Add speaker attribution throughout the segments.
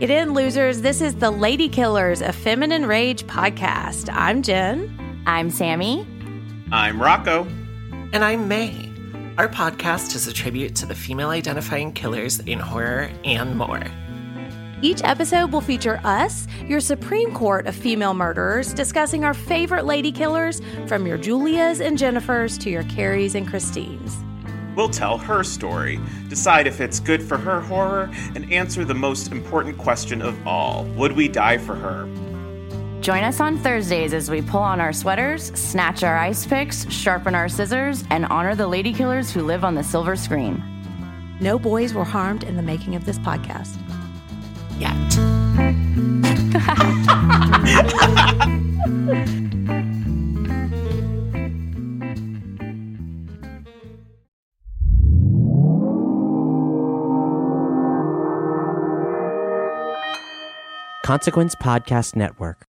Speaker 1: Get in, losers. This is the Lady Killers, a feminine rage podcast. I'm Jen.
Speaker 2: I'm Sammy.
Speaker 3: I'm Rocco.
Speaker 4: And I'm May. Our podcast is a tribute to the female identifying killers in horror and more.
Speaker 1: Each episode will feature us, your Supreme Court of female murderers, discussing our favorite lady killers from your Julias and Jennifers to your Carries and Christines.
Speaker 3: We'll tell her story, decide if it's good for her horror, and answer the most important question of all would we die for her?
Speaker 2: Join us on Thursdays as we pull on our sweaters, snatch our ice picks, sharpen our scissors, and honor the lady killers who live on the silver screen.
Speaker 1: No boys were harmed in the making of this podcast.
Speaker 4: Yet.
Speaker 5: Consequence Podcast Network.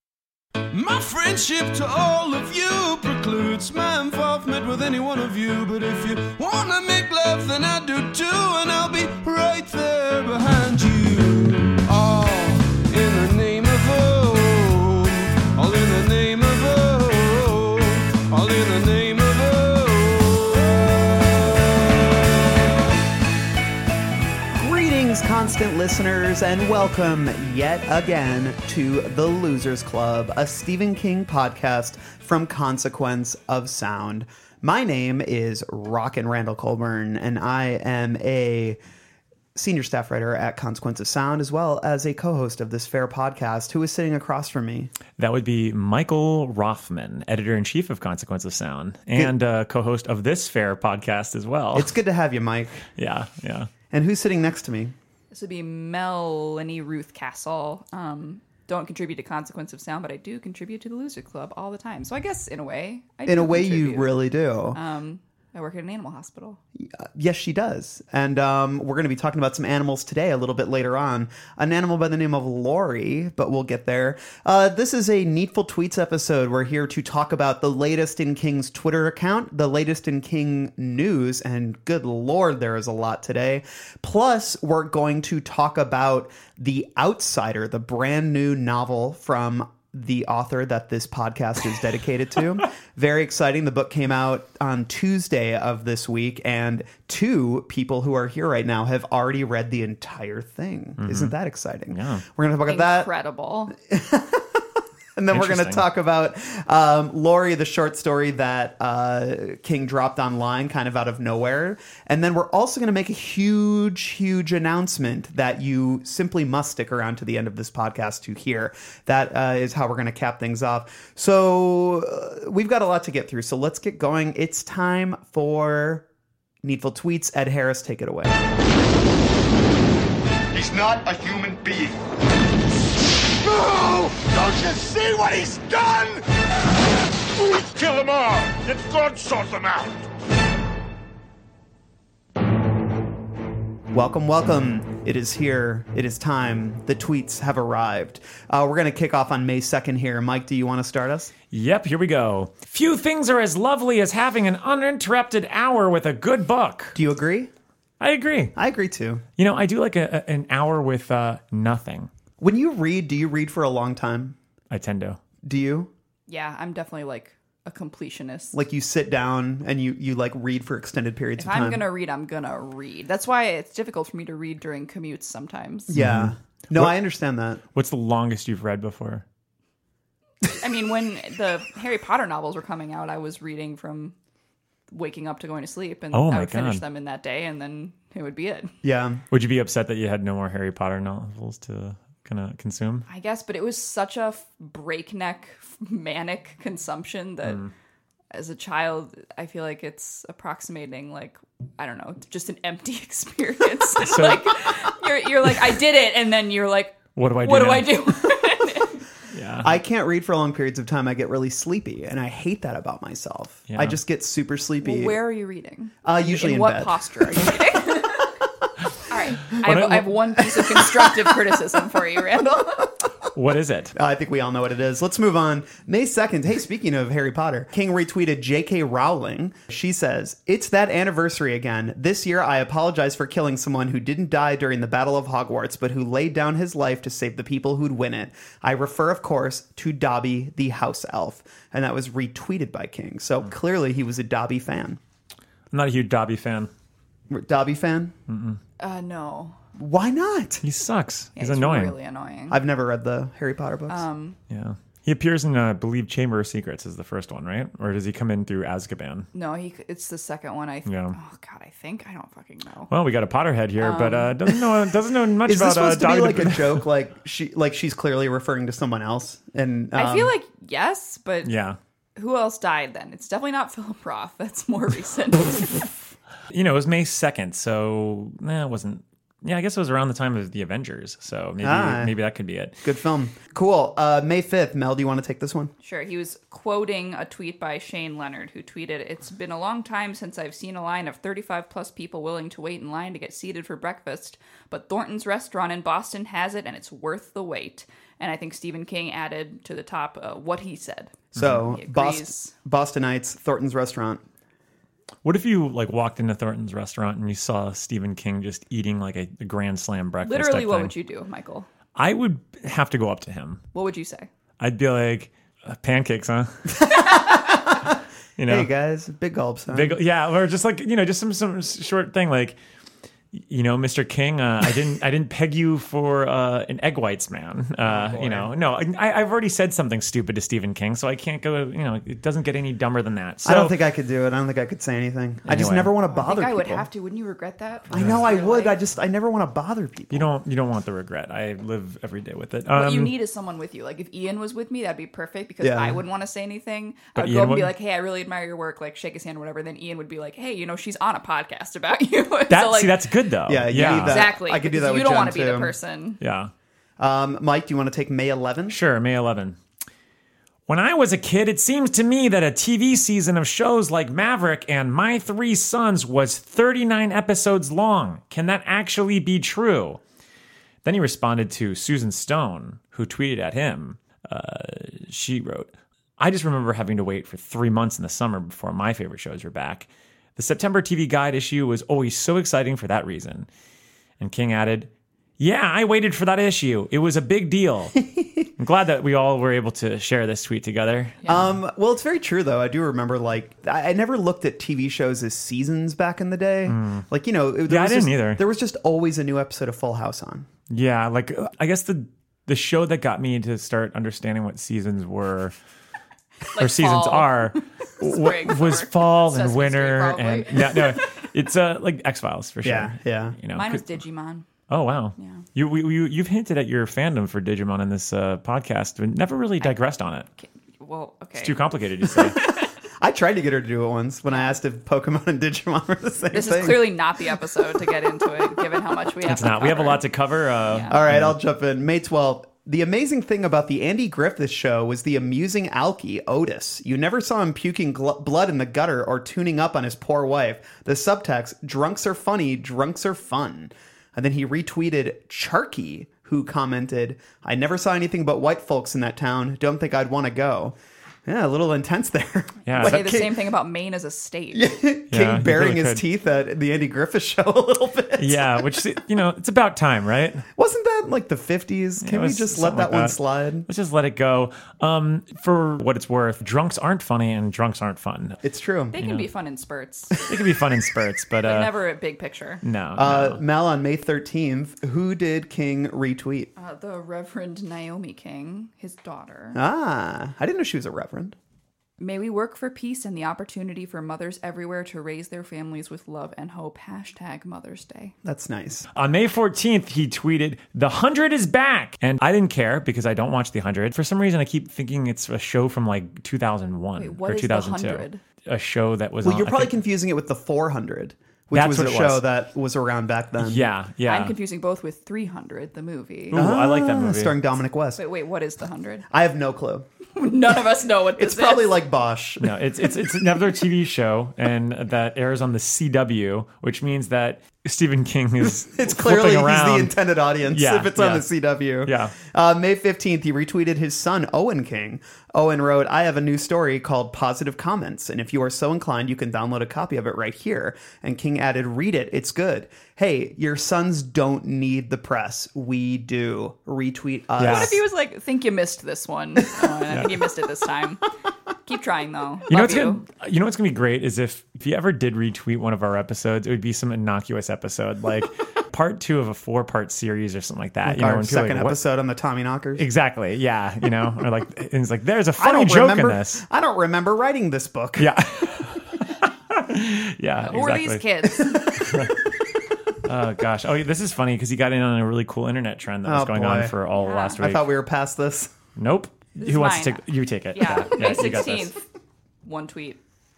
Speaker 6: My friendship to all of you precludes my involvement with any one of you. But if you wanna make love, then I do too, and I'll be right there behind you. All in the name of oh, all in the name of oh, all in the name of oh.
Speaker 7: Greetings, constant listeners, and welcome yet again to The Losers Club, a Stephen King podcast from Consequence of Sound. My name is Rockin' Randall Colburn, and I am a senior staff writer at Consequence of Sound, as well as a co host of this fair podcast, who is sitting across from me.
Speaker 8: That would be Michael Rothman, editor in chief of Consequence of Sound and uh, co host of this fair podcast as well.
Speaker 7: It's good to have you, Mike.
Speaker 8: yeah, yeah.
Speaker 7: And who's sitting next to me?
Speaker 9: This would be Melanie Ruth Castle. Um, don't contribute to Consequence of Sound, but I do contribute to the Loser Club all the time. So I guess in a way, I
Speaker 7: In
Speaker 9: do
Speaker 7: a way, you
Speaker 9: contribute.
Speaker 7: really do.
Speaker 9: Um, I work at an animal hospital.
Speaker 7: Yes, she does. And um, we're going to be talking about some animals today a little bit later on. An animal by the name of Lori, but we'll get there. Uh, this is a Needful Tweets episode. We're here to talk about the latest in King's Twitter account, the latest in King news, and good lord, there is a lot today. Plus, we're going to talk about The Outsider, the brand new novel from the author that this podcast is dedicated to. Very exciting. The book came out on Tuesday of this week, and two people who are here right now have already read the entire thing. Isn't that exciting? Yeah. We're going to talk about that.
Speaker 9: Incredible.
Speaker 7: And then we're going to
Speaker 8: Interesting.
Speaker 7: talk about um, Lori, the short story that uh, King dropped online kind of out of nowhere. And then we're also going to make a huge, huge announcement that you simply must stick around to the end of this podcast to hear. That uh, is how we're going to cap things off. So uh, we've got a lot to get through. So let's get going. It's time for Needful Tweets. Ed Harris, take it away.
Speaker 10: He's not a human being. No! Don't you see what he's done? Kill them all! Let God sort them out!
Speaker 7: Welcome, welcome. It is here. It is time. The tweets have arrived. Uh, we're going to kick off on May 2nd here. Mike, do you want to start us?
Speaker 8: Yep, here we go. Few things are as lovely as having an uninterrupted hour with a good book.
Speaker 7: Do you agree?
Speaker 8: I agree.
Speaker 7: I agree too.
Speaker 8: You know, I do like a, a- an hour with uh, nothing.
Speaker 7: When you read, do you read for a long time?
Speaker 8: I tend to.
Speaker 7: Do you?
Speaker 9: Yeah, I'm definitely like a completionist.
Speaker 7: Like you sit down and you, you like read for extended periods
Speaker 9: if
Speaker 7: of time?
Speaker 9: I'm gonna read, I'm gonna read. That's why it's difficult for me to read during commutes sometimes.
Speaker 7: Yeah. No,
Speaker 8: What-
Speaker 7: I understand that.
Speaker 8: What's the longest you've read before?
Speaker 9: I mean, when the Harry Potter novels were coming out, I was reading from waking up to going to sleep, and
Speaker 8: Oh
Speaker 9: I
Speaker 8: my
Speaker 9: would finish
Speaker 8: God.
Speaker 9: them in that day, and then it would be it.
Speaker 7: Yeah.
Speaker 8: Would you be upset that you had no more Harry Potter novels to kind of consume?
Speaker 9: I guess, but it was such a f- breakneck, manic consumption that
Speaker 8: Mm.
Speaker 9: as a child, I feel like it's approximating like I don't know, just an empty experience.
Speaker 8: So-
Speaker 9: like you're you're like I did it, and then you're like,
Speaker 8: What do I do
Speaker 9: What do
Speaker 8: now?
Speaker 9: I do?
Speaker 7: I can't read for long periods of time. I get really sleepy, and I hate that about myself.
Speaker 8: Yeah.
Speaker 7: I just get super sleepy.
Speaker 9: Well, where are you reading?
Speaker 7: Uh, usually
Speaker 9: in,
Speaker 7: in
Speaker 9: what
Speaker 7: bed.
Speaker 9: posture are you reading? All right, I
Speaker 8: When I-
Speaker 9: have, I have one piece of constructive criticism for you, Randall.
Speaker 8: What is it?
Speaker 7: I think we all know what it is. Let's move on. May 2nd. Hey, speaking of Harry Potter, King retweeted J.K. Rowling. She says, It's that anniversary again. This year, I apologize for killing someone who didn't die during the Battle of Hogwarts, but who laid down his life to save the people who'd win it. I refer, of course, to Dobby the house elf. And that was retweeted by King. So clearly, he was a Dobby fan.
Speaker 8: I'm not a huge Dobby fan.
Speaker 7: Dobby fan?
Speaker 9: Uh, no,
Speaker 7: Why not?
Speaker 8: He sucks.
Speaker 9: Yeah,
Speaker 8: he's, annoying.
Speaker 9: Really annoying.
Speaker 7: I've never read the Harry Potter books.
Speaker 9: Um,
Speaker 8: yeah. He appears in, uh, I believe, Chamber of Secrets is the first one, right? Or does he come in through Azkaban?
Speaker 9: no, he. c- It's the second one. I. Th-
Speaker 8: Yeah.
Speaker 9: Oh God, I think I don't fucking know.
Speaker 8: Well, we got a Potterhead here, but uh, doesn't know doesn't know much
Speaker 7: Um. Is
Speaker 8: about
Speaker 7: this supposed
Speaker 8: uh,
Speaker 7: to be
Speaker 8: Dobby
Speaker 7: like a
Speaker 8: the-
Speaker 7: joke? Like she, like she's clearly referring to someone else. And
Speaker 9: I feel
Speaker 7: um,
Speaker 9: like yes, but
Speaker 8: yeah.
Speaker 9: who else died then? It's definitely not Philip Roth. That's more recent.
Speaker 8: You know, it was May second, so nah, it wasn't. Yeah, I guess it was around the time of the Avengers, so maybe
Speaker 7: Ah.
Speaker 8: maybe that could be it.
Speaker 7: Good film. Cool. Uh, May 5th. Mel, do you want to take this one?
Speaker 8: Mm-hmm.
Speaker 9: sure, he was quoting a tweet by Shane Leonard, who tweeted, "It's been a long time since I've seen a line of 35 plus people willing to wait in line to get seated for breakfast, but Thornton's restaurant in Boston has it, and it's worth the wait." And I think Stephen King added to the top uh, what he said.
Speaker 7: So,
Speaker 9: He
Speaker 7: Boston,
Speaker 9: agrees.
Speaker 7: Bostonites, Thornton's Restaurant.
Speaker 8: What if you like walked into Thornton's restaurant and you saw Stephen King just eating like a, a grand slam breakfast?
Speaker 9: Literally,
Speaker 8: type
Speaker 9: what
Speaker 8: thing?
Speaker 9: would you do, Michael?
Speaker 8: I would have to go up to him.
Speaker 9: What would you say?
Speaker 8: I'd be like, uh, pancakes, huh? you know,
Speaker 7: Hey, guys. Big gulps. Huh?
Speaker 8: Big, yeah, or just like you know, just some some short thing like, you know, Mr. King, uh, I didn't I didn't peg you for uh, an egg whites man. Uh,
Speaker 9: Oh,
Speaker 8: you know, no, I, I've already said something stupid to Stephen King, so I can't go. You know, it doesn't get any dumber than that. So
Speaker 7: I don't think I could do it. I don't think I could say anything. I just
Speaker 8: Anyway.
Speaker 7: never want to
Speaker 9: I
Speaker 7: bother
Speaker 9: think I would
Speaker 7: people.
Speaker 9: have to. Wouldn't you regret that?
Speaker 7: I know I would. I just, I never want to bother people.
Speaker 8: you don't you don't want the regret. I live every day with it.
Speaker 9: What you
Speaker 8: Um,
Speaker 9: need is someone with you. Like if Ian was with me, that'd be perfect because
Speaker 7: Yeah.
Speaker 9: I wouldn't want to say anything.
Speaker 8: But
Speaker 9: I would
Speaker 8: Ian
Speaker 9: go up and be
Speaker 8: would-
Speaker 9: like, "Hey, I really admire your work." Like shake his hand, or whatever. Then Ian would be like, "Hey, you know, she's on a podcast about you." And
Speaker 8: that
Speaker 9: so, like,
Speaker 8: see that's good though.
Speaker 7: Yeah, you
Speaker 8: yeah,
Speaker 7: need that.
Speaker 9: exactly.
Speaker 7: I could do
Speaker 9: because
Speaker 7: that with
Speaker 9: You don't
Speaker 7: Jen,
Speaker 9: want to be
Speaker 7: too.
Speaker 9: the person.
Speaker 8: yeah.
Speaker 7: Um, Mike, do you want to take May 11th?
Speaker 8: Sure, May 11. When I was a kid, it seems to me that a TV season of shows like Maverick and My Three Sons was 39 episodes long. Can that actually be true? Then he responded to Susan Stone, who tweeted at him. Uh, she wrote, I just remember having to wait for three months in the summer before my favorite shows were back. The September TV Guide issue was always so exciting for that reason. And King added, Yeah, I waited for that issue. It was a big deal. I'm glad that we all were able to share this tweet together.
Speaker 7: Um, well, it's very true though. I do remember like I, I never looked at TV shows as seasons back in the day. Like you know, it- there
Speaker 8: Mm. Yeah, I
Speaker 7: was
Speaker 8: didn't
Speaker 7: just-
Speaker 8: either.
Speaker 7: There was just always a new episode of Full House on.
Speaker 8: Yeah, like uh, I guess the the show that got me to start understanding what seasons were or
Speaker 9: Like
Speaker 8: seasons
Speaker 9: fall.
Speaker 8: are wa-
Speaker 9: Spring,
Speaker 8: was
Speaker 9: summer.
Speaker 8: fall and
Speaker 9: Sesame Street,
Speaker 8: winter
Speaker 9: probably.
Speaker 8: and no, no, it's uh like X Files for sure.
Speaker 7: Yeah, yeah.
Speaker 8: You know,
Speaker 9: Mine was
Speaker 8: 'cause-
Speaker 9: Digimon.
Speaker 8: oh wow, yeah. You, we- you you've hinted at your fandom for Digimon in this uh, podcast, but never really digressed on it.
Speaker 9: Well, okay.
Speaker 8: It's too complicated, you say.
Speaker 7: I tried to get her to do it once when I asked if Pokemon and Digimon were the same
Speaker 9: this
Speaker 7: thing.
Speaker 9: is clearly not the episode to get into it, given how much we have.
Speaker 8: it's not. We have a lot to cover. Uh,
Speaker 7: All right, I'll jump in. May 12th. The amazing thing about the Andy Griffith show was the amusing alky, Otis. You never saw him puking gl- blood in the gutter or tuning up on his poor wife. The subtext, drunks are funny, drunks are fun. And then he retweeted Charky, who commented, I never saw anything but white folks in that town. Don't think I'd want to go. Yeah, a little intense there.
Speaker 9: Say the same thing about Maine as a state.
Speaker 7: King
Speaker 8: Yeah, you
Speaker 7: baring
Speaker 8: really
Speaker 7: his
Speaker 8: could.
Speaker 7: teeth at the Andy Griffith show a little bit.
Speaker 8: yeah, which you know, it's about time, right?
Speaker 7: Wasn't that like the 50s? Can
Speaker 8: It
Speaker 7: we
Speaker 8: was
Speaker 7: just let
Speaker 8: something
Speaker 7: that
Speaker 8: like
Speaker 7: one slide?
Speaker 8: Let's just let it go. Um, for what it's worth, drunks aren't funny and drunks aren't fun.
Speaker 7: It's true.
Speaker 9: They can be fun in spurts,
Speaker 8: They can be fun in spurts, but
Speaker 9: but
Speaker 8: uh,
Speaker 9: never a big picture.
Speaker 8: no.
Speaker 7: Uh, Mal on May 13th, who did King retweet?
Speaker 9: Uh, the Reverend Naomi King, his daughter.
Speaker 7: Ah, I didn't know she was a reverend.
Speaker 9: May we work for peace and the opportunity for mothers everywhere to raise their families with love and hope. Hashtag Mother's Day.
Speaker 7: That's nice.
Speaker 8: On May 14th, he tweeted, The 100 is back. And I didn't care because I don't watch The 100. For some reason, I keep thinking it's a show from like 2001
Speaker 9: Wait, what
Speaker 8: or
Speaker 9: is The
Speaker 8: 2002.
Speaker 9: 100?
Speaker 8: A show that was
Speaker 7: Well,
Speaker 8: on.
Speaker 7: you're
Speaker 8: I
Speaker 7: probably
Speaker 8: think-
Speaker 7: confusing it with the 400, which
Speaker 8: That's
Speaker 7: was
Speaker 8: what
Speaker 7: a
Speaker 8: it
Speaker 7: show
Speaker 8: was.
Speaker 7: that was around back then.
Speaker 8: yeah, yeah.
Speaker 9: I'm confusing both with 300, the movie.
Speaker 8: Ooh, I like that
Speaker 7: Ah,
Speaker 8: movie.
Speaker 7: Starring Dominic West.
Speaker 9: Wait, wait, what is the 100?
Speaker 7: I have no clue.
Speaker 9: None of us know what this
Speaker 7: It's probably
Speaker 9: is.
Speaker 7: like Bosch.
Speaker 8: no, it's, it's, it's another TV show and that airs on the CW, which means that Stephen King is
Speaker 7: It's clearly
Speaker 8: flipping
Speaker 7: he's the
Speaker 8: around.
Speaker 7: intended audience
Speaker 8: Yeah,
Speaker 7: if it's
Speaker 8: yeah.
Speaker 7: on the CW.
Speaker 8: Yeah.
Speaker 7: Uh, May 15th, he retweeted his son, Owen King. Owen wrote, I have a new story called Positive Comments, and if you are so inclined, you can download a copy of it right here. And King added, Read it, it's good. Hey, your sons don't need the press. We do. Retweet us.
Speaker 8: Yeah.
Speaker 9: What if he was like, think you missed this one? Oh, and I think you missed it this time. Keep trying though.
Speaker 8: You know, what's
Speaker 9: Love
Speaker 8: Gonna, you know what's gonna be great is if if you ever did retweet one of our episodes, it would be some innocuous episode like part two of a four part series or something like that. you know,
Speaker 7: Our
Speaker 8: when people are
Speaker 7: second
Speaker 8: like, "What?"
Speaker 7: episode on the Tommy Knockers.
Speaker 8: Exactly. Yeah. You know, or like and it's like there's
Speaker 7: I
Speaker 8: a funny
Speaker 7: don't
Speaker 8: joke
Speaker 7: remember.
Speaker 8: in this.
Speaker 7: I don't remember writing this book.
Speaker 8: Yeah. yeah.
Speaker 9: Who are
Speaker 8: exactly.
Speaker 9: these kids?
Speaker 8: Oh gosh. Oh, this is funny because he got in on a really cool internet trend that was
Speaker 7: Oh,
Speaker 8: going
Speaker 7: boy.
Speaker 8: on for all last week.
Speaker 7: I thought we were past this.
Speaker 8: nope.
Speaker 9: is
Speaker 8: Who wants to
Speaker 9: mine.
Speaker 8: take? You take it.
Speaker 9: Yeah, May
Speaker 8: you got this.
Speaker 9: 16th. One tweet.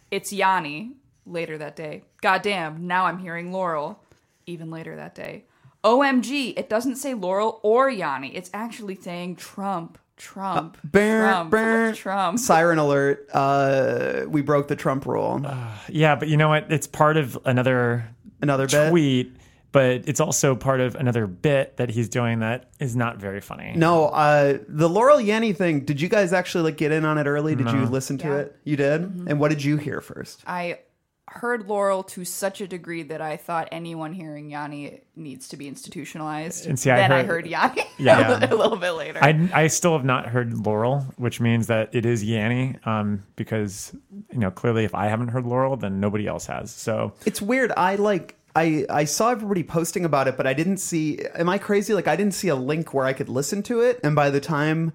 Speaker 9: It's Yanni. Later that day. Goddamn, now I'm hearing Laurel. Even later that day. OMG, it doesn't say Laurel or Yanni. It's actually saying Trump, Trump,
Speaker 8: Uh,
Speaker 7: Burr,
Speaker 9: Trump,
Speaker 7: burr.
Speaker 9: Trump.
Speaker 7: Siren alert. Uh, we broke the Trump rule.
Speaker 8: Yeah, but you know what? It's part of another
Speaker 7: Another bit?
Speaker 8: tweet, but it's also part of another bit that he's doing that is not very funny.
Speaker 7: No, uh, the Laurel Yanny thing. Did you guys actually like get in on it early? Did you listen to
Speaker 9: Yeah. Mm-hmm.
Speaker 7: it? You did. And what did you hear first?
Speaker 9: I heard Laurel to such a degree that I thought anyone hearing Yanni needs to be institutionalized.
Speaker 8: And see, I
Speaker 9: then I
Speaker 8: heard-
Speaker 9: heard Yanni
Speaker 8: Yeah.
Speaker 9: a little bit later.
Speaker 8: I, I still have not heard Laurel, which means that it is Yanny, um, because you know clearly if I haven't heard Laurel, then nobody else has. So
Speaker 7: It's weird. I like. I, I saw everybody posting about it, but I didn't see. Am I crazy? Like I didn't see a link where I could listen to it. And by the time,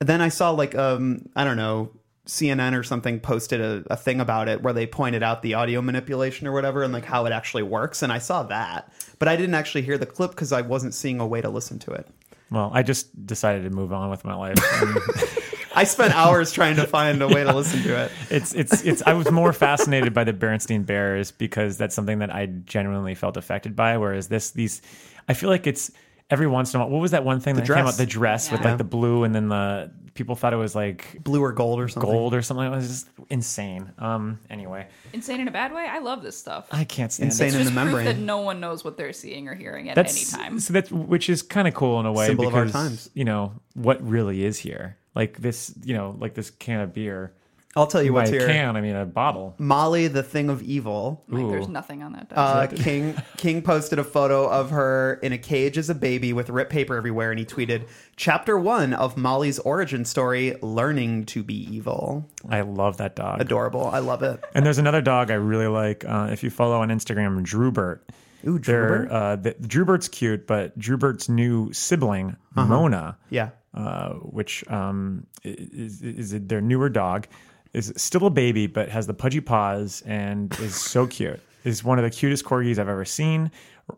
Speaker 7: then I saw like um I don't know CNN or something posted a, a thing about it where they pointed out the audio manipulation or whatever and like how it actually works. And I saw that, but I didn't actually hear the clip because I wasn't seeing a way to listen to it.
Speaker 8: well, I just decided to move on with my life. And
Speaker 7: I spent hours trying to find a way to listen to it.
Speaker 8: it's it's it's. I was more fascinated by the Bernstein Bears because that's something that I genuinely felt affected by. Whereas this these, I feel like it's every once in a while. What was that one thing that came
Speaker 7: dress.
Speaker 8: out? The dress with like the blue and then the people thought it was like
Speaker 7: Blue or gold or something.
Speaker 8: gold or something. It was just insane. Um. Anyway,
Speaker 9: Insane in a bad way. I love this stuff.
Speaker 8: I can't stand
Speaker 7: Insane
Speaker 8: it.
Speaker 7: in
Speaker 9: Just
Speaker 7: the
Speaker 9: proof
Speaker 7: membrane.
Speaker 9: that no one knows what they're seeing or hearing at any time.
Speaker 8: So that's which is kind of cool in a way
Speaker 7: Symbol of our
Speaker 8: because
Speaker 7: times.
Speaker 8: you know what really is here. Like this, you know, like this can of beer.
Speaker 7: I'll tell you
Speaker 8: By
Speaker 7: what's
Speaker 8: a
Speaker 7: here.
Speaker 8: can, I mean a bottle.
Speaker 7: Molly, the thing of evil.
Speaker 9: Like, there's
Speaker 8: Ooh.
Speaker 9: nothing on that.
Speaker 7: Uh, King King posted a photo of her in a cage as a baby with ripped paper everywhere, and he tweeted, "Chapter one of Molly's origin story: Learning to be evil."
Speaker 8: I love that dog.
Speaker 7: Adorable. I love it.
Speaker 8: And there's another dog I really like. Uh, if you follow on Instagram, Drewbert.
Speaker 7: Ooh,
Speaker 8: They're,
Speaker 7: Drewbert?
Speaker 8: Uh, the, Drewbert's cute, but Drewbert's new sibling,
Speaker 7: Uh-huh.
Speaker 8: Mona,
Speaker 7: Yeah.
Speaker 8: uh, which um, is, is, is their newer dog, is still a baby but has the pudgy paws and is so cute. Is one of the cutest corgis I've ever seen.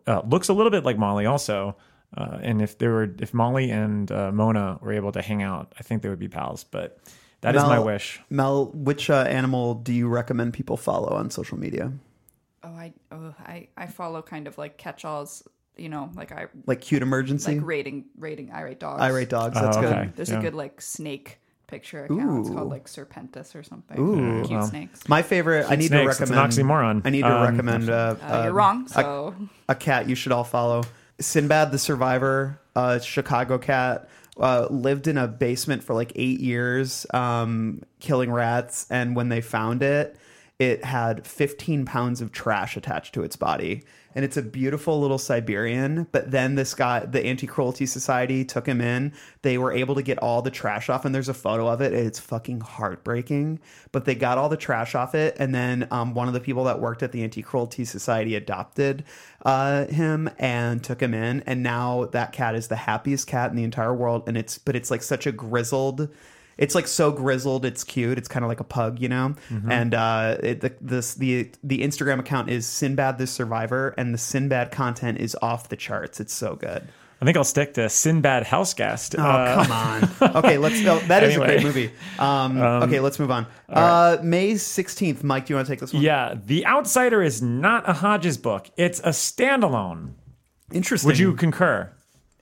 Speaker 8: Uh, looks a little bit like Molly also. Uh, and if they were, if Molly and uh, Mona were able to hang out, I think they would be pals. But that is my
Speaker 7: Mel-
Speaker 8: wish.
Speaker 7: Mel, which uh, animal do you recommend people follow on social media?
Speaker 9: oh, I, oh, I, I follow kind of like catch-alls you know, like I
Speaker 7: Like cute emergency?
Speaker 9: like rating rating irate dogs.
Speaker 7: Irate dogs, that's Oh, good. okay,
Speaker 9: There's
Speaker 7: yeah.
Speaker 9: a good like snake picture account. It's
Speaker 7: Ooh.
Speaker 9: called like Serpentis or something.
Speaker 7: Ooh,
Speaker 9: cute snakes.
Speaker 7: My favorite. I
Speaker 8: Cute
Speaker 7: need
Speaker 8: snakes,
Speaker 7: to
Speaker 8: it's an
Speaker 7: recommend.
Speaker 8: oxymoron.
Speaker 7: I need to
Speaker 8: Um,
Speaker 7: recommend. Uh,
Speaker 9: Uh, you're
Speaker 7: um,
Speaker 9: wrong,
Speaker 7: a-
Speaker 9: so-
Speaker 7: a, cat you should all follow. Sinbad the Survivor, uh, Chicago cat, uh, lived in a basement for like eight years, um, killing rats. And when they found it, it had 15 pounds of trash attached to its body. And it's a beautiful little Siberian. But then this guy, the Anti Cruelty Society, took him in. They were able to get all the trash off, and there's a photo of it. and It's fucking heartbreaking. But they got all the trash off it, and then um, one of the people that worked at the Anti Cruelty Society adopted uh, him and took him in. And now that cat is the happiest cat in the entire world. And it's but it's like such a grizzled. It's like so grizzled. It's cute. It's kind of like a pug, you know.
Speaker 11: Mhm.
Speaker 7: And uh, it, the this the the Instagram account is Sinbad the Survivor, and the Sinbad content is off the charts. It's so good.
Speaker 8: I think I'll stick to Sinbad Houseguest.
Speaker 7: Oh,
Speaker 8: Uh,
Speaker 7: come on. Okay, let's go. That is a
Speaker 8: Anyway.
Speaker 7: great movie. Um,
Speaker 8: Um,
Speaker 7: okay, let's move on.
Speaker 8: all
Speaker 7: Uh, May 16th. Mike, do you want to take this one?
Speaker 8: Yeah, The Outsider is not a Hodges book. It's a standalone.
Speaker 7: Interesting.
Speaker 8: Would you concur?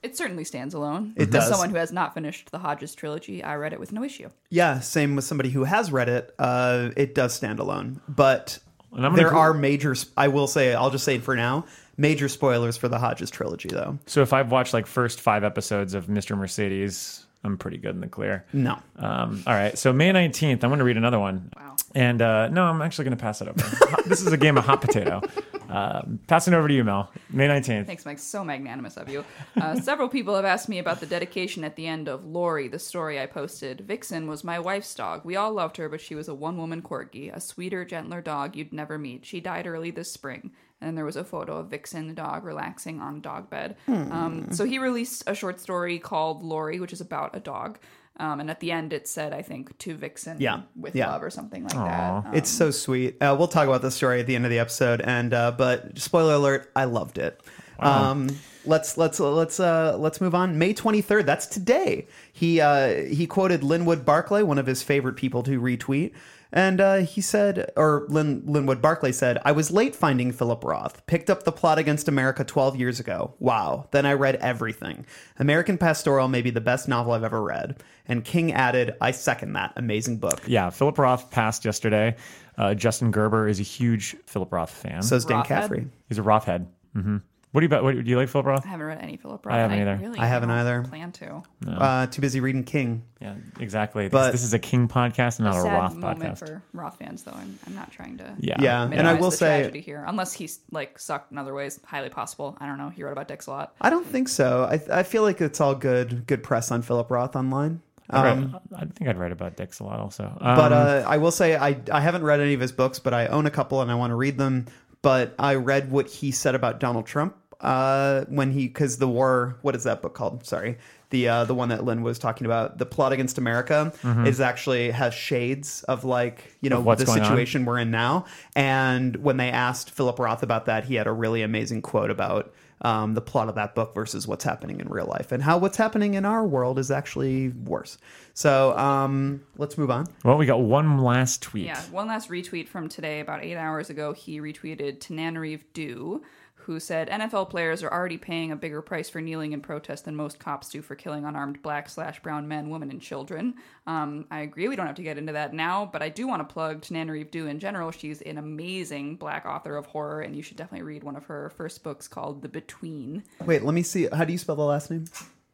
Speaker 9: It certainly stands alone.
Speaker 7: It
Speaker 9: As
Speaker 7: does.
Speaker 9: Someone who has not finished the Hodges trilogy, I read it with no issue.
Speaker 7: Yeah, same with somebody who has read it. Uh, it does stand alone, but
Speaker 8: I'm gonna
Speaker 7: there
Speaker 8: go-
Speaker 7: are major. Sp- I will say, I'll just say it for now. Major spoilers for the Hodges trilogy, though.
Speaker 8: So if I've watched like first five episodes of Mr. Mercedes, I'm pretty good in the clear.
Speaker 7: No.
Speaker 8: Um, all right. So May 19th, I'm going to read another one. Wow. And uh, no, I'm actually going to pass it over. this is a game of hot potato. Uh, passing over to you, Mel. May 19th.
Speaker 9: Thanks, Mike. So magnanimous of you. Uh, several people have asked me about the dedication at the end of Lori, the story I posted. Vixen was my wife's dog. We all loved her, but she was a one woman corgi, a sweeter, gentler dog you'd never meet. She died early this spring. And then there was a photo of Vixen, the dog, relaxing on a dog bed. Um,
Speaker 12: Hmm.
Speaker 9: so he released a short story called Lori, which is about a dog. Um, and at the end, it said, I think, to Vixen
Speaker 7: Yeah.
Speaker 9: with
Speaker 7: Yeah.
Speaker 9: love or something like that. Um,
Speaker 7: it's so sweet. Uh, we'll talk about this story at the end of the episode, and uh, but spoiler alert, I loved it.
Speaker 8: Wow.
Speaker 7: Um, let's let's let's uh, let's move on. May twenty third. That's today. He uh, he quoted Linwood Barclay, one of his favorite people to retweet, and uh, he said, or Lin, Linwood Barclay said, "I was late finding Philip Roth. Picked up the plot against America twelve years ago. Wow. Then I read everything. American Pastoral may be the best novel I've ever read." And King added, "I second that. Amazing book."
Speaker 8: Yeah, Philip Roth passed yesterday. Uh, Justin Gerber is a huge Philip Roth fan.
Speaker 7: So is Dan Roth head? Caffrey.
Speaker 8: He's a Roth head. hmm What do you what, do you like Philip Roth?
Speaker 9: I haven't read any Philip
Speaker 8: I
Speaker 9: Roth.
Speaker 8: haven't
Speaker 9: and
Speaker 8: either.
Speaker 9: really
Speaker 7: I haven't
Speaker 9: don't
Speaker 7: either.
Speaker 9: plan to.
Speaker 7: Uh, too busy reading King.
Speaker 8: Yeah, exactly.
Speaker 7: But-
Speaker 8: But this is a King podcast, not a,
Speaker 9: sad
Speaker 8: Roth
Speaker 9: moment
Speaker 8: podcast.
Speaker 9: for Roth fans, though. I'm, I'm not trying to.
Speaker 8: Yeah. Yeah, and I
Speaker 9: minimize
Speaker 7: will
Speaker 9: the
Speaker 7: say-
Speaker 9: tragedy here, unless he's like sucked in other ways, highly possible. I don't know. He wrote about dicks a lot.
Speaker 7: I don't think so. I I feel like it's all good good press on Philip Roth online.
Speaker 8: I, read-
Speaker 7: Um,
Speaker 8: I think I'd write about dicks a lot, also.
Speaker 7: but
Speaker 8: Um,
Speaker 7: uh, I will say I I haven't read any of his books, but I own a couple and I want to read them. But I read what he said about Donald Trump uh, when he because the war. What is that book called? Sorry, the uh, the one that Lynn was talking about, the plot against America,
Speaker 8: Mhm.
Speaker 7: is actually has shades of like you know
Speaker 8: Of what's
Speaker 7: the
Speaker 8: going on.
Speaker 7: situation we're in now. And when they asked Philip Roth about that, he had a really amazing quote about. Um, the plot of that book versus what's happening in real life and how what's happening in our world is actually worse. So um, let's move on.
Speaker 8: well, we got one last tweet.
Speaker 9: Yeah, one last retweet from today. About eight hours ago, he retweeted Tananarive Du, who said NFL players are already paying a bigger price for kneeling in protest than most cops do for killing unarmed black slash brown men, women, and children. Um, I agree. We don't have to get into that now, but I do want to plug Tananarive Du in general. She's an amazing black author of horror, and you should definitely read one of her first books called The Between.
Speaker 7: Wait, let me see. How do you spell the last name?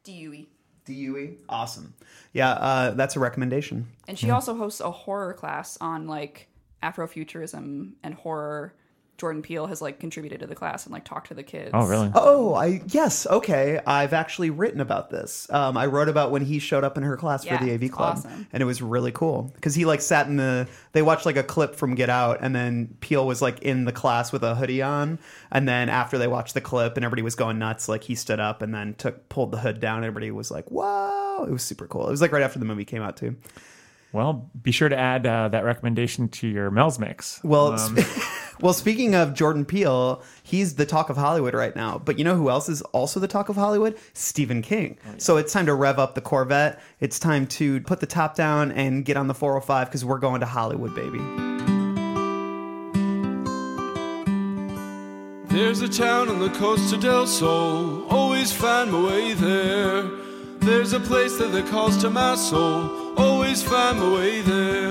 Speaker 9: Dewey.
Speaker 7: Dewey. Awesome. Yeah, uh, that's a recommendation.
Speaker 9: And she also hosts a horror class on like Afrofuturism and horror. Jordan Peele has like contributed to the class and like talked to the kids.
Speaker 7: Oh, I yes. Okay, I've actually written about this. Um, I wrote about when he showed up in her class
Speaker 9: Yeah,
Speaker 7: for the AV
Speaker 9: it's
Speaker 7: club,
Speaker 9: awesome.
Speaker 7: and it was really cool because he like sat in the. They watched like a clip from Get Out, and then Peel was like in the class with a hoodie on, and then after they watched the clip and everybody was going nuts, like he stood up and then took pulled the hood down. And everybody was like, "Wow!" It was super cool. It was like right after the movie came out too.
Speaker 8: Well, be sure to add uh, that recommendation to your Mel's mix.
Speaker 7: Well,
Speaker 8: Um,
Speaker 7: sp- well, speaking of Jordan Peele, he's the talk of Hollywood right now. But you know who else is also the talk of Hollywood? Stephen King. So it's time to rev up the Corvette. It's time to put the top down and get on the 405 because we're going to Hollywood, baby.
Speaker 6: There's a town on the costa del sol, always find my way there. There's a place that they calls to my soul, always find my way there.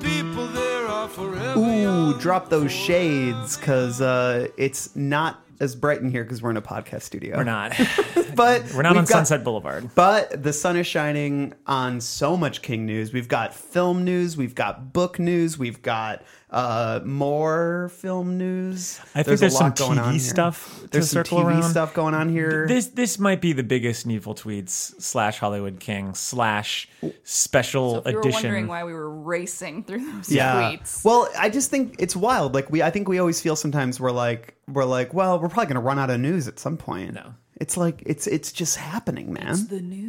Speaker 6: People there are forever.
Speaker 7: Ooh, drop those shades because uh, it's not as bright in here because we're in a podcast studio.
Speaker 8: We're not.
Speaker 7: but
Speaker 8: We're not
Speaker 7: we've
Speaker 8: on
Speaker 7: got-
Speaker 8: Sunset Boulevard.
Speaker 7: But the sun is shining on so much King news. We've got film news, we've got book news, we've got uh, more film news.
Speaker 8: I think there's
Speaker 7: a
Speaker 8: some
Speaker 7: lot going on
Speaker 8: TV
Speaker 7: here.
Speaker 8: stuff to
Speaker 7: There's some
Speaker 8: circle
Speaker 7: TV
Speaker 8: around.
Speaker 7: stuff going on here.
Speaker 8: This this might be the biggest Needful Tweets slash Hollywood King slash
Speaker 9: So
Speaker 8: special
Speaker 9: if you were wondering
Speaker 8: edition.
Speaker 9: why we were racing through those tweets.
Speaker 7: Well, I just think it's wild. Like we, I think we always feel sometimes we're like we're like, well, we're probably gonna run out of news at some point. No, it's like it's it's just happening, man. It's the news.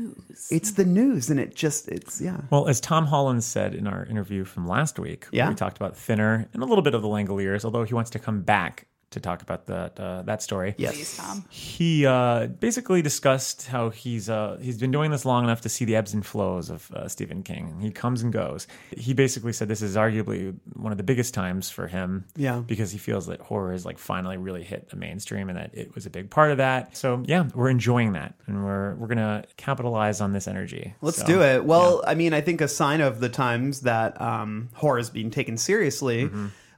Speaker 7: It's the news, and it just it's yeah.
Speaker 8: Well, as Tom Holland said in our interview from last week, where
Speaker 7: Yeah.
Speaker 8: we talked about Thinner and a little bit of the Langoliers, although he wants to come back to talk about that uh, that story.
Speaker 7: Yes. Please, Tom.
Speaker 8: He uh, basically discussed how he's uh, he's been doing this long enough to see the ebbs and flows of uh, Stephen King. He comes and goes. He basically said this is arguably one of the biggest times for him.
Speaker 7: Yeah.
Speaker 8: because he feels that horror has like finally really hit the mainstream and that it was a big part of that. So yeah, we're enjoying that and we're we're gonna capitalize on this energy.
Speaker 7: Let's
Speaker 8: So-
Speaker 7: do it. Well, I mean, I think a sign of the times that um, horror is being taken seriously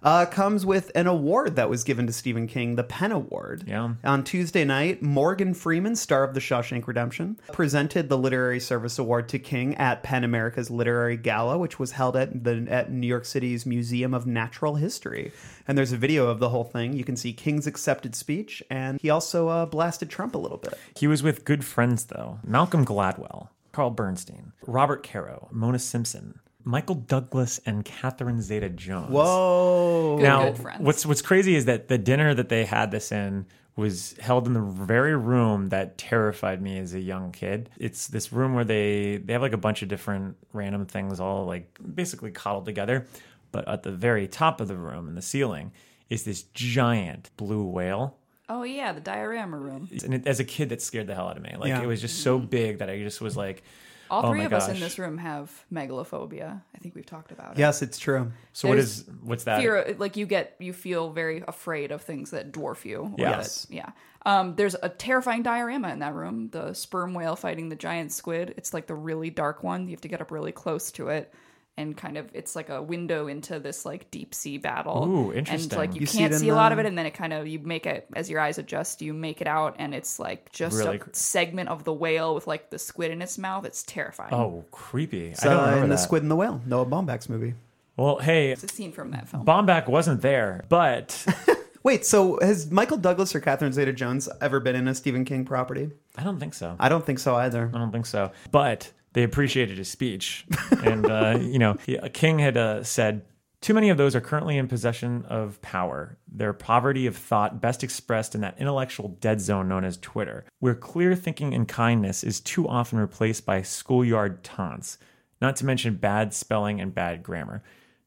Speaker 7: uh, comes with an award that was given to Stephen King, the Penn Award. Yeah. On Tuesday night, Morgan Freeman, star of The Shawshank Redemption, presented the Literary Service Award to King at Penn America's Literary Gala, which was held at the at New York City's Museum of Natural History. And there's a video of the whole thing. You can see King's accepted speech, and he also uh, blasted Trump a little bit.
Speaker 8: He was with good friends, though Malcolm Gladwell, Carl Bernstein, Robert Caro, Mona Simpson, Michael Douglas, and Catherine Zeta Jones.
Speaker 7: Whoa.
Speaker 8: now, what's, what's crazy is that the dinner that they had this in was held in the very room that terrified me as a young kid. It's this room where they, they have like a bunch of different random things all like basically coddled together. But at the very top of the room in the ceiling is this giant blue whale
Speaker 9: Oh yeah, the diorama room.
Speaker 8: and it, as a kid that scared the hell out of me like
Speaker 9: Yeah.
Speaker 8: it was just so big that i just was like
Speaker 9: All
Speaker 8: oh
Speaker 9: three
Speaker 8: my
Speaker 9: of
Speaker 8: gosh.
Speaker 9: us in this room have megalophobia. I think we've talked about it.
Speaker 7: Yes, it's true.
Speaker 8: so what
Speaker 9: There's
Speaker 8: is what's that
Speaker 9: Fear, like you get, you feel very afraid of things that dwarf you. or
Speaker 8: Yes.
Speaker 9: that- yeah. Um, there's a terrifying diorama in that room. The sperm whale fighting the giant squid. It's like the really dark one. You have to get up really close to it, and kind of, it's like a window into this like deep sea battle.
Speaker 8: Ooh,
Speaker 9: And
Speaker 8: interesting.
Speaker 9: like you,
Speaker 8: You see
Speaker 9: can't
Speaker 8: it
Speaker 9: see,
Speaker 8: in
Speaker 9: a lot
Speaker 8: the-
Speaker 9: of it, and then it kind of you make it as your eyes adjust, you make it out, and it's like just
Speaker 8: Really
Speaker 9: a
Speaker 8: cr-
Speaker 9: segment of the whale with like the squid in its mouth. It's terrifying.
Speaker 8: oh creepy
Speaker 7: So,
Speaker 8: i don't remember
Speaker 7: and the
Speaker 8: that.
Speaker 7: Squid and the Whale, Noah Baumbach's movie.
Speaker 8: well hey
Speaker 9: It's a scene from that film.
Speaker 8: bomback wasn't there but
Speaker 7: Wait, so has Michael Douglas or Catherine Zeta-Jones ever been in a Stephen King property?
Speaker 8: i don't think so
Speaker 7: I don't think so either.
Speaker 8: I don't think so. But they appreciated his speech. And, uh, you know, he- King had uh, said, Too many of those are currently in possession of power, their poverty of thought best expressed in that intellectual dead zone known as Twitter, where clear thinking and kindness is too often replaced by schoolyard taunts, not to mention bad spelling and bad grammar.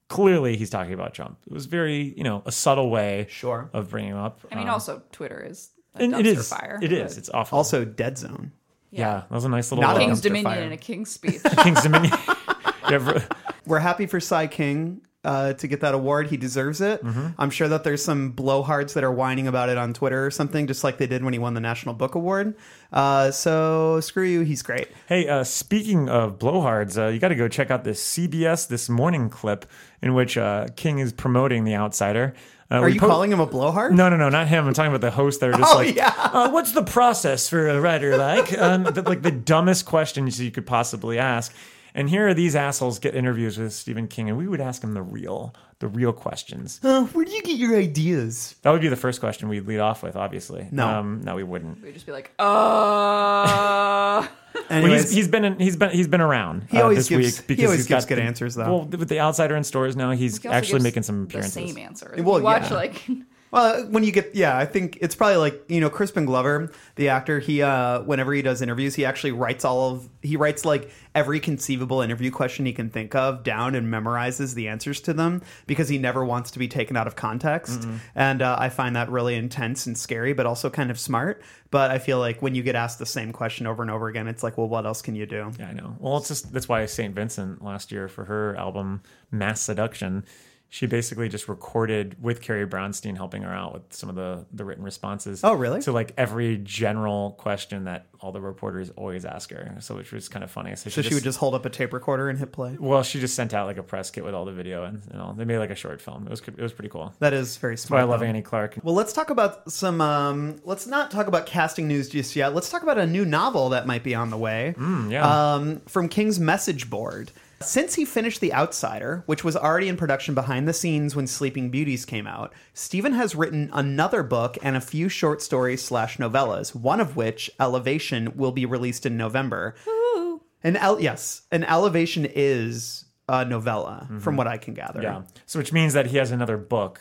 Speaker 8: Clearly, he's talking about Trump. It was very, you know, a subtle way
Speaker 7: sure.
Speaker 8: of bringing him up.
Speaker 9: I mean,
Speaker 8: Um,
Speaker 9: also Twitter is a
Speaker 8: and
Speaker 9: dumpster
Speaker 8: it is.
Speaker 9: fire.
Speaker 8: It is.
Speaker 9: but-
Speaker 8: It's awful.
Speaker 7: Also, Dead Zone.
Speaker 8: Yeah, that was a nice little
Speaker 7: Not a
Speaker 8: uh,
Speaker 9: King's
Speaker 7: dumpster
Speaker 9: Dominion
Speaker 7: fire.
Speaker 9: and a King's speech.
Speaker 8: King's Dominion. Yeah, ver-
Speaker 7: We're happy for Cy King uh, to get that award. He deserves it.
Speaker 8: Mm-hmm.
Speaker 7: I'm sure that there's some blowhards that are whining about it on Twitter or something, just like they did when he won the National Book Award. Uh, so screw you. He's great.
Speaker 8: Hey, uh, speaking of blowhards, uh, you got to go check out this CBS This Morning clip in which uh, King is promoting The Outsider. Uh,
Speaker 7: Are
Speaker 8: we
Speaker 7: you
Speaker 8: po-
Speaker 7: calling him a blowhard?
Speaker 8: No, no, no, not him. I'm talking about the host. They're just
Speaker 7: Oh,
Speaker 8: like,
Speaker 7: yeah.
Speaker 8: uh, "What's the process for a writer like?" um, the, like the dumbest questions you could possibly ask. And here are these assholes get interviews with Stephen King, and we would ask him the real, the real questions.
Speaker 7: Uh, where do you get your ideas?
Speaker 8: That would be the first question we'd lead off with, obviously.
Speaker 7: No.
Speaker 8: um, no, we wouldn't.
Speaker 9: We'd just be like, uh.
Speaker 8: Well, he's, he's been in, he's been he's been around. uh,
Speaker 7: He always
Speaker 8: this
Speaker 7: gives- he
Speaker 8: week because
Speaker 7: always
Speaker 8: he's
Speaker 7: gives
Speaker 8: got
Speaker 7: good
Speaker 8: the-
Speaker 7: answers, though.
Speaker 8: Well, with the outsider in stores now, he's
Speaker 9: He also
Speaker 8: actually
Speaker 9: gives
Speaker 8: making some appearances.
Speaker 9: The same answer.
Speaker 7: Well,
Speaker 9: you watch
Speaker 7: yeah.
Speaker 9: like
Speaker 7: Well, when you get yeah, I think it's probably like you know Crispin Glover, the actor. He uh, whenever he does interviews, he actually writes all of he writes like every conceivable interview question he can think of down and memorizes the answers to them because he never wants to be taken out of context.
Speaker 8: Mm-mm.
Speaker 7: And uh, I find that really intense and scary, but also kind of smart. But I feel like when you get asked the same question over and over again, it's like, well, what else can you do?
Speaker 8: Yeah, I know. Well, it's just that's why Saint Vincent last year for her album Mass Seduction, she basically just recorded with Carrie Brownstein helping her out with some of the the written responses.
Speaker 7: Oh, really?
Speaker 8: To like every general question that all the reporters always ask her. So which was kind of funny. So,
Speaker 7: So she would just hold up a tape recorder and hit play.
Speaker 8: Well, she just sent out like a press kit with all the video and, and all. They made like a short film. It was it was pretty cool. um,
Speaker 7: That is very
Speaker 8: That's why I
Speaker 7: smart,
Speaker 8: love
Speaker 7: though.
Speaker 8: Annie Clark.
Speaker 7: Well, let's talk about some. Um, let's not talk about casting news just yet. Let's talk about a new novel that might be on the way.
Speaker 8: Mm, yeah.
Speaker 7: Um, from King's message board. Since he finished The Outsider, which was already in production behind the scenes when Sleeping Beauties came out, Stephen has written another book and a few short stories slash novellas. One of which, Elevation, will be released in November. An el- yes, an Elevation is a novella, from what I can gather.
Speaker 8: Mm-hmm. Yeah. So which means that he has another book.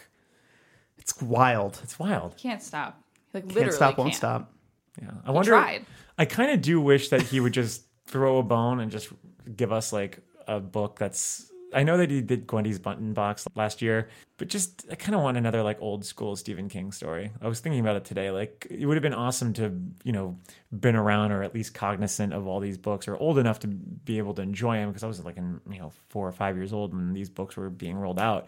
Speaker 7: It's wild.
Speaker 8: It's wild.
Speaker 9: Can't stop. Like literally
Speaker 7: Can't stop, won't
Speaker 9: can't.
Speaker 7: stop.
Speaker 8: Yeah. I wonder.
Speaker 9: tried.
Speaker 8: I kind of do wish that he would just throw a bone and just give us like a book that's. I know that he did Gwendy's Button Box last year, but just I kind of want another like old school Stephen King story. I was thinking about it today. Like it would have been awesome to you know been around or at least cognizant of all these books or old enough to be able to enjoy them because I was like in you know four or five years old when these books were being rolled out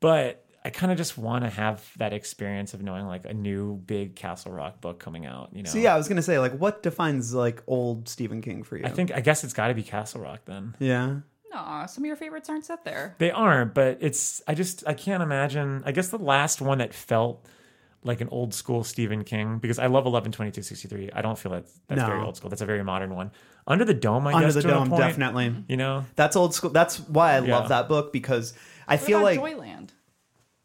Speaker 8: but I kind of just want to have that experience of knowing like a new big Castle Rock book coming out. You know,
Speaker 7: So yeah, I was gonna say like, what defines like old Stephen King for you?
Speaker 8: I think I guess it's got to be Castle Rock then.
Speaker 7: Yeah,
Speaker 9: Aw, some of your favorites aren't set there.
Speaker 8: they aren't, but it's I just I can't imagine. I guess the last one that felt like an old school Stephen King because I love eleven twenty two sixty three. I don't feel that that's
Speaker 7: No.
Speaker 8: very old school. That's a very modern one. Under the Dome, I
Speaker 7: Under
Speaker 8: guess,
Speaker 7: the
Speaker 8: to a
Speaker 7: Dome,
Speaker 8: point,
Speaker 7: definitely.
Speaker 8: You know,
Speaker 7: that's old school. That's why I
Speaker 8: Yeah.
Speaker 7: love that book because I
Speaker 9: What
Speaker 7: feel like,
Speaker 9: about Joyland?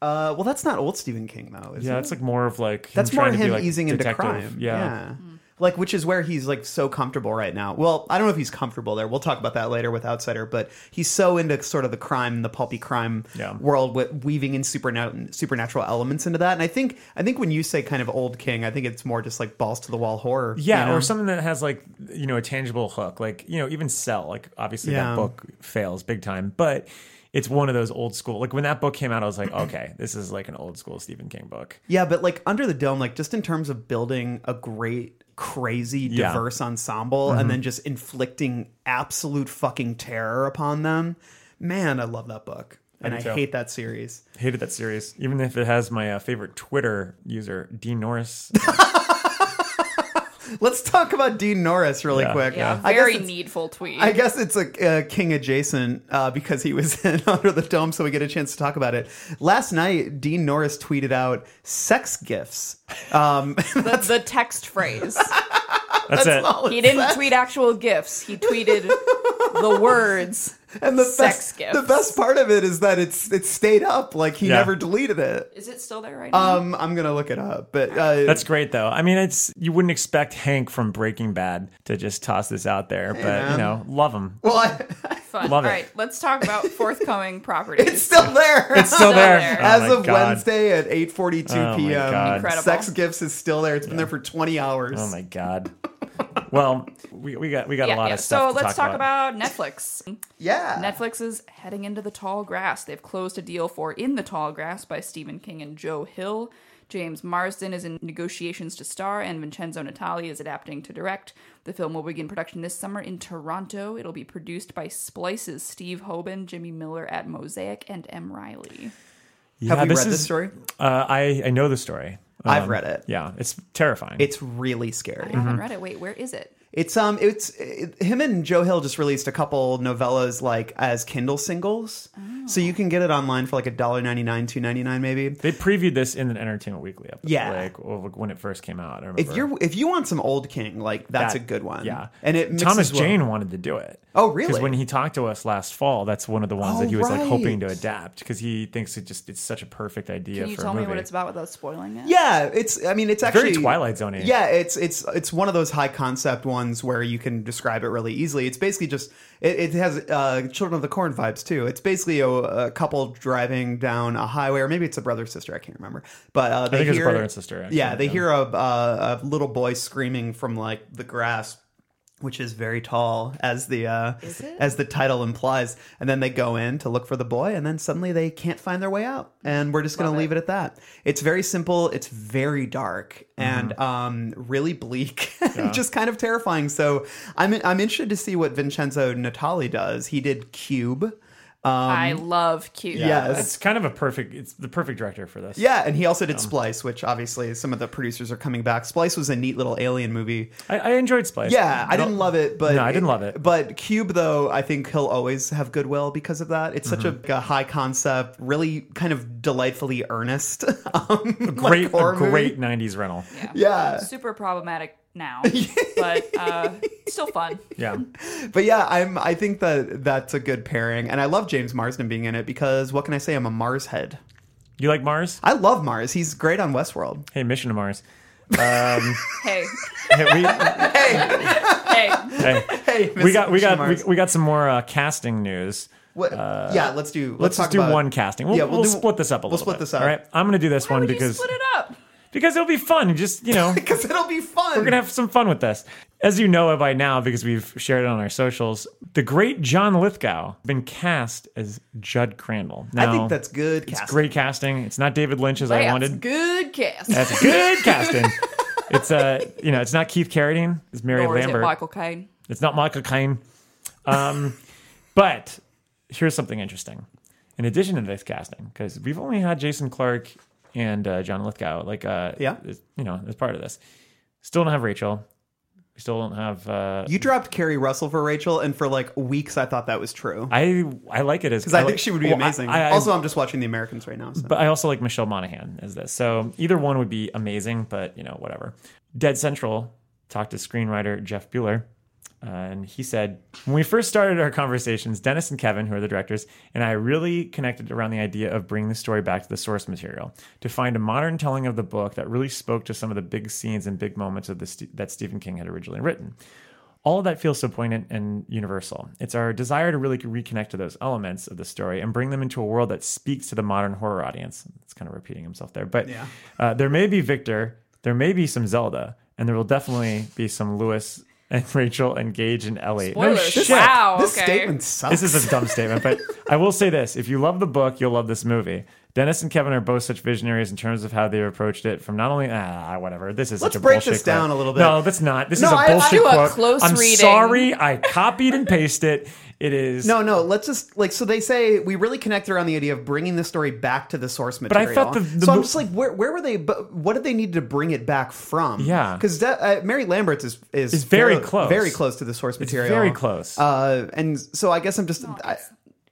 Speaker 7: uh, well, that's not old Stephen King though. Is
Speaker 8: yeah,
Speaker 7: it?
Speaker 8: that's like more of like him
Speaker 7: that's more
Speaker 8: trying to be,
Speaker 7: him
Speaker 8: like,
Speaker 7: easing
Speaker 8: detective.
Speaker 7: into crime.
Speaker 8: yeah.
Speaker 7: Like, which is where he's like so comfortable right now. Well, I don't know if he's comfortable there. We'll talk about that later with Outsider, but he's so into sort of the crime, the pulpy crime world, with weaving in supernat- supernatural elements into that. And I think, I think when you say kind of old King, I think it's more just like balls to the wall horror.
Speaker 8: Yeah,
Speaker 7: you know?
Speaker 8: or something that has like you know a tangible hook, like you know even Cell. Like obviously
Speaker 7: Yeah.
Speaker 8: that book fails big time, but it's one of those old school. Like when that book came out, I was like, okay, this is like an old school Stephen King book.
Speaker 7: Yeah, but like under the dome, like just in terms of building a great, crazy,
Speaker 8: Yeah.
Speaker 7: diverse ensemble
Speaker 8: Mhm.
Speaker 7: and then just inflicting absolute fucking terror upon them. Man, I love that book.
Speaker 8: I
Speaker 7: And
Speaker 8: do
Speaker 7: I
Speaker 8: too.
Speaker 7: hate that series.
Speaker 8: Hated that series, even if it has my uh, favorite Twitter user, Dean Norris.
Speaker 7: Let's talk about Dean Norris really
Speaker 8: Yeah.
Speaker 7: quick.
Speaker 9: Yeah,
Speaker 7: I guess
Speaker 9: very
Speaker 7: it's-
Speaker 9: needful tweet.
Speaker 7: I guess it's a, uh King adjacent uh, because he was in Under the Dome, so we get a chance to talk about it. Last night, Dean Norris tweeted out sex gifts. Um,
Speaker 9: the, the text phrase.
Speaker 8: That's, it.
Speaker 9: He didn't tweet actual gifts. He tweeted the words
Speaker 7: and the
Speaker 9: sex
Speaker 7: best,
Speaker 9: gift.
Speaker 7: The best part of it is that it's it stayed up. Like he
Speaker 8: Yeah.
Speaker 7: never deleted it.
Speaker 9: Is it still there right now?
Speaker 7: Um, I'm gonna look it up, but uh,
Speaker 8: That's great though. I mean, it's you wouldn't expect Hank from Breaking Bad to just toss this out there, but
Speaker 7: man.
Speaker 8: you know, love him.
Speaker 7: well, I,
Speaker 9: Fun.
Speaker 8: love it.
Speaker 9: All right, let's talk about forthcoming properties.
Speaker 7: it's still there.
Speaker 8: It's still there.
Speaker 9: there.
Speaker 8: Oh
Speaker 7: As
Speaker 8: my
Speaker 7: of
Speaker 8: God.
Speaker 7: Wednesday at 8:42
Speaker 8: Oh my
Speaker 7: p.m.
Speaker 8: God.
Speaker 9: Incredible.
Speaker 7: Sex gifts is still there. It's been there for 20 hours.
Speaker 8: Oh my god. well, we, we got we got a lot of stuff.
Speaker 9: So
Speaker 8: to
Speaker 9: let's
Speaker 8: talk
Speaker 9: talk about, Netflix.
Speaker 7: Yeah.
Speaker 9: Netflix is heading into the tall grass. They've closed a deal for In the Tall Grass by Stephen King and Joe Hill. James Marsden is in negotiations to star, and Vincenzo Natali is adapting to direct. The film will begin production this summer in Toronto. It'll be produced by Splice's Steve Hoban, Jimmy Miller at Mosaic, and M. Riley.
Speaker 8: Yeah,
Speaker 7: Have you
Speaker 8: this
Speaker 7: read
Speaker 8: is-
Speaker 7: this story?
Speaker 8: Uh, I I know the story. Um,
Speaker 7: I've read it.
Speaker 8: Yeah, it's terrifying.
Speaker 7: It's really scary.
Speaker 9: I
Speaker 8: Mm-hmm.
Speaker 9: haven't read it. Wait, where is it?
Speaker 7: It's um, it's it, him and Joe Hill just released a couple novellas like as Kindle singles, so you can get it online for like a dollar ninety nine, two ninety nine maybe.
Speaker 8: they previewed this in an Entertainment Weekly episode.
Speaker 7: Yeah.
Speaker 8: like well, when it first came out. I remember.
Speaker 7: If you're if you want some old King, like that's
Speaker 8: That-
Speaker 7: a good one.
Speaker 8: yeah,
Speaker 7: and it mixes
Speaker 8: Thomas
Speaker 7: well.
Speaker 8: Jane wanted to do it.
Speaker 7: Oh, really?
Speaker 8: Because when he talked to us last fall, that's one of the ones
Speaker 7: Oh,
Speaker 8: that he was like hoping to
Speaker 7: right.
Speaker 8: adapt because he thinks it just it's such a perfect idea
Speaker 9: Can you
Speaker 8: for
Speaker 9: tell
Speaker 8: a
Speaker 9: me
Speaker 8: movie.
Speaker 9: what it's about without spoiling it?
Speaker 7: Yeah, it's. I mean, it's actually
Speaker 8: Very Twilight Zone-y.
Speaker 7: Yeah, it's it's it's one of those high concept ones where you can describe it really easily. It's basically just it, it has uh, Children of the Corn vibes too. It's basically a, a couple driving down a highway, or maybe it's a brother or sister. I can't remember, but uh, they
Speaker 8: think it's
Speaker 7: hear,
Speaker 8: brother and sister, actually,
Speaker 7: yeah, they
Speaker 8: yeah.
Speaker 7: hear a, uh, a little boy screaming from like the grass. Which is very tall, as the uh, as the title implies, and then they go in to look for the boy, and then suddenly they can't find their way out, and we're just going to leave it at that. It's very simple. It's very dark and um, really bleak, and just kind of terrifying. So I'm I'm interested to see what Vincenzo Natali does. He did Cube.
Speaker 9: I love Q.
Speaker 7: um, Yes.
Speaker 8: It's kind of a perfect, it's the perfect director for this.
Speaker 7: Yeah, and he also did Splice, which obviously some of the producers are coming back. Splice was a neat little alien movie.
Speaker 8: I, I enjoyed Splice.
Speaker 7: Yeah, I
Speaker 8: No-
Speaker 7: didn't love it, but
Speaker 8: No, I didn't love it.
Speaker 7: But Cube, though, I think he'll always have goodwill because of that. It's such
Speaker 8: Mm-hmm.
Speaker 7: a, a high concept, really kind of delightfully earnest. um,
Speaker 8: Great,
Speaker 7: horror
Speaker 8: a
Speaker 7: movie.
Speaker 8: great 90s rental.
Speaker 9: Yeah.
Speaker 7: Yeah.
Speaker 9: Super problematic now, but uh, still fun.
Speaker 8: Yeah.
Speaker 7: but yeah, I'm. I think that that's a good pairing, and I love James Marsden being in it because what can I say? I'm a Mars head.
Speaker 8: You like Mars?
Speaker 7: I love Mars. He's great on Westworld.
Speaker 8: Hey, Mission to Mars. Um,
Speaker 9: Hey,
Speaker 8: hey, we,
Speaker 9: hey,
Speaker 8: hey,
Speaker 7: Hey,
Speaker 8: we got we
Speaker 7: Mission
Speaker 8: got
Speaker 7: to
Speaker 8: we,
Speaker 7: Mars.
Speaker 8: we got some more uh, casting news.
Speaker 7: What- yeah, let's do. Let's,
Speaker 8: Let's,
Speaker 7: talk
Speaker 8: just do
Speaker 7: about-
Speaker 8: one casting. We'll,
Speaker 7: yeah,
Speaker 8: we'll,
Speaker 7: do-
Speaker 8: split this up a
Speaker 7: we'll
Speaker 8: little.
Speaker 7: split
Speaker 8: bit,
Speaker 7: this up.
Speaker 8: All right, I'm gonna do this one
Speaker 9: you
Speaker 8: because
Speaker 9: split it up.
Speaker 8: because it'll be fun. Just you know,
Speaker 7: because it'll be fun.
Speaker 8: we're gonna have some fun with this. As you know by now, because we've shared it on our socials, the great John Lithgow has been cast as Judd Crandall.
Speaker 7: I
Speaker 8: Now,
Speaker 7: think that's good.
Speaker 8: it's
Speaker 7: casting.
Speaker 8: great casting. It's not David Lynch as I
Speaker 9: That's
Speaker 8: wanted.
Speaker 9: good cast.
Speaker 8: That's good casting. It's uh, you know, it's not Keith Carradine. It's Mary
Speaker 9: Or is it
Speaker 8: Lambert.
Speaker 9: Michael Caine?
Speaker 8: It's not Michael Caine. Um, but here's something interesting. In addition to this casting, because we've only had Jason Clark and uh, John Lithgow, like uh,
Speaker 7: Yeah.
Speaker 8: you know, as part of this. Still don't have Rachel. We still don't have. Uh,
Speaker 7: You dropped Carrie Russell for Rachel, and for like weeks, I thought that was true.
Speaker 8: I I like it as
Speaker 7: Because I,
Speaker 8: like-
Speaker 7: think she would be
Speaker 8: well, I-
Speaker 7: amazing.
Speaker 8: I- I-
Speaker 7: also, I'm just watching The Americans right now. So.
Speaker 8: but I also like Michelle Monaghan as this. So either one would be amazing, but you know, whatever. Dead Central talked to screenwriter Jeff Bueller, uh, and he said, When we first started our conversations, Dennis and Kevin, who are the directors, and I really connected around the idea of bringing the story back to the source material to find a modern telling of the book that really spoke to some of the big scenes and big moments of the Ste that Stephen King had originally written. All of that feels so poignant and universal. It's our desire to really reconnect to those elements of the story and bring them into a world that speaks to the modern horror audience. It's kind of repeating himself there, but uh, there may be Victor, there may be some Zelda, and there will definitely be some Lewis and Rachel and Gage and Ellie. No
Speaker 9: Spoilers.
Speaker 8: shit.
Speaker 9: Wow.
Speaker 7: this
Speaker 9: Oh, okay.
Speaker 7: statement sucks.
Speaker 8: This is a dumb statement, but I will say this: if you love the book, you'll love this movie. Dennis and Kevin are both such visionaries in terms of how they approached it. From not only ah whatever, this is
Speaker 7: Let's
Speaker 8: such a
Speaker 7: break
Speaker 8: bullshit
Speaker 7: this down
Speaker 8: quote.
Speaker 7: a little bit.
Speaker 8: No, that's not. This
Speaker 7: No,
Speaker 8: is a
Speaker 7: I- I
Speaker 8: bullshit
Speaker 7: do a
Speaker 8: quote.
Speaker 9: close
Speaker 8: I'm
Speaker 9: reading.
Speaker 8: sorry, I copied and pasted it. It is
Speaker 7: no, no. Let's just like so they say we really connect around the idea of bringing the story back to the source
Speaker 8: I
Speaker 7: material.
Speaker 8: thought the- the
Speaker 7: so I'm
Speaker 8: mo-
Speaker 7: just like, where, where were they? But what did they need to bring it back from?
Speaker 8: Yeah.
Speaker 7: because uh, Mary Lambert's is is
Speaker 8: It's very
Speaker 7: fairly-
Speaker 8: close.
Speaker 7: very close to the source material,
Speaker 8: very close.
Speaker 7: Uh, and so I guess I'm just I,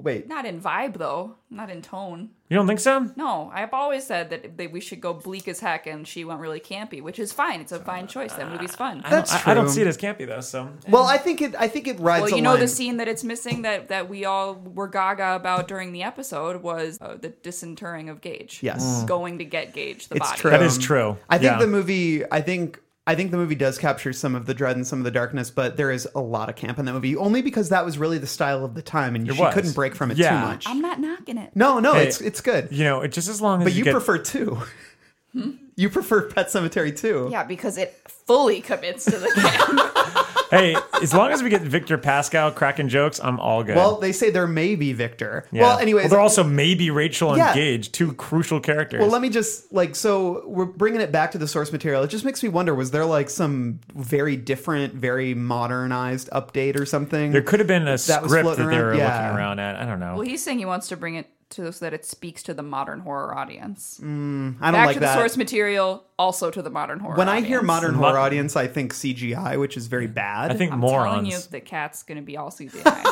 Speaker 7: wait.
Speaker 9: Not in vibe though. Not in tone.
Speaker 8: you don't think so?
Speaker 9: No, I've always said that they, we should go bleak as heck, and she went really campy, which is fine. It's a fine choice. That movie's fun.
Speaker 7: That's
Speaker 8: I,
Speaker 7: true.
Speaker 8: I don't see it as campy though. So
Speaker 7: Well, I think it. I think it rides.
Speaker 9: well,
Speaker 7: a
Speaker 9: you know
Speaker 7: line.
Speaker 9: the scene that it's missing that that we all were gaga about during the episode was uh, the disinterring of Gage.
Speaker 7: Yes. Mm.
Speaker 9: going to get Gage. The
Speaker 7: It's
Speaker 9: body.
Speaker 7: true.
Speaker 8: That is true.
Speaker 7: I think
Speaker 8: Yeah.
Speaker 7: the movie. I think. I think the movie does capture some of the dread and some of the darkness, but there is a lot of camp in that movie, only because that was really the style of the time, and
Speaker 8: It
Speaker 7: she
Speaker 8: was.
Speaker 7: couldn't break from it
Speaker 8: Yeah.
Speaker 7: too much.
Speaker 9: I'm not knocking it.
Speaker 7: no, no,
Speaker 8: Hey,
Speaker 7: it's it's good.
Speaker 8: you know, it just as long as
Speaker 7: but you,
Speaker 8: get,
Speaker 7: prefer two. you prefer Pet Cemetery two.
Speaker 9: Hmm? Yeah, because it fully commits to the camp.
Speaker 8: Hey, as long as we get Victor Pascal cracking jokes, I'm all good.
Speaker 7: Well, they say there may be Victor.
Speaker 8: Yeah.
Speaker 7: Well, anyways,
Speaker 8: they're also maybe Rachel and
Speaker 7: Yeah.
Speaker 8: Gage, two crucial characters.
Speaker 7: Well, let me just like so we're bringing it back to the source material. It just makes me wonder: was there like some very different, very modernized update or something?
Speaker 8: there could have been a
Speaker 7: That was
Speaker 8: script
Speaker 7: floating
Speaker 8: that they
Speaker 7: around?
Speaker 8: were
Speaker 7: Yeah.
Speaker 8: looking around at. I don't know.
Speaker 9: well, he's saying he wants to bring it to so that it speaks to the modern horror audience.
Speaker 7: Mm, I don't
Speaker 9: Back
Speaker 7: like
Speaker 9: to the
Speaker 7: that.
Speaker 9: source material, also to the modern horror.
Speaker 7: when
Speaker 9: audience.
Speaker 7: I hear modern
Speaker 8: Mo-
Speaker 7: horror audience, I think CGI, which is very bad.
Speaker 8: Mm-hmm. I think
Speaker 9: I'm telling
Speaker 8: morons.
Speaker 9: you, the cat's gonna be all CGI.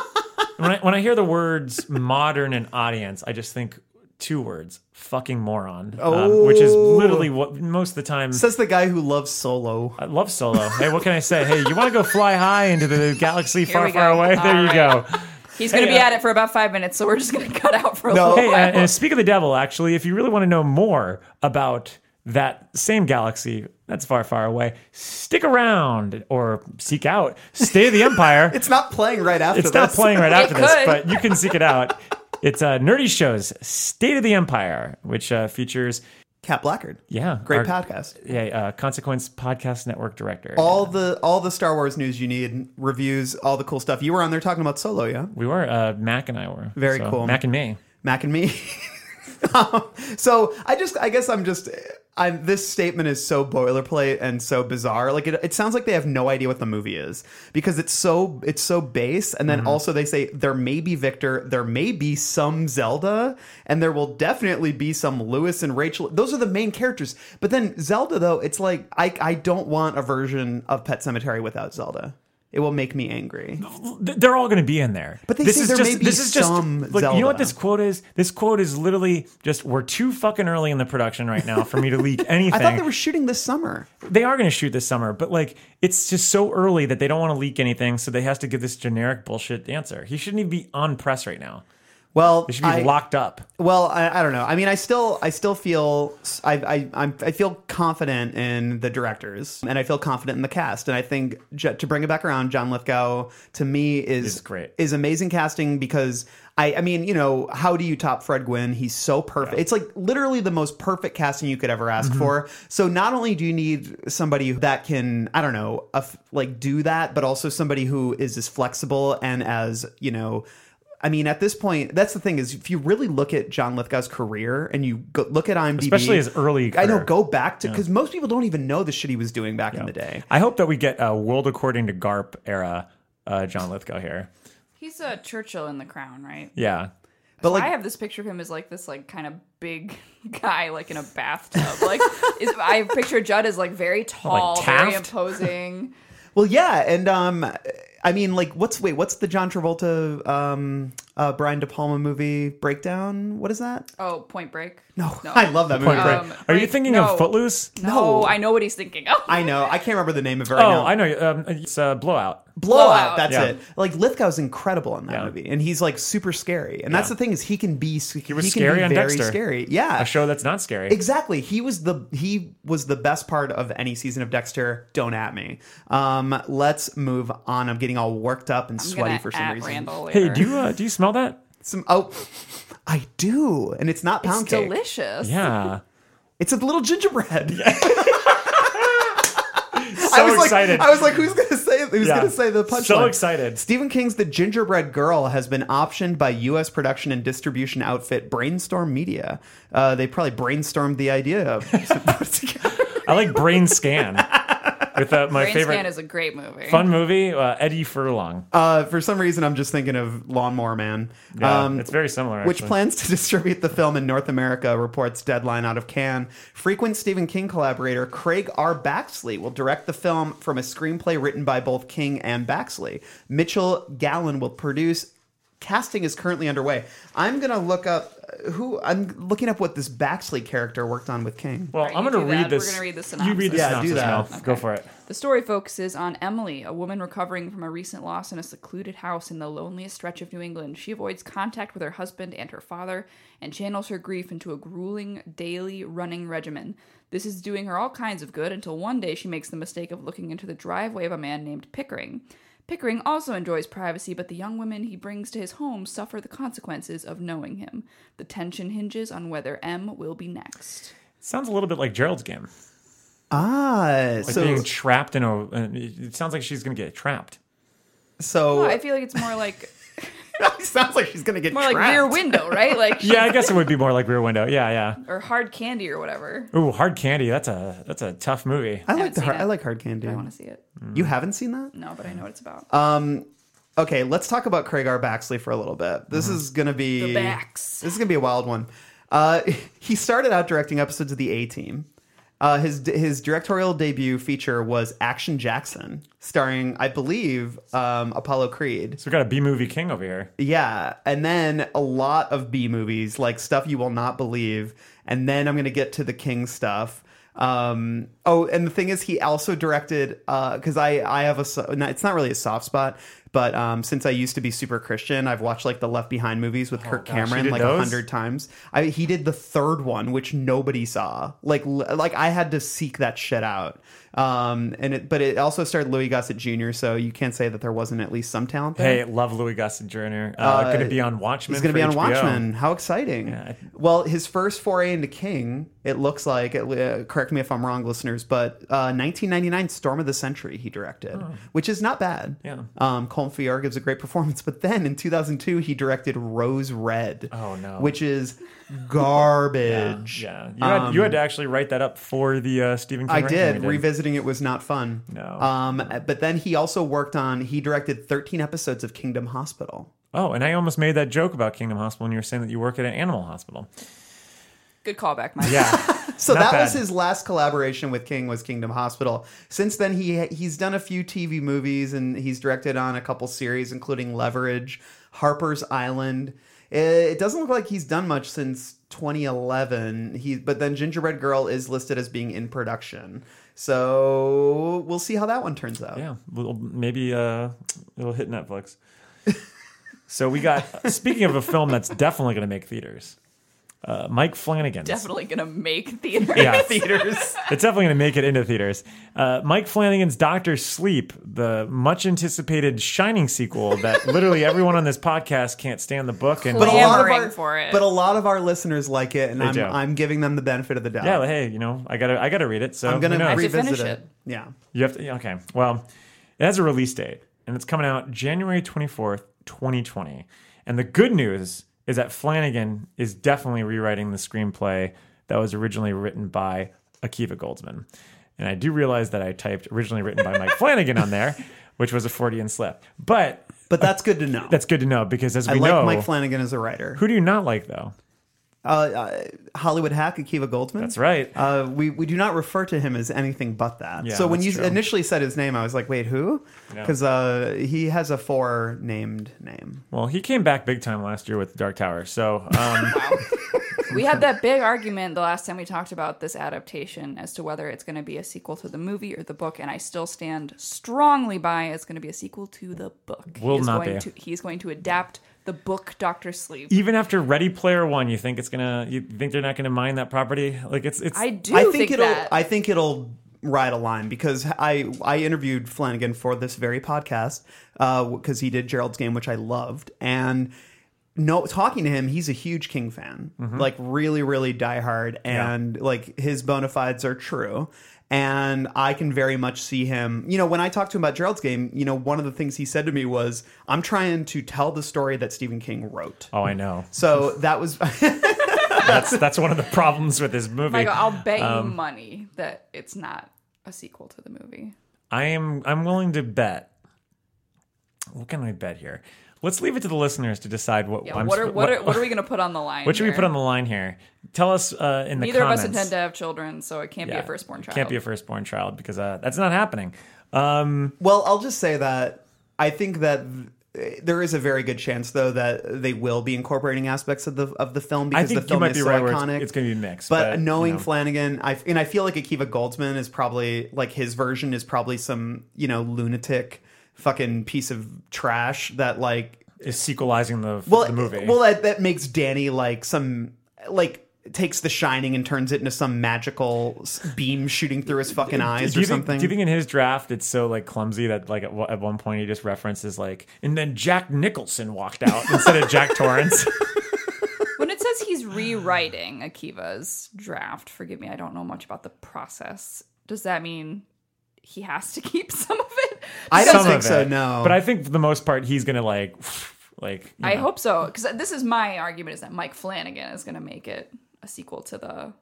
Speaker 8: when, I, when I hear the words modern and audience, I just think two words: fucking moron. um, which is
Speaker 7: Oh.
Speaker 8: literally what most of the time.
Speaker 7: says the guy who loves Solo.
Speaker 8: I love Solo. Hey, what can I say? Hey, you want to go fly high into the galaxy far,
Speaker 9: we
Speaker 8: far
Speaker 9: go.
Speaker 8: away? There
Speaker 9: All
Speaker 8: you
Speaker 9: right.
Speaker 8: go.
Speaker 9: He's gonna
Speaker 8: Hey,
Speaker 9: be
Speaker 8: uh,
Speaker 9: at it for about five minutes, so we're just gonna cut out for a
Speaker 7: No.
Speaker 9: little
Speaker 8: Hey,
Speaker 9: while.
Speaker 8: and, and speak of the devil, actually, if you really want to know more about that same galaxy that's far, far away, stick around or seek out Stay of the Empire.
Speaker 7: It's not playing right after.
Speaker 8: it's not
Speaker 7: this.
Speaker 8: playing right after this,
Speaker 9: could.
Speaker 8: but you can seek it out. It's uh, Nerdy Show's State of the Empire, which uh, features,
Speaker 7: Cat Blackard.
Speaker 8: yeah,
Speaker 7: Great
Speaker 8: our-
Speaker 7: podcast.
Speaker 8: Yeah, uh, Consequence Podcast Network director.
Speaker 7: All the all the Star Wars news you need, reviews, all the cool stuff. You were on there talking about Solo, yeah?
Speaker 8: we were uh, Mac and I were
Speaker 7: Very cool.
Speaker 8: Mac and me.
Speaker 7: Um, Mac and me. so I just I guess I'm just I'm, this statement is so boilerplate and so bizarre. Like it, it sounds like they have no idea what the movie is because it's so it's so base. And then
Speaker 8: Mm-hmm.
Speaker 11: Mhm.
Speaker 7: also they say there may be Victor, there may be some Zelda, and there will definitely be some Lewis and Rachel. Those are the main characters. But then Zelda, though, it's like I I don't want a version of Pet Cemetery without Zelda. It will make me angry.
Speaker 8: Th- They're all going to be in there.
Speaker 7: But they say there may be some
Speaker 8: look, You know
Speaker 7: Zelda.
Speaker 8: what this quote is? This quote is literally just we're too fucking early in the production right now for me to leak anything.
Speaker 7: I thought they were shooting this summer.
Speaker 8: they are going to shoot this summer, but like it's just so early that they don't want to leak anything, so they has to give this generic bullshit answer. He shouldn't even be on press right now.
Speaker 7: Well,
Speaker 8: they should be
Speaker 7: I-
Speaker 8: locked up.
Speaker 7: Well, I, I don't know. I mean, I still, I still feel, I, I, I'm, I feel confident in the directors, and I feel confident in the cast, and I think J- to bring it back around, John Lithgow to me is great, is amazing casting because I, I mean, you know, how do you top Fred Gwynn? He's so perfect. It's like literally the most perfect casting you could ever ask
Speaker 8: Mm-hmm.
Speaker 11: Mhm.
Speaker 7: for. So not only do you need somebody that can, I don't know, aff- like do that, but also somebody who is as flexible and as, you know, I mean, at this point, that's the thing is if you really look at John Lithgow's career and you go, look at IMDb,
Speaker 8: Especially his early
Speaker 7: I know,
Speaker 8: career.
Speaker 7: go back to
Speaker 8: Yeah.
Speaker 7: because most people don't even know the shit he was doing back in the day.
Speaker 8: I hope that we get a world according to Garp era uh, John Lithgow here.
Speaker 9: He's a Churchill in The Crown, right?
Speaker 8: Yeah.
Speaker 9: But like, I have this picture of him as like this like kind of big guy like in a bathtub. Like is, I picture Judd as like
Speaker 8: Oh,
Speaker 9: very tall, very
Speaker 7: Taft?
Speaker 9: imposing.
Speaker 7: Well, yeah, and um, I mean, like, what's wait, what's the John Travolta, um, uh, Brian De Palma movie breakdown? What is that?
Speaker 9: Oh, Point Break.
Speaker 7: No, I love that movie.
Speaker 9: Um, like, no. No, I know what he's thinking. Oh,
Speaker 7: I know. I can't remember the name of it.
Speaker 8: Oh,
Speaker 7: Right now.
Speaker 8: I know. Um, it's uh, Blowout.
Speaker 7: Blowout.
Speaker 8: Blowout.
Speaker 7: That's
Speaker 8: Yeah.
Speaker 7: it. Like Lithgow's incredible in that movie, and he's like super scary. And that's the thing is he can be he,
Speaker 8: It was
Speaker 7: can
Speaker 8: scary
Speaker 7: be
Speaker 8: on
Speaker 7: very
Speaker 8: Dexter.
Speaker 7: scary. Yeah,
Speaker 9: Uh,
Speaker 8: A show that's not scary.
Speaker 7: Exactly. He was the he was the best part of any season of Dexter. Don't at me. Um, let's move on. I'm getting all worked up and sweaty
Speaker 9: gonna
Speaker 7: for some
Speaker 9: at
Speaker 7: reason.
Speaker 9: Randall
Speaker 8: Hey, do you uh, do you smell that?
Speaker 7: Some oh, I do, and it's not
Speaker 9: It's
Speaker 7: pound cake.
Speaker 9: delicious.
Speaker 8: Yeah.
Speaker 7: It's a little gingerbread.
Speaker 8: So
Speaker 7: I was
Speaker 8: excited.
Speaker 7: Like, I was like, who's gonna say who's
Speaker 8: Yeah.
Speaker 7: gonna say the
Speaker 8: So
Speaker 7: punchline?
Speaker 8: excited.
Speaker 7: Stephen King's The Gingerbread Girl has been optioned by U.S. production and distribution outfit Brainstorm Media. Uh, they probably brainstormed the idea of.
Speaker 8: I like Brain Scan with uh, my
Speaker 9: Brain
Speaker 8: favorite
Speaker 9: Scan is a great movie.
Speaker 8: fun movie, uh, Eddie Furlong.
Speaker 7: Uh, for some reason, I'm just thinking of Lawnmower Man. Um,
Speaker 8: Yeah,
Speaker 9: Um,
Speaker 8: it's very similar,
Speaker 7: Which
Speaker 8: actually.
Speaker 7: plans to distribute the film in North America, reports Deadline out of Cannes. Frequent Stephen King collaborator Craig R. Baxley will direct the film from a screenplay written by both King and Baxley. Mitchell Gallen will produce. Casting is currently underway. I'm gonna look up uh, who I'm looking up what this Baxley character worked on with King.
Speaker 8: Well, I'm going to
Speaker 9: do
Speaker 8: read
Speaker 9: that.
Speaker 8: this.
Speaker 9: We're gonna read the
Speaker 8: You read the
Speaker 7: synopsis. Yeah,
Speaker 8: synopsis.
Speaker 7: do that.
Speaker 8: Mel. Go for it.
Speaker 9: The story focuses on Emily, a woman recovering from a recent loss in a secluded house in the loneliest stretch of New England. She avoids contact with her husband and her father and channels her grief into a grueling daily running regimen. This is doing her all kinds of good until one day she makes the mistake of looking into the driveway of a man named Pickering. Pickering also enjoys privacy, but the young women he brings to his home suffer the consequences of knowing him. The tension hinges on whether M will be next.
Speaker 8: Sounds a little bit like Gerald's game.
Speaker 7: Ah,
Speaker 8: Like
Speaker 7: so
Speaker 8: being trapped in a. uh, It sounds like she's going to get trapped.
Speaker 7: so
Speaker 9: Well, I feel like it's more like
Speaker 7: sounds like she's gonna get
Speaker 9: more like Rear Window, right? Like
Speaker 8: yeah, I guess it would be more like Rear Window. Yeah, yeah.
Speaker 9: or hard candy or whatever.
Speaker 8: Ooh, Hard Candy. That's a that's a tough movie.
Speaker 7: I like the hard, I like hard candy. I want
Speaker 9: to see it.
Speaker 8: Mm.
Speaker 7: You haven't seen that?
Speaker 9: No, but I know what it's about.
Speaker 8: Uh,
Speaker 7: Um, okay, let's talk about Craig R. Baxley for a little bit. This is gonna be
Speaker 9: Uh-huh. The Bax.
Speaker 7: This is gonna be a wild one. Uh, he started out directing episodes of the A Team. Uh, his his directorial debut feature was Action Jackson, starring I believe um, Apollo Creed.
Speaker 8: So we got a B movie king over here.
Speaker 7: Yeah, and then a lot of B movies, like stuff you will not believe. And then I'm gonna get to the King stuff. Um, oh, and the thing is, he also directed because I I have a so- no, it's not really a soft spot, but um, since I used to be super Christian, I've watched like the Left Behind movies with Kirk
Speaker 8: Oh, gosh, he
Speaker 7: Cameron
Speaker 8: did
Speaker 7: like
Speaker 8: those?
Speaker 7: a hundred times. I, he did the third one, which nobody saw. Like l- like I had to seek that shit out. Um, and it, but it also starred Louis Gossett Jr., so you can't say that there wasn't at least some talent. There.
Speaker 8: Hey, love Louis Gossett Jr. Uh, going to be on Watchmen.
Speaker 7: He's going to be
Speaker 8: for
Speaker 7: on
Speaker 8: HBO.
Speaker 7: Watchmen. How exciting! Well, his first foray into King, it looks like. It, uh, correct me if I'm wrong, listeners, but uh, 1999 Storm of the Century he directed,
Speaker 8: Oh.
Speaker 7: which is not bad.
Speaker 8: Yeah.
Speaker 7: Um, Colin Feore gives a great performance, but then in 2002 he directed Rose Red. Oh
Speaker 8: no.
Speaker 7: Which is garbage.
Speaker 8: Yeah, You had, you had to actually write that up for the uh, Stephen King.
Speaker 7: Um, I
Speaker 8: writing
Speaker 7: did.
Speaker 8: we
Speaker 7: Revisiting it was not fun.
Speaker 8: No.
Speaker 7: Um, but then he also worked on, he directed 13 episodes of Kingdom Hospital.
Speaker 8: Oh, and I almost made that joke about Kingdom Hospital, and you were saying that you work at an animal hospital.
Speaker 9: Good callback, Mike.
Speaker 8: Yeah.
Speaker 7: So
Speaker 8: Not
Speaker 7: that was
Speaker 8: bad.
Speaker 7: his last collaboration with King was Kingdom Hospital. Since then, he he's done a few TV movies and he's directed on a couple series, including Leverage, Harper's Island. It, it doesn't look like he's done much since 2011. He but then Gingerbread Girl is listed as being in production. So we'll see how that one turns out.
Speaker 8: Yeah, we'll- maybe uh, it'll hit Netflix. so we got. Speaking of a film that's definitely going to make theaters, uh, Mike Flanagan.
Speaker 9: Definitely gonna make theater.
Speaker 8: Yeah.
Speaker 7: theaters.
Speaker 8: it's definitely going to make it into theaters. Uh, Mike Flanagan's Doctor Sleep, the much anticipated Shining sequel that literally everyone on this podcast can't stand the book. And
Speaker 7: But a lot of
Speaker 9: Clamoring
Speaker 7: our,
Speaker 9: for it.
Speaker 7: but a lot of our listeners like it, and
Speaker 8: They
Speaker 7: I'm,
Speaker 8: do.
Speaker 7: I'm giving them the benefit of the doubt.
Speaker 8: yeah, well, hey, you know, I gotta, I gotta read it. So
Speaker 7: I'm gonna
Speaker 8: who knows?
Speaker 7: revisit
Speaker 9: finish
Speaker 7: it.
Speaker 9: it.
Speaker 7: Yeah.
Speaker 8: You have to. yeah, Okay. Well, it has a release date, and it's coming out January twenty fourth, twenty twenty. And the good news is that Flanagan is definitely rewriting the screenplay that was originally written by Akiva Goldsman. And I do realize that I typed originally written by Mike Flanagan on there, which was a Freudian slip. But
Speaker 7: But that's good to know.
Speaker 8: that's good to know because as we
Speaker 7: I like
Speaker 8: know,
Speaker 7: Mike Flanagan as a writer.
Speaker 8: who do you not like though?
Speaker 7: uh, uh, Hollywood hack Akiva Goldsman.
Speaker 8: That's right.
Speaker 7: Uh, we we do not refer to him as anything but that.
Speaker 8: Yeah,
Speaker 7: so when
Speaker 8: that's
Speaker 7: you
Speaker 8: true.
Speaker 7: initially said his name, I was like, wait, who?
Speaker 8: Yeah.
Speaker 7: Because uh, he has a four named name.
Speaker 8: Well, he came back big time last year with Dark Tower. So um,
Speaker 9: We had that big argument the last time we talked about this adaptation as to whether it's going to be a sequel to the movie or the book, and I still stand strongly by it's going to be a sequel to the book.
Speaker 8: Will
Speaker 9: He's
Speaker 8: not
Speaker 9: going
Speaker 8: be.
Speaker 9: To, he's going to adapt the book Doctor Sleep.
Speaker 8: even after Ready Player One, you think it's gonna you think they're not gonna mind that property? Like it's it's
Speaker 9: I do
Speaker 7: I think,
Speaker 9: think,
Speaker 7: it'll.
Speaker 9: that.
Speaker 7: I think it'll ride a line because I I interviewed Flanagan for this very podcast because he did Gerald's Game, which I loved, and no talking to him, he's a huge King fan, like really really diehard, and like his bona fides are true. And I can very much see him. You know, when I talked to him about Gerald's game, you know, one of the things he said to me was, I'm trying to tell the story that Stephen King wrote.
Speaker 8: oh I know
Speaker 7: So that was
Speaker 8: that's that's one of the problems with this movie.
Speaker 9: Michael, I'll bet
Speaker 8: um,
Speaker 9: you money that it's not a sequel to the movie.
Speaker 8: I am I'm willing to bet. What can I bet here? Let's leave it to the listeners to decide what.
Speaker 9: Yeah,
Speaker 8: I'm
Speaker 9: what are
Speaker 8: sp-
Speaker 9: what, are what are we going to put on the line?
Speaker 8: what should we
Speaker 9: here?
Speaker 8: put on the line here? Tell us uh, in the
Speaker 9: Neither
Speaker 8: comments.
Speaker 9: of us intend to have children, so it can't be a firstborn child.
Speaker 8: Can't be a firstborn child because uh, that's not happening. Um,
Speaker 7: Well, I'll just say that I think that th- there is a very good chance, though, that they will be incorporating aspects of the of the film
Speaker 8: I
Speaker 7: because
Speaker 8: think
Speaker 7: the
Speaker 8: you
Speaker 7: film
Speaker 8: might
Speaker 7: is
Speaker 8: be
Speaker 7: so
Speaker 8: right.
Speaker 7: iconic.
Speaker 8: Where it's, it's going to be mixed,
Speaker 7: but,
Speaker 8: but, you
Speaker 7: knowing
Speaker 8: know.
Speaker 7: Flanagan, I and I feel like Akiva Goldsman is probably like his version is probably some you know lunatic fucking piece of trash that like
Speaker 8: is sequelizing the,
Speaker 7: well
Speaker 8: the movie.
Speaker 7: well that that makes Danny like some like takes The Shining and turns it into some magical s- beam shooting through his fucking eyes
Speaker 8: Uh, do
Speaker 7: or
Speaker 8: you
Speaker 7: something.
Speaker 8: Think, do you think in his draft it's so like clumsy that like at, one- at one point he just references like, and then Jack Nicholson walked out instead of Jack Torrance?
Speaker 9: when it says he's rewriting Akiva's draft, forgive me, I don't know much about the process. Does that mean he has to keep some of it?
Speaker 7: I don't
Speaker 8: Some
Speaker 7: think
Speaker 8: of
Speaker 7: so.
Speaker 8: it.
Speaker 7: No,
Speaker 8: but I think for the most part he's gonna like, like you
Speaker 9: I
Speaker 8: know.
Speaker 9: hope so, because this is my argument: is that Mike Flanagan is going to make it a sequel to the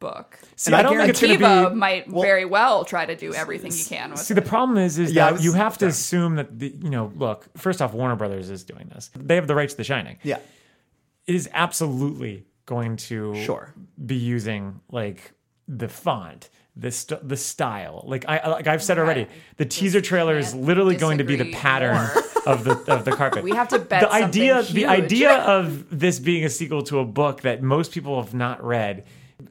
Speaker 9: book.
Speaker 8: See, I don't think it's gonna
Speaker 9: Akiva
Speaker 8: be.
Speaker 9: might very well try to do everything he can with
Speaker 8: See, the
Speaker 9: it.
Speaker 8: problem is, is
Speaker 7: Yeah, I
Speaker 8: that
Speaker 7: was-
Speaker 8: you have to assume that the you know, look. First off, Warner Brothers is doing this. They have the rights to The Shining.
Speaker 7: yeah,
Speaker 8: It is absolutely going to
Speaker 7: Sure.
Speaker 8: be using like the font the st- the style like i like i've said already the teaser trailer is
Speaker 9: can't
Speaker 8: literally going to be the
Speaker 9: disagree
Speaker 8: pattern of the of the carpet
Speaker 9: We have to bet
Speaker 8: the idea
Speaker 9: something
Speaker 8: the
Speaker 9: huge.
Speaker 8: idea of this being a sequel to a book that most people have not read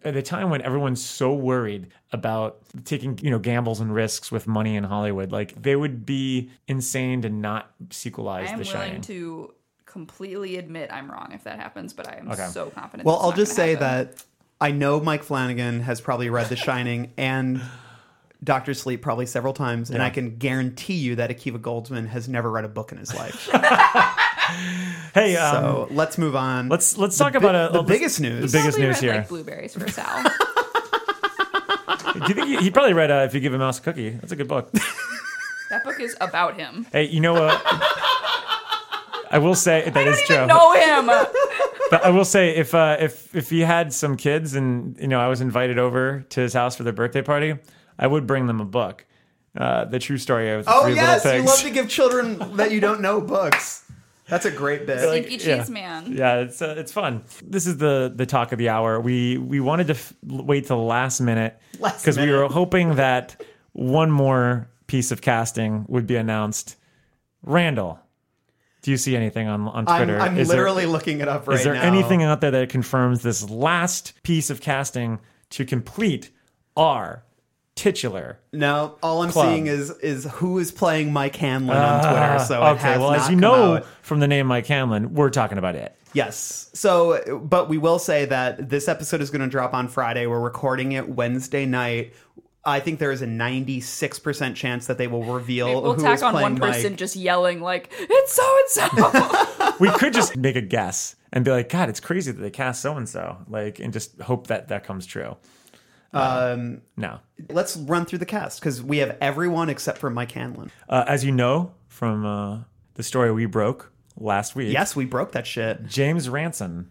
Speaker 8: at a time when everyone's so worried about taking you know gambles and risks with money in hollywood like they would be insane to not sequelize
Speaker 9: I am
Speaker 8: the
Speaker 9: willing
Speaker 8: shining
Speaker 9: to completely admit I'm wrong if that happens, but I am so confident.
Speaker 7: Well,
Speaker 9: that's
Speaker 7: I'll
Speaker 9: not
Speaker 7: just
Speaker 9: gonna
Speaker 7: say
Speaker 9: happen.
Speaker 7: that I know Mike Flanagan has probably read The Shining and Doctor Sleep probably several times, and I can guarantee you that Akiva Goldsman has never read a book in his life.
Speaker 8: hey um,
Speaker 7: so let's move on.
Speaker 8: let's let's talk about a,
Speaker 7: the
Speaker 8: a-
Speaker 7: biggest news.
Speaker 8: the biggest
Speaker 9: Probably
Speaker 8: news
Speaker 9: read,
Speaker 8: here
Speaker 9: Like blueberries for Sal.
Speaker 8: Do you think he, he probably read uh, "If You Give a Mouse a Cookie"? That's a good book.
Speaker 9: that book is about him.
Speaker 8: Hey, you know what? uh, I will say that is
Speaker 9: I
Speaker 8: true.
Speaker 9: know him.
Speaker 8: But I will say, if uh, if if he had some kids and you know I was invited over to his house for their birthday party, I would bring them a book. Uh, the true story of the
Speaker 7: Oh
Speaker 8: Three
Speaker 7: yes,
Speaker 8: little
Speaker 7: you
Speaker 8: pigs.
Speaker 7: love to give children that you don't know books. That's a great bit.
Speaker 8: Like, yeah. Yeah, it's uh, it's fun. This is the the talk of the hour. We we wanted to f- wait till the last minute
Speaker 7: Last
Speaker 8: because we were hoping that one more piece of casting would be announced. Randall, do you see anything on on
Speaker 7: I'm-
Speaker 8: Twitter?
Speaker 7: I'm literally looking it up right
Speaker 8: Is there
Speaker 7: now.
Speaker 8: anything out there that confirms this last piece of casting to complete our titular?
Speaker 7: No, all I'm
Speaker 8: Club.
Speaker 7: seeing is is who is playing Mike Hamlin on Twitter.
Speaker 8: Ah,
Speaker 7: So
Speaker 8: okay,
Speaker 7: it has
Speaker 8: well,
Speaker 7: not
Speaker 8: as you
Speaker 7: come
Speaker 8: know
Speaker 7: out.
Speaker 8: from the name Mike Hamlin, we're talking about it.
Speaker 7: Yes. So, but we will say that this episode is going to drop on Friday. We're recording it Wednesday night. I think there is a 96% chance that they will reveal
Speaker 9: We'll
Speaker 7: who is
Speaker 9: tack on
Speaker 7: playing
Speaker 9: one person
Speaker 7: Mike.
Speaker 9: just yelling like, "It's so and so."
Speaker 8: we could just make a guess and be like, God, it's crazy that they cast so and so, like, and just hope that that comes true. Uh,
Speaker 7: Um,
Speaker 8: no.
Speaker 7: Let's run through the cast because we have everyone except for Mike Hanlon.
Speaker 8: Uh, as you know from uh, the story we broke last week,
Speaker 7: Yes, we broke that shit.
Speaker 8: James Ranson,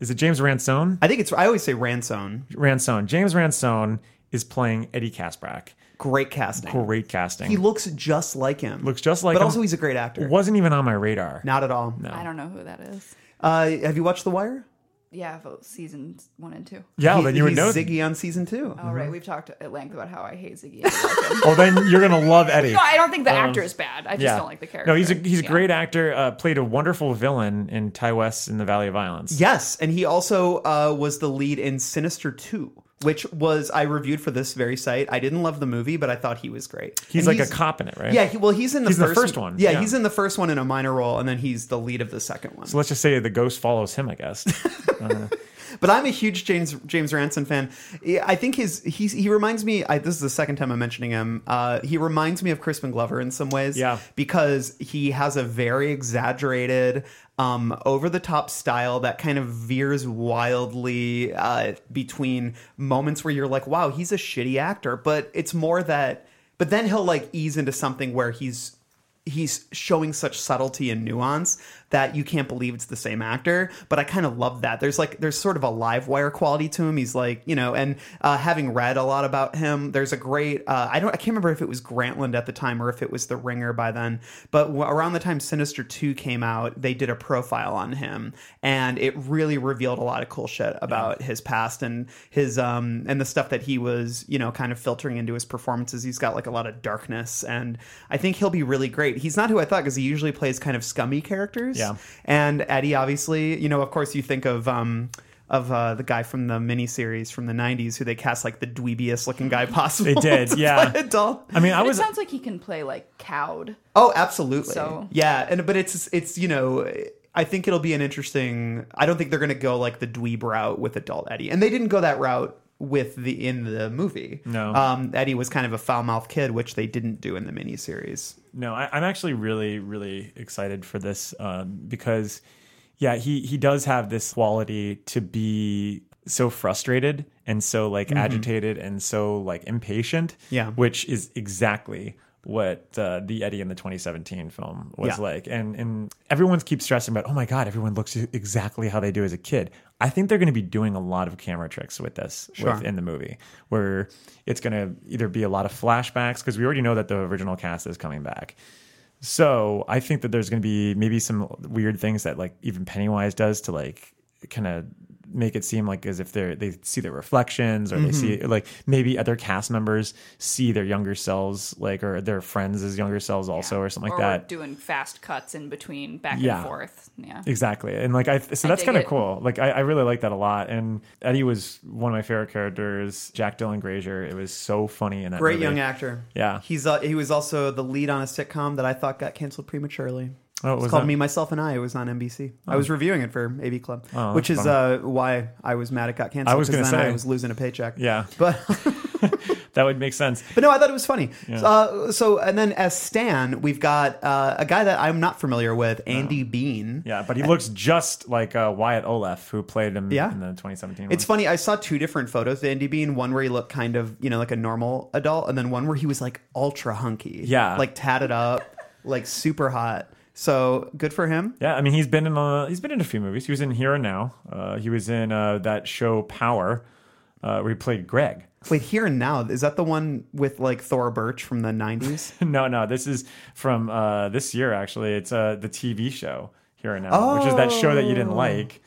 Speaker 8: is it James Ransone?
Speaker 7: I think it's. I always say Ransone.
Speaker 8: Ransone. James Ransone is playing Eddie Casbrack.
Speaker 7: Great casting.
Speaker 8: Great casting.
Speaker 7: He looks just like him.
Speaker 8: looks just like
Speaker 7: but
Speaker 8: him.
Speaker 7: also he's a great actor.
Speaker 8: Wasn't even on my radar.
Speaker 7: Not at all.
Speaker 8: No.
Speaker 9: I don't know who that is.
Speaker 7: Uh, have you watched The Wire?
Speaker 9: Yeah, vote season one and two.
Speaker 8: Yeah, then you would
Speaker 7: he's
Speaker 8: know.
Speaker 7: Ziggy on season two.
Speaker 9: All right, we've talked at length about how I hate Ziggy.
Speaker 8: well, then you're gonna love Eddie.
Speaker 9: No, I don't think the actor is bad. I just don't like the
Speaker 8: Um, No, he's a
Speaker 9: character.
Speaker 8: he's a great actor. Uh, played a wonderful villain in Ty West in the Valley of Violence.
Speaker 7: Yes, and he also uh, was the lead in Sinister Two, which was I reviewed for this very site. I didn't love the movie, but I thought he was great.
Speaker 8: He's
Speaker 7: And
Speaker 8: like a cop in it, right?
Speaker 7: Yeah, he, well, he's in the
Speaker 8: He's in the
Speaker 7: first,
Speaker 8: first one,
Speaker 7: Yeah,
Speaker 8: yeah.
Speaker 7: he's in the first one in a minor role, and then he's the lead of the second one.
Speaker 8: So let's just say the ghost follows him, I guess.
Speaker 7: But I'm a huge James James Ranson fan. Yeah, I think his he's, he reminds me. I, this is the second time I'm mentioning him. Uh, he reminds me of Crispin Glover in some ways.
Speaker 8: Yeah.
Speaker 7: because he has a very exaggerated, um, over the top style that kind of veers wildly uh, between moments where you're like, "Wow, he's a shitty actor," but it's more that. But then he'll like ease into something where he's he's showing such subtlety and nuance that you can't believe it's the same actor but i kind of love that there's like there's sort of a live wire quality to him he's like you know and uh, having read a lot about him there's a great uh, i don't i can't remember if it was grantland at the time or if it was the ringer by then but w- around the time sinister 2 came out they did a profile on him and it really revealed a lot of cool shit about his past and his um and the stuff that he was you know kind of filtering into his performances he's got like a lot of darkness and i think he'll be really great he's not who i thought because he usually plays kind of scummy characters
Speaker 8: Yeah.
Speaker 7: and eddie obviously you know of course you think of um of uh, the guy from the miniseries from the 90s who they cast like the dweebiest looking guy possible
Speaker 8: They did,
Speaker 7: to
Speaker 8: yeah.
Speaker 7: play a doll.
Speaker 8: I mean, I
Speaker 9: But
Speaker 8: was
Speaker 9: It sounds like he can play like cowed.
Speaker 7: Oh, absolutely.
Speaker 9: So-
Speaker 7: yeah, and but it's it's you know I think it'll be an interesting. I don't think they're going to go like the dweeb route with adult Eddie, and they didn't go that route with the in the movie.
Speaker 8: No.
Speaker 7: um, Eddie was kind of a foul mouthed kid, which they didn't do in the miniseries.
Speaker 8: no, I, I'm actually really really excited for this um, because, yeah, he he does have this quality to be so frustrated and so like agitated and so like impatient.
Speaker 7: Yeah.
Speaker 8: which is exactly what uh, the Eddie in the 2017 film was
Speaker 7: Yeah.
Speaker 8: like, and and everyone keeps stressing about, oh my god, everyone looks exactly how they do as a kid. I think they're going to be doing a lot of camera tricks with this
Speaker 7: Sure.
Speaker 8: with, in the movie, where it's going to either be a lot of flashbacks because we already know that the original cast is coming back. So I think that there's going to be maybe some weird things that like even Pennywise does to like kind of make it seem like as if they are they see their reflections or they see like maybe other cast members see their younger selves like or their friends as younger selves also or something like
Speaker 9: or we're
Speaker 8: that.
Speaker 9: doing fast cuts in between back
Speaker 8: Yeah.
Speaker 9: and forth. Yeah.
Speaker 8: Exactly. And like I so
Speaker 9: I
Speaker 8: that's
Speaker 9: dig
Speaker 8: kind of
Speaker 9: it.
Speaker 8: cool. Like I, I really like that a lot. And Eddie was one of my favorite characters, Jack Dylan Grazier. It was so funny in that
Speaker 7: Great
Speaker 8: movie.
Speaker 7: young actor.
Speaker 8: Yeah.
Speaker 7: he's uh, he was also the lead on a sitcom that I thought got canceled prematurely.
Speaker 8: Oh, what
Speaker 7: it's
Speaker 8: was
Speaker 7: called
Speaker 8: that?
Speaker 7: Me, Myself, and I. It was on NBC. I was reviewing it for AV Club,
Speaker 8: Oh,
Speaker 7: which
Speaker 8: that's
Speaker 7: is uh, why I was mad it got canceled.
Speaker 8: I was
Speaker 7: 'cause
Speaker 8: gonna
Speaker 7: then
Speaker 8: say.
Speaker 7: I was losing a paycheck.
Speaker 8: Yeah.
Speaker 7: but.
Speaker 8: That would make sense.
Speaker 7: But no, I thought it was funny.
Speaker 8: Yeah.
Speaker 7: Uh, so, and then as Stan, we've got uh, a guy that I'm not familiar with, Andy Bean.
Speaker 8: Yeah, but he looks just like uh, Wyatt Olaf, who played him
Speaker 7: Yeah.
Speaker 8: in the 2017.
Speaker 7: It's
Speaker 8: one.
Speaker 7: funny. I saw two different photos of Andy Bean. One where he looked kind of, you know, like a normal adult, and then one where he was like ultra hunky.
Speaker 8: Yeah.
Speaker 7: like tatted up, like super hot. So good for him.
Speaker 8: Yeah, I mean he's been in a he's been in a few movies. He was in Here and Now. Uh, he was in uh, that show Power, uh, where he played Greg.
Speaker 7: Wait, Here and Now is that the one with like Thora Birch from the '90s?
Speaker 8: no, no, this is from uh, this year actually. It's uh, the TV show Here and Now, which is that show that you didn't
Speaker 7: Oh.
Speaker 8: like.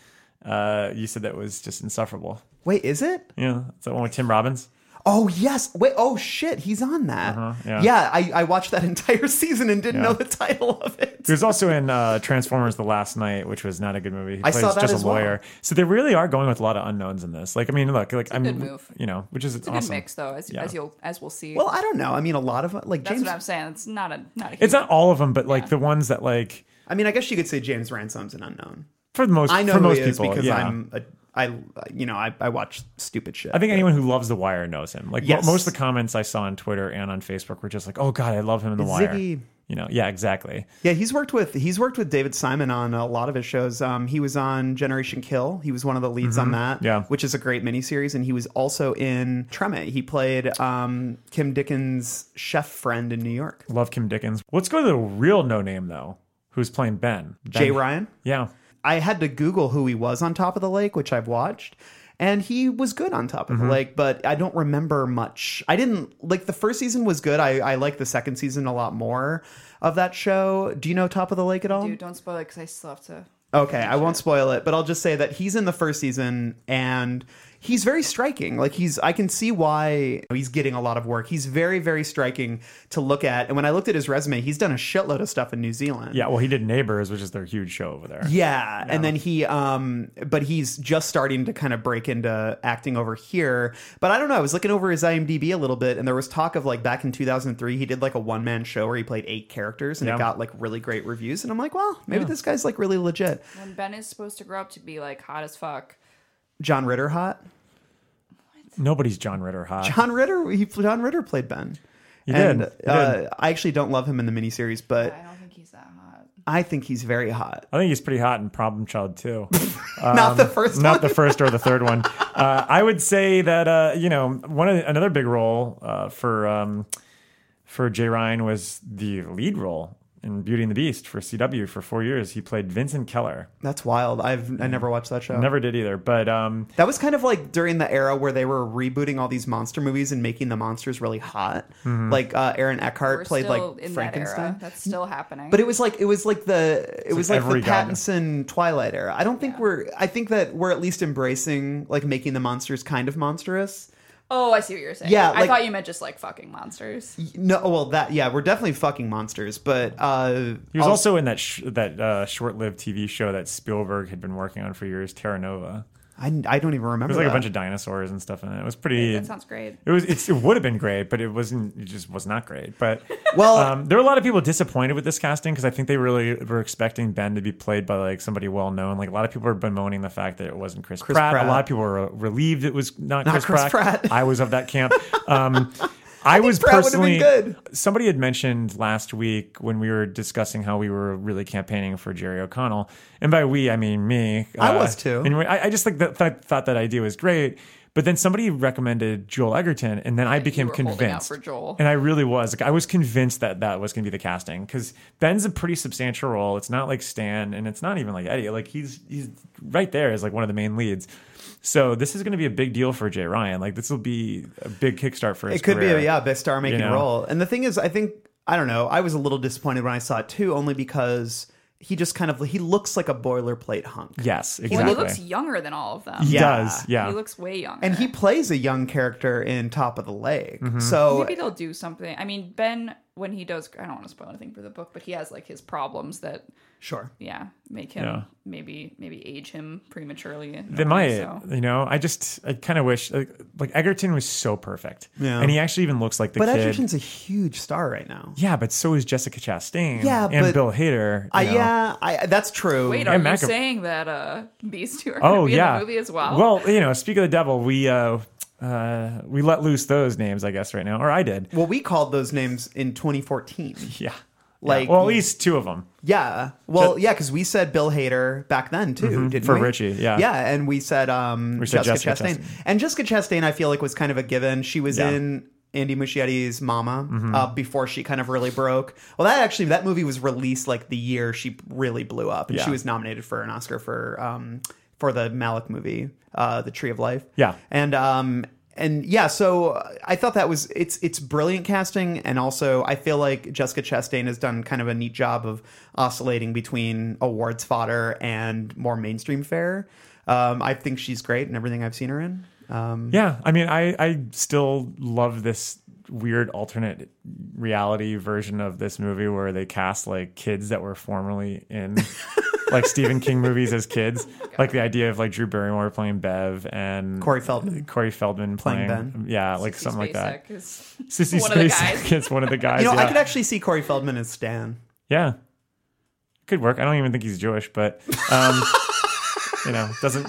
Speaker 8: Uh, you said that was just insufferable.
Speaker 7: Wait, is it?
Speaker 8: Yeah, it's that one with Tim Robbins.
Speaker 7: Oh yes. Wait. Oh shit. He's on that.
Speaker 8: Uh-huh, yeah.
Speaker 7: yeah. I, I watched that entire season and didn't
Speaker 8: Yeah.
Speaker 7: know the title of it.
Speaker 8: He was also in uh, Transformers: The Last Night, which was not a good movie. He
Speaker 7: I
Speaker 8: plays
Speaker 7: saw that
Speaker 8: just
Speaker 7: as
Speaker 8: a
Speaker 7: well.
Speaker 8: lawyer. So they really are going with a lot of unknowns in this. Like, I mean, look, like I'm,
Speaker 9: good move.
Speaker 8: you know, which is
Speaker 9: It's a
Speaker 8: awesome.
Speaker 9: good mix, though, as,
Speaker 8: Yeah.
Speaker 9: as you'll as we'll see.
Speaker 7: Well, I don't know. I mean, a lot of like
Speaker 9: That's
Speaker 7: James.
Speaker 9: what I'm saying. It's not a not a.
Speaker 8: It's not all of them, but like the ones that like
Speaker 7: I mean, I guess you could say James Ransome's an unknown.
Speaker 8: for the most
Speaker 7: I know
Speaker 8: for
Speaker 7: who
Speaker 8: most
Speaker 7: he is
Speaker 8: people
Speaker 7: because
Speaker 8: yeah.
Speaker 7: I'm a, I you know I, I watch stupid shit.
Speaker 8: I think anyone who loves The Wire knows him. Like mo-
Speaker 7: Yes.
Speaker 8: most of the comments I saw on Twitter and on Facebook were just like, "Oh God, I love him in The
Speaker 7: It's
Speaker 8: Wire."
Speaker 7: Ziggy.
Speaker 8: You know, yeah, exactly.
Speaker 7: Yeah, he's worked with he's worked with David Simon on a lot of his shows. Um, he was on Generation Kill. He was one of the leads on
Speaker 8: Mhm.
Speaker 7: that,
Speaker 8: Yeah.
Speaker 7: which is a great miniseries. And he was also in Treme. He played um, Kim Dickens' chef friend in New York.
Speaker 8: Love Kim Dickens. Let's go to the real no name though, who's playing Ben. ben.
Speaker 7: Jay Ryan.
Speaker 8: Yeah.
Speaker 7: I had to Google who he was on Top of the Lake, which I've watched. And he was good on Top of
Speaker 8: Mhm.
Speaker 7: the Lake, but I don't remember much. I didn't like the first season was good. I, I like the second season a lot more of that show. Do you know Top of the Lake at all?
Speaker 9: Dude, don't spoil it because I still have to.
Speaker 7: Okay, I won't spoil it, but I'll just say that he's in the first season and he's very striking. Like he's I can see why he's getting a lot of work. He's very very striking to look at. And when I looked at his resume, he's done a shitload of stuff in New Zealand.
Speaker 8: Yeah, well, he did Neighbors, which is their huge show over there.
Speaker 7: Yeah, and then he um but he's just starting to kind of break into acting over here. But I don't know, I was looking over his IMDb a little bit and there was talk of like back in 2003 he did like a one-man show where he played eight characters and
Speaker 8: Yeah.
Speaker 7: it got like really great reviews and I'm like, well, maybe
Speaker 9: Yeah.
Speaker 7: this guy's like really legit.
Speaker 9: When Ben is supposed to grow up to be like hot as fuck,
Speaker 7: John Ritter hot?
Speaker 8: Nobody's John Ritter hot.
Speaker 7: John Ritter he John Ritter played Ben.
Speaker 8: He
Speaker 7: and
Speaker 8: did. He did.
Speaker 7: Uh, I actually don't love him in the miniseries, but
Speaker 9: I don't think he's that hot.
Speaker 7: I think he's very hot.
Speaker 8: I think he's pretty hot in Problem Child too.
Speaker 7: Not the first
Speaker 8: Um, Not the first or the third one. Uh, I would say that uh, you know one of the- another big role uh, for um, for Jay Ryan was the lead role in Beauty and the Beast for CW for four years. He played Vincent Keller.
Speaker 7: That's wild. I've I never watched that show.
Speaker 8: Never did either, but um,
Speaker 7: That was kind of like during the era where they were rebooting all these monster movies and making the monsters really hot.
Speaker 8: Mhm.
Speaker 7: Like uh, Aaron Eckhart
Speaker 9: We're
Speaker 7: played
Speaker 9: still
Speaker 7: like
Speaker 9: in that era.
Speaker 7: Frankenstein.
Speaker 9: That's still happening.
Speaker 7: But it was like it was like the it
Speaker 8: It's
Speaker 7: was
Speaker 8: like
Speaker 7: like, the
Speaker 8: every guy.
Speaker 7: Pattinson Twilight era. I don't think we're I think that we're at least embracing like making the monsters kind of monstrous.
Speaker 9: oh, I see what you're saying.
Speaker 7: Yeah,
Speaker 9: I
Speaker 7: like-
Speaker 9: thought you meant just like fucking monsters.
Speaker 7: No, oh, well that yeah, we're definitely fucking monsters, but uh
Speaker 8: he was
Speaker 9: Oh.
Speaker 8: also in that sh- that uh, short-lived TV show that Spielberg had been working on for years, Terra Nova.
Speaker 7: I, I don't even remember.
Speaker 8: There's like a
Speaker 7: that.
Speaker 8: bunch of dinosaurs and stuff in it. It was pretty.
Speaker 9: that sounds great.
Speaker 8: It was. It's, it would have been great, but it wasn't. It just was not great. But
Speaker 7: well,
Speaker 8: um, there were a lot of people disappointed with this casting because I think they really were expecting Ben to be played by like somebody well known. Like a lot of people were bemoaning the fact that it wasn't Chris,
Speaker 7: Chris
Speaker 8: Pratt.
Speaker 7: Pratt.
Speaker 8: A lot of people were uh, relieved it was not,
Speaker 7: Not
Speaker 8: Chris,
Speaker 7: Chris
Speaker 8: Pratt.
Speaker 7: Pratt.
Speaker 8: I was of that camp. Um, I, was
Speaker 7: Pratt would've
Speaker 8: personally
Speaker 7: been good.
Speaker 8: Somebody had mentioned last week when we were discussing how we were really campaigning for Jerry O'Connell, and by we I mean me. uh,
Speaker 7: I was too.
Speaker 8: And I, I just like that, thought, thought that idea was great. But then somebody recommended Joel Egerton, and then I became
Speaker 9: were holding out
Speaker 8: convinced.
Speaker 9: for Joel.
Speaker 8: And I really was. Like, I was convinced that that was going to be the casting because Ben's a pretty substantial role. It's not like Stan, and it's not even like Eddie. Like he's he's right there as like one of the main leads. So this is going to be a big deal for Jay Ryan. Like this will be a big kickstart for his
Speaker 7: it could
Speaker 8: career.
Speaker 7: be yeah, best star making
Speaker 8: You know?
Speaker 7: role. And the thing is, I think I don't know. I was a little disappointed when I saw it too, only because he just kind of he looks like a boilerplate hunk.
Speaker 8: Yes,
Speaker 9: Well,
Speaker 8: exactly.
Speaker 9: he looks younger than all of them.
Speaker 8: He Yeah. does, yeah.
Speaker 9: He looks way younger.
Speaker 7: And he plays a young character in Top of the Lake.
Speaker 8: Mhm.
Speaker 7: So
Speaker 9: maybe they'll do something. I mean, Ben, when he does, I don't want to spoil anything for the book, but he has like his problems that
Speaker 7: sure,
Speaker 9: yeah, make him
Speaker 8: Yeah.
Speaker 9: maybe maybe age him prematurely. in
Speaker 8: They
Speaker 9: a way,
Speaker 8: might,
Speaker 9: so.
Speaker 8: you know. I just, I kind of wish, like, like Egerton was so perfect,
Speaker 7: Yeah.
Speaker 8: and he actually even looks like the
Speaker 7: but
Speaker 8: kid.
Speaker 7: Edgerton's a huge star right now.
Speaker 8: yeah, but so is Jessica Chastain,
Speaker 7: Yeah,
Speaker 8: and
Speaker 7: but-
Speaker 8: Bill Hader. you
Speaker 7: I,
Speaker 8: know.
Speaker 7: yeah, I, that's true.
Speaker 9: Wait,
Speaker 8: Yeah,
Speaker 9: are you
Speaker 8: Mac-
Speaker 9: saying that uh, these two are going to
Speaker 8: Oh
Speaker 9: be
Speaker 8: yeah,
Speaker 9: in the movie as well?
Speaker 8: Well, you know, speak of the devil, we uh, uh, we let loose those names, I guess, right now, or I did.
Speaker 7: Well, we called those names in 2014.
Speaker 8: Yeah,
Speaker 7: Like-
Speaker 8: Yeah. well, at least two of them.
Speaker 7: Yeah. Well, yeah, because we said Bill Hader back then too,
Speaker 8: Mhm,
Speaker 7: didn't
Speaker 8: for
Speaker 7: we?
Speaker 8: Richie, yeah.
Speaker 7: yeah, and we said um,
Speaker 8: We said
Speaker 7: Jessica,
Speaker 8: Jessica
Speaker 7: Chastain. and Jessica Chastain. I feel like was kind of a given. She was
Speaker 8: Yeah. Mm-hmm.
Speaker 7: in Andy Muschietti's mama uh, before she kind of really broke. Well, that actually that movie was released like the year she really blew up, and she
Speaker 8: Yeah.
Speaker 7: was nominated for an Oscar for um, for the Malick movie, uh, The Tree of Life.
Speaker 8: Yeah.
Speaker 7: and um, and yeah, so uh, I thought that was it's it's brilliant casting, and also I feel like Jessica Chastain has done kind of a neat job of oscillating between awards fodder and more mainstream fare. Um, I think she's great in everything I've seen her in. Um,
Speaker 8: Yeah, I mean, I I still love this weird alternate reality version of this movie where they cast like kids that were formerly in like Stephen King movies as kids,
Speaker 9: Oh
Speaker 8: like the idea of like Drew Barrymore playing Bev and
Speaker 7: Corey Feldman.
Speaker 8: Corey Feldman
Speaker 7: Playing
Speaker 8: playing,
Speaker 7: Ben.
Speaker 8: yeah, like something like that.
Speaker 9: Spacek is
Speaker 8: Sissy
Speaker 9: one of the
Speaker 8: Spacek
Speaker 9: guys.
Speaker 8: is one of the guys.
Speaker 7: you know,
Speaker 8: yeah.
Speaker 7: I could actually see Corey Feldman as Stan.
Speaker 8: yeah, could work. I don't even think he's Jewish, but um, you know, doesn't.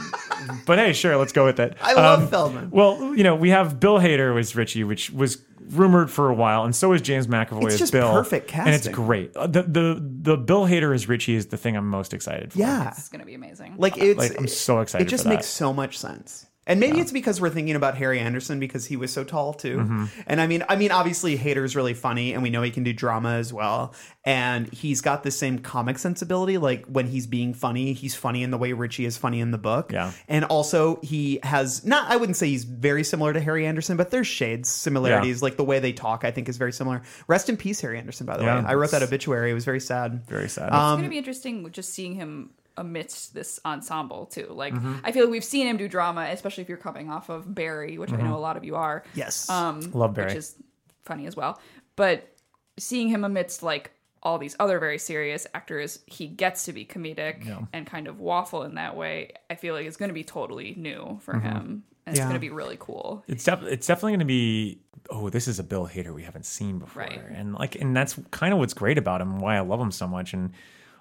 Speaker 8: But hey, sure, let's go with it.
Speaker 7: I love
Speaker 8: Um,
Speaker 7: Feldman.
Speaker 8: well, you know, we have Bill Hader was Richie, which was rumored for a while, and so is James McAvoy
Speaker 7: It's
Speaker 8: as
Speaker 7: just
Speaker 8: Bill.
Speaker 7: perfect
Speaker 8: and it's
Speaker 7: casting.
Speaker 8: great. Uh, The the the Bill Hader as Richie is the thing I'm most excited for.
Speaker 7: Yeah,
Speaker 9: It's gonna be amazing.
Speaker 7: like it's
Speaker 8: like I'm so excited.
Speaker 7: It just
Speaker 8: for that.
Speaker 7: makes so much sense. And maybe it's because we're thinking about Harry Anderson because he was so tall too.
Speaker 8: Mm-hmm.
Speaker 7: And I mean, I mean, obviously, Hater's really funny, and we know he can do drama as well. And he's got the same comic sensibility. Like when he's being funny, he's funny in the way Richie is funny in the book.
Speaker 8: Yeah.
Speaker 7: And also, he has not. I wouldn't say he's very similar to Harry Anderson, but there's shades similarities. Like the way they talk, I think, is very similar. Rest in peace, Harry Anderson. By the
Speaker 8: Yeah.
Speaker 7: way, I wrote that obituary. It was very sad.
Speaker 8: very sad.
Speaker 7: Um,
Speaker 9: it's gonna be interesting with just seeing him amidst this ensemble too. Like
Speaker 8: Mm-hmm.
Speaker 9: I feel like we've seen him do drama, especially if you're coming off of Barry, which I know a lot of you are.
Speaker 7: Yes.
Speaker 9: um,
Speaker 8: Love Mm-hmm. Barry.
Speaker 9: which is funny as well. But seeing him amidst like all these other very serious actors, he gets to be comedic and kind of waffle in that way. I feel like it's going to be totally new
Speaker 8: Mm-hmm.
Speaker 9: for him, and it's
Speaker 7: Yeah.
Speaker 9: going to be really cool.
Speaker 8: It's def- it's definitely going to be oh this is a Bill Hader we haven't seen before
Speaker 9: Right.
Speaker 8: and like and that's kind of what's great about him why I love him so much and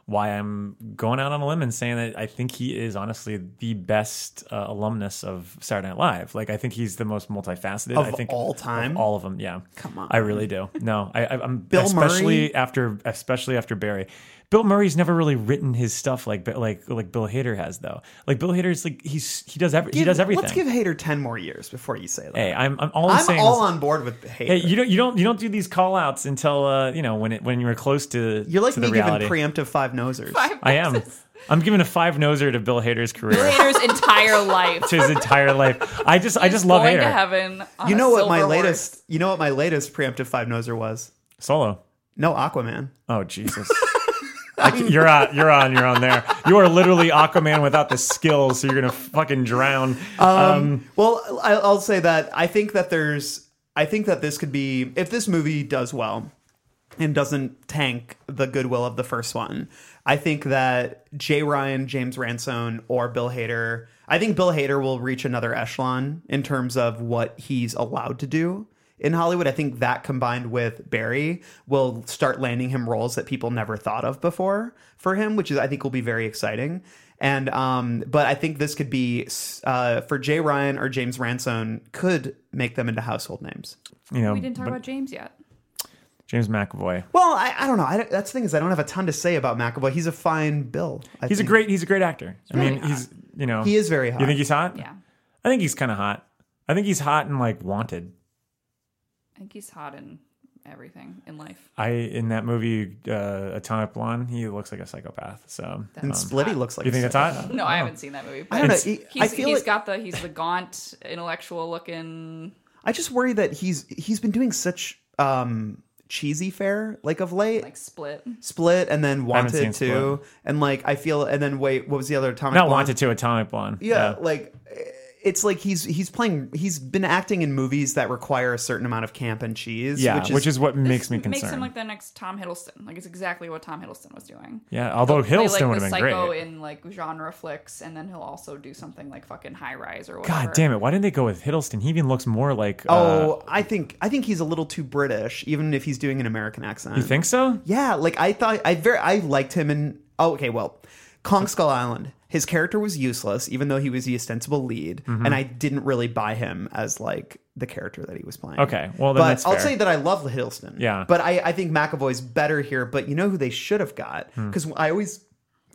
Speaker 8: why I'm going out on a limb and saying that I think he is honestly the best uh, alumnus of Saturday Night Live like I think he's the most multifaceted
Speaker 7: Of
Speaker 8: I think
Speaker 7: all time?
Speaker 8: of all of them yeah come
Speaker 7: on.
Speaker 8: I really do no I, I I'm
Speaker 7: Bill
Speaker 8: especially
Speaker 7: Murray?
Speaker 8: after especially after Barry Bill Murray's never really written his stuff like like like Bill Hader has though like Bill Hader's like he's he does every he does everything
Speaker 7: Let's give Hater ten more years before you say that.
Speaker 8: Hey, I'm, I'm all I'm,
Speaker 7: I'm
Speaker 8: saying
Speaker 7: all
Speaker 8: is-
Speaker 7: on board with Hater.
Speaker 8: Hey, you don't you don't you don't do these call outs until uh, you know when it when you're close to
Speaker 7: You're like
Speaker 8: to
Speaker 7: me
Speaker 8: the
Speaker 7: giving
Speaker 8: reality.
Speaker 7: preemptive five nosers.
Speaker 8: I am. I'm giving a five noser to Bill Hader's career
Speaker 9: Hater's entire life.
Speaker 8: to his entire life. I just I just love
Speaker 9: going to
Speaker 8: Hader
Speaker 9: heaven. on
Speaker 7: You
Speaker 9: a
Speaker 7: know what my
Speaker 9: silver horse.
Speaker 7: latest? You know what my latest preemptive five noser was?
Speaker 8: solo.
Speaker 7: No Aquaman.
Speaker 8: Oh Jesus. I can- you're on, you're on, you're on there. You are literally Aquaman without the skills, so you're gonna fucking drown.
Speaker 7: Uh,
Speaker 8: Um,
Speaker 7: Um, Well, I- I'll say that I think that there's. I think that this could be if this movie does well and doesn't tank the goodwill of the first one. I think that Jay Ryan, James Ransone, or Bill Hader. I think Bill Hader will reach another echelon in terms of what he's allowed to do in Hollywood. I think that combined with Barry will start landing him roles that people never thought of before for him, which is I think will be very exciting. And um, but I think this could be uh, for Jay Ryan or James Ransone could make them into household names.
Speaker 8: you know,
Speaker 9: We didn't
Speaker 8: Um,
Speaker 9: talk
Speaker 8: but
Speaker 9: about James yet.
Speaker 8: James McAvoy.
Speaker 7: Well, I, I don't know. I, don't- that's the thing is I don't have a ton to say about McAvoy. He's a fine Bill. I
Speaker 8: He's a
Speaker 7: think.
Speaker 8: great he's a great actor. I mean,
Speaker 9: really
Speaker 8: he's you know
Speaker 7: He is very
Speaker 8: You
Speaker 7: hot.
Speaker 8: think he's hot?
Speaker 9: Yeah,
Speaker 8: I think he's kind of hot. I think he's hot and like wanted.
Speaker 9: I think he's hot in everything in life.
Speaker 8: I in that movie uh, Atomic Blonde, he looks like a psychopath. So
Speaker 7: and Splitty looks like.
Speaker 8: Um, you think
Speaker 7: a
Speaker 8: it's hot?
Speaker 9: No, I haven't seen that movie. But
Speaker 7: I don't know.
Speaker 8: It's-
Speaker 7: He, I
Speaker 9: He's,
Speaker 7: feel
Speaker 9: he's
Speaker 7: like,
Speaker 9: got the he's the gaunt, intellectual looking.
Speaker 7: I just worry that he's he's been doing such um, cheesy fare like of late.
Speaker 9: like split.
Speaker 7: Split and then
Speaker 8: haven't
Speaker 7: Wanted
Speaker 8: seen
Speaker 7: too, and like I feel and then wait, what was the other Atomic?
Speaker 8: Not
Speaker 7: Blonde?
Speaker 8: wanted to Atomic Blonde.
Speaker 7: Yeah, like it's like he's he's playing. He's been acting in movies that require a certain amount of camp and cheese.
Speaker 8: yeah,
Speaker 7: which is,
Speaker 8: what makes me
Speaker 9: It Makes
Speaker 8: concerned.
Speaker 9: him like the next Tom Hiddleston. Like it's exactly what Tom Hiddleston was doing.
Speaker 8: yeah, although
Speaker 9: Play,
Speaker 8: Hiddleston
Speaker 9: like, the
Speaker 8: would have been
Speaker 9: psycho
Speaker 8: great.
Speaker 9: in like genre flicks, and then he'll also do something like fucking High Rise or whatever.
Speaker 8: God damn it! Why didn't they go with Hiddleston? He even looks more like. Uh,
Speaker 7: oh, I think I think he's a little too British, even if he's doing an American accent.
Speaker 8: you think so?
Speaker 7: Yeah, like I thought I very I liked him in oh, okay, well, Kong Skull Island. His character was useless, even though he was the ostensible lead,
Speaker 8: Mm-hmm.
Speaker 7: and I didn't really buy him as like the character that he was playing.
Speaker 8: Okay, well then
Speaker 7: but
Speaker 8: that's
Speaker 7: I'll
Speaker 8: fair.
Speaker 7: say that I love Hiddleston.
Speaker 8: Yeah.
Speaker 7: but I, I think McAvoy's better here. But you know who they should have got
Speaker 8: Hmm.
Speaker 7: because I always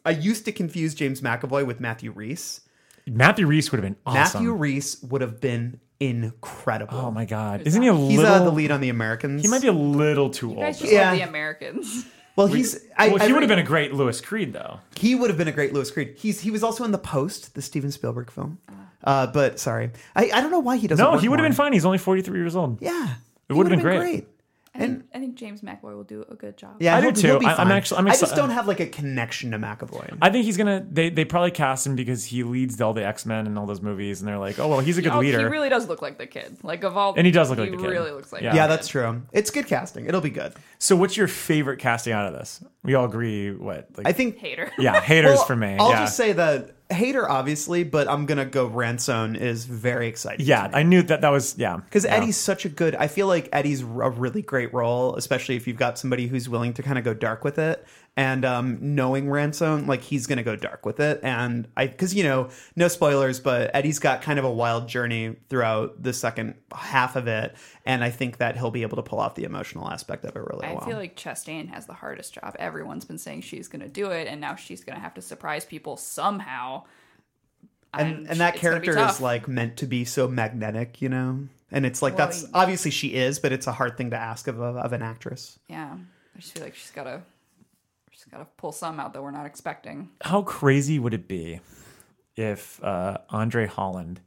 Speaker 7: I used to confuse James McAvoy with Matthew Reese.
Speaker 8: Matthew Reese would have been awesome.
Speaker 7: Matthew Reese would have been incredible. Oh
Speaker 8: my god, isn't he a
Speaker 7: He's uh,
Speaker 8: little-
Speaker 7: the lead on the Americans.
Speaker 8: He might be a little too
Speaker 9: You
Speaker 8: old.
Speaker 9: guys just love the Americans.
Speaker 7: Well, he's. I,
Speaker 8: well, he would have been
Speaker 7: A-
Speaker 8: a great Lewis Creed, though.
Speaker 7: he would have been a great Lewis Creed. He's he was also in the Post, the Steven Spielberg film. Uh, but sorry, I, I don't know why he doesn't.
Speaker 8: No,
Speaker 7: work
Speaker 8: he would have
Speaker 7: more.
Speaker 8: been fine. He's only 43 years old.
Speaker 7: Yeah.
Speaker 8: It would have been,
Speaker 7: would've been
Speaker 8: great.
Speaker 9: I think, I think James McAvoy will do a good job.
Speaker 7: Yeah,
Speaker 8: I do
Speaker 7: he'll-
Speaker 8: too.
Speaker 7: he'll be
Speaker 8: I- I'm
Speaker 7: fine.
Speaker 8: actually- I'm
Speaker 7: I just
Speaker 8: exci-
Speaker 7: don't have like a connection to McAvoy.
Speaker 8: I think he's gonna. They they probably cast him because he leads all the X Men and all those movies, and they're like, oh well, he's a good
Speaker 9: Oh, He
Speaker 8: leader.
Speaker 9: really does look like the kid. Like of all,
Speaker 8: And he does look
Speaker 9: he
Speaker 8: like the kid.
Speaker 9: Really looks like.
Speaker 8: Yeah.
Speaker 9: the
Speaker 7: Yeah,
Speaker 9: kid.
Speaker 7: that's true. It's good casting. It'll be good.
Speaker 8: so, what's your favorite casting out of this? We all agree. What? Like,
Speaker 7: I think
Speaker 9: hater.
Speaker 8: Yeah, haters
Speaker 7: Well,
Speaker 8: for me.
Speaker 7: I'll
Speaker 8: yeah.
Speaker 7: just say that hater, obviously, but I'm gonna go. Ransone is very exciting.
Speaker 8: Yeah, I knew that. That was yeah.
Speaker 7: Because
Speaker 8: yeah.
Speaker 7: Eddie's such a good. I feel like Eddie's a really great role, especially if you've got somebody who's willing to kind of go dark with it. And um, knowing Ransom, like he's going to go dark with it. And I, because you know, no spoilers, but Eddie's got kind of a wild journey throughout the second half of it, and I think that he'll be able to pull off the emotional aspect of it really
Speaker 9: I
Speaker 7: well.
Speaker 9: feel like Chastain has the hardest job. Everyone's been saying she's going to do it, and now she's going to have to surprise people somehow.
Speaker 7: and and that
Speaker 9: it's gonna be
Speaker 7: character
Speaker 9: tough.
Speaker 7: is like meant to be so magnetic, you know. And it's like
Speaker 9: Well,
Speaker 7: that's
Speaker 9: y-
Speaker 7: obviously she is, but it's a hard thing to ask of, a, of an actress.
Speaker 9: Yeah, I just feel like she's got to, she's got to pull some out that we're not expecting.
Speaker 8: how crazy would it be if uh, Andre Holland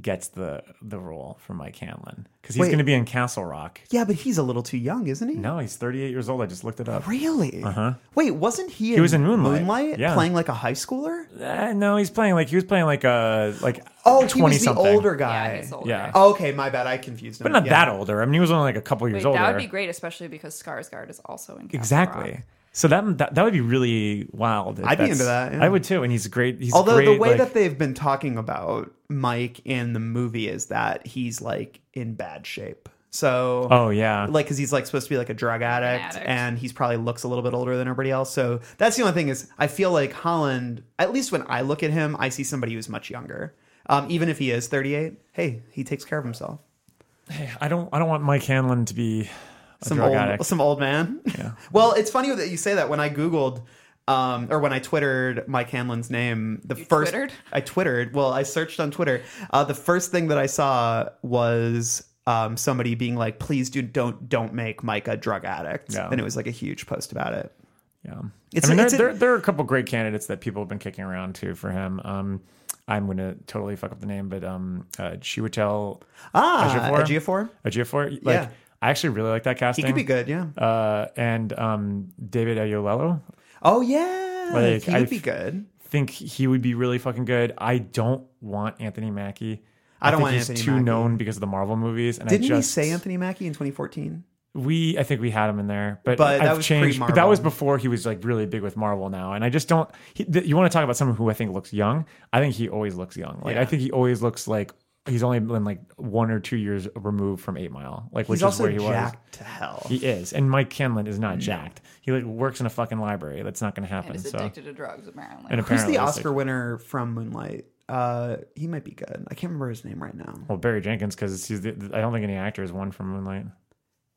Speaker 8: gets the the role for Mike Hanlon because he's
Speaker 7: Wait.
Speaker 8: going to be in Castle Rock.
Speaker 7: Yeah, but he's a little too young, isn't he?
Speaker 8: No, he's 38 years old. I just looked it up.
Speaker 7: Really?
Speaker 8: Uh huh.
Speaker 7: Wait, wasn't he?
Speaker 8: He was in Moonlight. Yeah.
Speaker 7: playing like a high schooler.
Speaker 8: Uh, no, he's playing like he was playing like a like
Speaker 7: Oh, he
Speaker 8: 20
Speaker 7: was the
Speaker 8: something.
Speaker 7: older guy. Oh,
Speaker 9: he's older.
Speaker 8: Yeah,
Speaker 7: okay, my bad. I confused him.
Speaker 8: but not
Speaker 7: Yeah.
Speaker 8: that older. I mean, he was only like a couple
Speaker 9: Wait,
Speaker 8: years
Speaker 9: that
Speaker 8: older.
Speaker 9: would be great, especially because Skarsgård is also in. Castle
Speaker 8: exactly.
Speaker 9: Rock.
Speaker 8: So that, that that would be really wild. if
Speaker 7: I'd be
Speaker 8: that's-
Speaker 7: into that, yeah.
Speaker 8: I would too. And he's great. He's
Speaker 7: Although the
Speaker 8: great,
Speaker 7: way
Speaker 8: like-
Speaker 7: that they've been talking about Mike in the movie is that he's like in bad shape. So
Speaker 8: oh yeah,
Speaker 7: like because he's like supposed to be like a drug addict,
Speaker 9: addict.
Speaker 7: and he's probably looks a little bit older than everybody else so that's the only thing is i feel like holland at least when i look at him i see somebody who's much younger um, even if he is 38 hey he takes care of himself
Speaker 8: I don't I don't want Mike Hanlon to be a
Speaker 7: some
Speaker 8: drug
Speaker 7: old
Speaker 8: addict.
Speaker 7: some old man. well, it's funny that you say that. When I Googled, um, or when I Twittered Mike Hanlon's name, the first
Speaker 9: Twittered?
Speaker 7: I Twittered. Well, I searched on Twitter. Uh, the first thing that I saw was. Um, somebody being like, "Please do don't don't make Mike a drug addict,"
Speaker 8: Yeah.
Speaker 7: and it was like a huge post about it.
Speaker 8: Yeah.
Speaker 7: It's-
Speaker 8: I mean, there,
Speaker 7: it's a-
Speaker 8: there, there are a couple great candidates that people have been kicking around too for him. Um, I'm going to totally fuck up the name, but um, uh, Chiwetel
Speaker 7: Ah,
Speaker 8: Ejiofor?
Speaker 7: Ejiofor?
Speaker 8: Ejiofor. Like,
Speaker 7: Yeah.
Speaker 8: I actually really like that
Speaker 7: he
Speaker 8: casting.
Speaker 7: could be good, yeah.
Speaker 8: Uh, and um, David Ayolelo.
Speaker 7: Oh yeah,
Speaker 8: Like,
Speaker 7: he could
Speaker 8: I
Speaker 7: be
Speaker 8: f-
Speaker 7: good.
Speaker 8: Think he would be really fucking good. I don't want Anthony Mackie.
Speaker 7: I don't
Speaker 8: think
Speaker 7: want
Speaker 8: he's
Speaker 7: Anthony
Speaker 8: too
Speaker 7: Mackie.
Speaker 8: known because of the Marvel movies. And
Speaker 7: Didn't
Speaker 8: I just,
Speaker 7: he say Anthony Mackie in 2014?
Speaker 8: We, I think we had him in there, but,
Speaker 7: But that
Speaker 8: I've
Speaker 7: was
Speaker 8: changed. But that
Speaker 7: pre-Marvel.
Speaker 8: was before he was like really big with Marvel now, and I just don't. He, th- you want to talk about someone who I think looks young? I think he always looks young. Like I think he always looks like he's only been like one or two years removed from Eight Mile, like which
Speaker 7: He's
Speaker 8: is
Speaker 7: also
Speaker 8: where he
Speaker 7: jacked to hell.
Speaker 8: was. He is, and Mike Kenlon is not jacked. He like works in a fucking library. That's not going to happen.
Speaker 9: And is
Speaker 8: So,
Speaker 9: addicted to drugs apparently.
Speaker 8: and
Speaker 7: Who's
Speaker 8: apparently,
Speaker 7: the
Speaker 8: it's,
Speaker 7: Oscar
Speaker 8: Like,
Speaker 7: winner from Moonlight? Uh, he might be good. I can't remember his name right now.
Speaker 8: well, Barry Jenkins, because he's. The, I don't think any actor has won from Moonlight.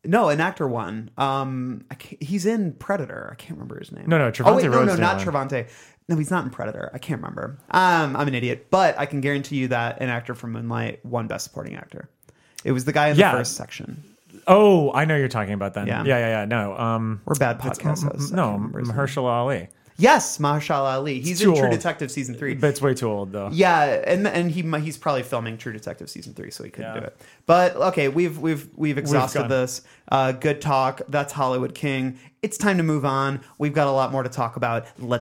Speaker 7: No, an actor won. Um, I can't- he's in Predator. I can't remember his name.
Speaker 8: No, no,
Speaker 7: oh,
Speaker 8: Trevante
Speaker 7: wait, no,
Speaker 8: Rhodes
Speaker 7: no,
Speaker 8: did
Speaker 7: not
Speaker 8: one.
Speaker 7: Trevante. No, he's not in Predator. I can't remember. Um, I'm an idiot, but I can guarantee you that an actor from Moonlight won Best Supporting Actor. It was the guy in
Speaker 8: Yeah.
Speaker 7: the first section.
Speaker 8: Oh, I know you're talking about then.
Speaker 7: Yeah.
Speaker 8: Yeah, yeah, yeah. no, um,
Speaker 7: We're bad
Speaker 8: that's-
Speaker 7: podcast
Speaker 8: m-
Speaker 7: hosts. I can't
Speaker 8: No,
Speaker 7: remember his name.
Speaker 8: Mahershala Ali.
Speaker 7: Yes, Mahershala Ali. He's in
Speaker 8: Too
Speaker 7: True
Speaker 8: old.
Speaker 7: Detective season three.
Speaker 8: But it's way too old though.
Speaker 7: Yeah, and and he might- he's probably filming True Detective season three, so he couldn't
Speaker 8: Yeah.
Speaker 7: do it. But okay, we've we've we've exhausted
Speaker 8: gone.
Speaker 7: this. Uh, good talk. That's Hollywood King. It's time to move on. We've got a lot more to talk about. Let's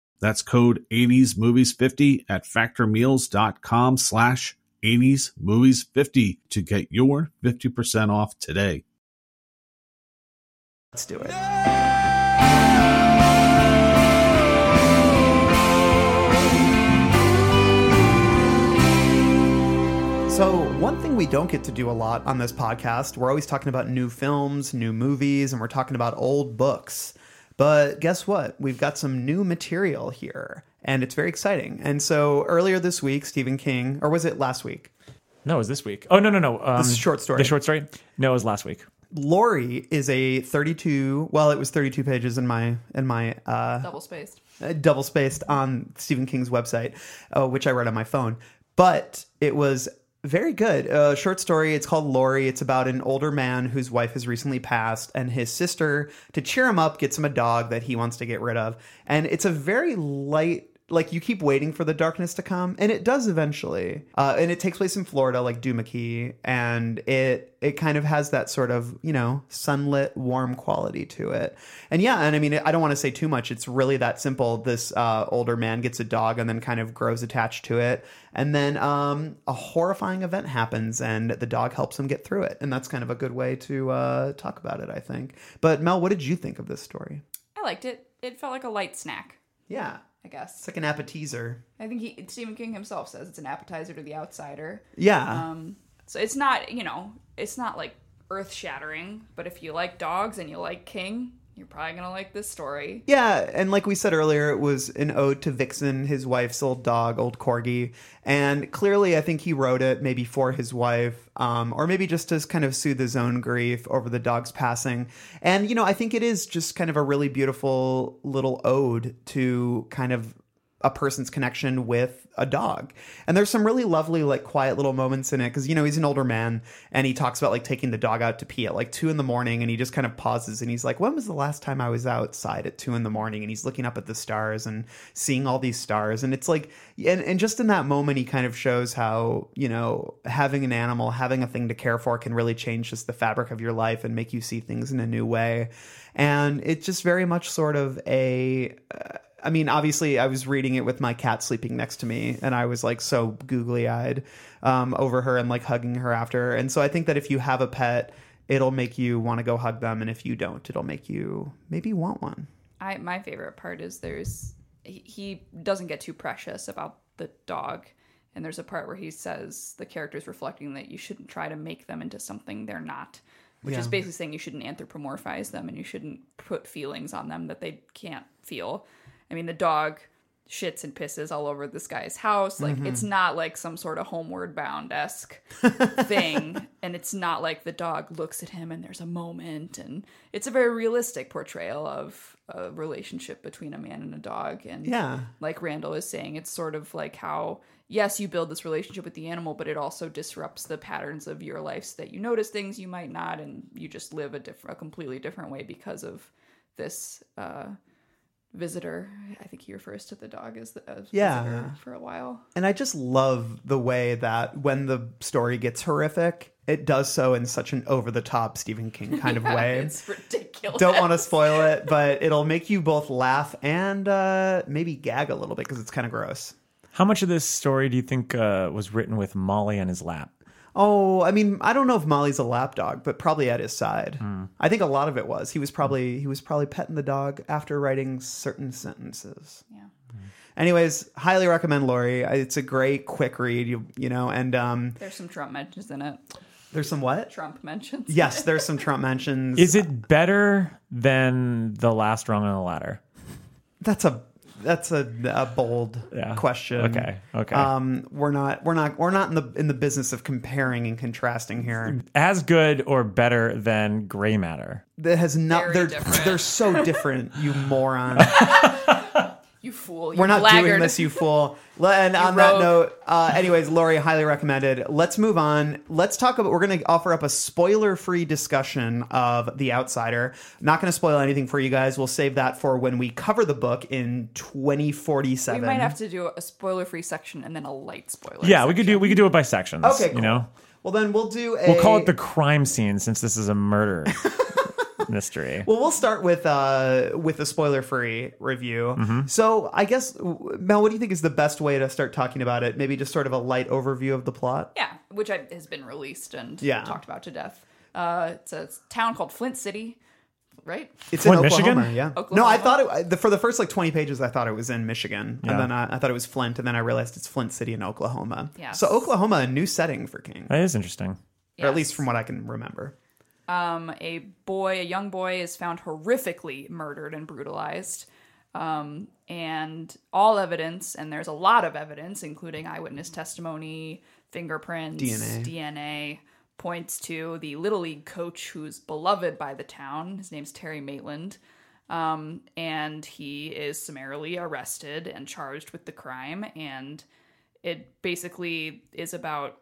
Speaker 11: That's code 80smovies50 at factormeals.com slash 80smovies50 to get your 50% off today.
Speaker 7: Let's do it. So, one thing we don't get to do a lot on this podcast, we're always talking about new films, new movies, and we're talking about old books. But guess what? We've got some new material here, and it's very exciting. And so, earlier this week, Stephen King, or was it last week?
Speaker 8: No, it was this week. Oh, no, no, no. Um,
Speaker 7: This short story.
Speaker 8: The short story? No, it was last week.
Speaker 7: Lori is a 32. Well, it was 32 pages in my in my uh,
Speaker 9: Double spaced.
Speaker 7: double spaced on Stephen King's website, uh, which I read on my phone. But it was very good. Uh, short story. It's called Lori. It's about an older man whose wife has recently passed, and his sister, to cheer him up, gets him a dog that he wants to get rid of. And it's a very light. Like you keep waiting for the darkness to come, and it does eventually. Uh, and it takes place in Florida, like Dumaki, and it it kind of has that sort of you know sunlit, warm quality to it. And yeah, and I mean, I don't want to say too much. It's really that simple. This uh, older man gets a dog and then kind of grows attached to it, and then um, a horrifying event happens, and the dog helps him get through it. And that's kind of a good way to uh, talk about it, I think. But Mel, what did you think of this story?
Speaker 9: I liked it. It felt like a light snack.
Speaker 7: Yeah.
Speaker 9: I guess.
Speaker 7: It's like an appetizer.
Speaker 9: I think he, Stephen King himself says it's an appetizer to the outsider.
Speaker 7: Yeah.
Speaker 9: Um, so it's not, you know, it's not like earth shattering, but if you like dogs and you like King, you're probably going to like this story.
Speaker 7: Yeah, and like we said earlier, it was an ode to Vixen, his wife's old dog, old corgi. And clearly, I think he wrote it maybe for his wife, um, or maybe just to kind of soothe his own grief over the dog's passing. And, you know, I think it is just kind of a really beautiful little ode to kind of a person's connection with a dog. And there's some really lovely, like, quiet little moments in it because, you know, he's an older man and he talks about, like, taking the dog out to pee at like two in the morning and he just kind of pauses and he's like, When was the last time I was outside at two in the morning? And he's looking up at the stars and seeing all these stars. And it's like, and, and just in that moment, he kind of shows how, you know, having an animal, having a thing to care for can really change just the fabric of your life and make you see things in a new way. And it's just very much sort of a, uh, I mean, obviously, I was reading it with my cat sleeping next to me, and I was like so googly eyed um, over her and like hugging her after. And so I think that if you have a pet, it'll make you want to go hug them, and if you don't, it'll make you maybe want one.
Speaker 9: I my favorite part is there's he, he doesn't get too precious about the dog, and there's a part where he says the character's reflecting that you shouldn't try to make them into something they're not, which is
Speaker 12: Yeah.
Speaker 9: basically saying you shouldn't anthropomorphize them and you shouldn't put feelings on them that they can't feel. I mean, the dog shits and pisses all over this guy's house. Like
Speaker 12: Mhm.
Speaker 9: it's not like some sort of homeward bound esque thing, and it's not like the dog looks at him and there's a moment, and it's a very realistic portrayal of a relationship between a man and a dog. And
Speaker 7: Yeah.
Speaker 9: like Randall is saying, it's sort of like how yes, you build this relationship with the animal, but it also disrupts the patterns of your life so that you notice things you might not, and you just live a different, a completely different way because of this. uh visitor. I think he refers to the dog as the as
Speaker 7: Yeah.
Speaker 9: visitor for a while.
Speaker 7: And I just love the way that when the story gets horrific, it does so in such an over the top Stephen King kind of
Speaker 9: Yeah,
Speaker 7: way.
Speaker 9: It's ridiculous.
Speaker 7: Don't want to spoil it, but it'll make you both laugh and uh, maybe gag a little bit because it's kind of gross.
Speaker 8: How much of this story do you think uh, was written with Molly on his lap?
Speaker 7: Oh, I mean, I don't know if Molly's a lapdog, but probably at his side.
Speaker 8: Hmm.
Speaker 7: I think a lot of it was. He was probably he was probably petting the dog after writing certain sentences. Yeah. Anyways, highly recommend Lori. I- It's a great quick read, you, you know, and um
Speaker 9: There's some Trump mentions in it.
Speaker 7: there's some what?
Speaker 9: Trump mentions.
Speaker 7: Yes, there's some Trump mentions.
Speaker 8: Is it better than the last rung on the ladder?
Speaker 7: That's a that's a, a bold question.
Speaker 8: Okay, okay.
Speaker 7: Um, we're not we're not we're not in the in the business of comparing and contrasting here.
Speaker 8: As good or better than Gray Matter?
Speaker 7: That has not they're they're so different, you moron.
Speaker 9: You fool. You
Speaker 7: We're not
Speaker 9: blackguard.
Speaker 7: doing this, you fool. Le- And on that
Speaker 9: rogue.
Speaker 7: note, uh, anyways, Lori, highly recommended. Let's move on. Let's talk about. We're going to offer up a spoiler-free discussion of The Outsider. Not going to spoil anything for you guys. We'll save that for when we cover the book in 2047.
Speaker 9: We might have to do a spoiler-free section and then a light spoiler.
Speaker 8: Yeah, we could do we could do it by sections.
Speaker 7: Okay,
Speaker 8: You
Speaker 7: cool.
Speaker 8: know,
Speaker 7: Well, then we'll do a.
Speaker 8: We'll call it the crime scene since this is a murder mystery.
Speaker 7: Well, we'll start with uh, with a spoiler free review.
Speaker 8: Mhm.
Speaker 7: So, I guess w- Mel, what do you think is the best way to start talking about it? Maybe just sort of a light overview of the plot.
Speaker 9: Yeah, which I, has been released and
Speaker 7: Yeah.
Speaker 9: talked about to death. Uh, it's a town called Flint City, right?
Speaker 7: It's in Oklahoma, yeah. No, I thought it I- the, for the first like twenty pages, I thought it was in Michigan,
Speaker 8: Yeah.
Speaker 7: and then I, I thought it was Flint, and then I realized it's Flint City in Oklahoma.
Speaker 9: Yes.
Speaker 7: So Oklahoma, a new setting for King,
Speaker 8: That is interesting,
Speaker 7: or at least from what I can remember.
Speaker 9: Um, a boy, a young boy, is found horrifically murdered and brutalized. Um, and all evidence, and there's a lot of evidence, including eyewitness testimony, fingerprints,
Speaker 7: DNA.
Speaker 9: DNA, points to the Little League coach who's beloved by the town. His name's Terry Maitland. Um, and he is summarily arrested and charged with the crime. And it basically is about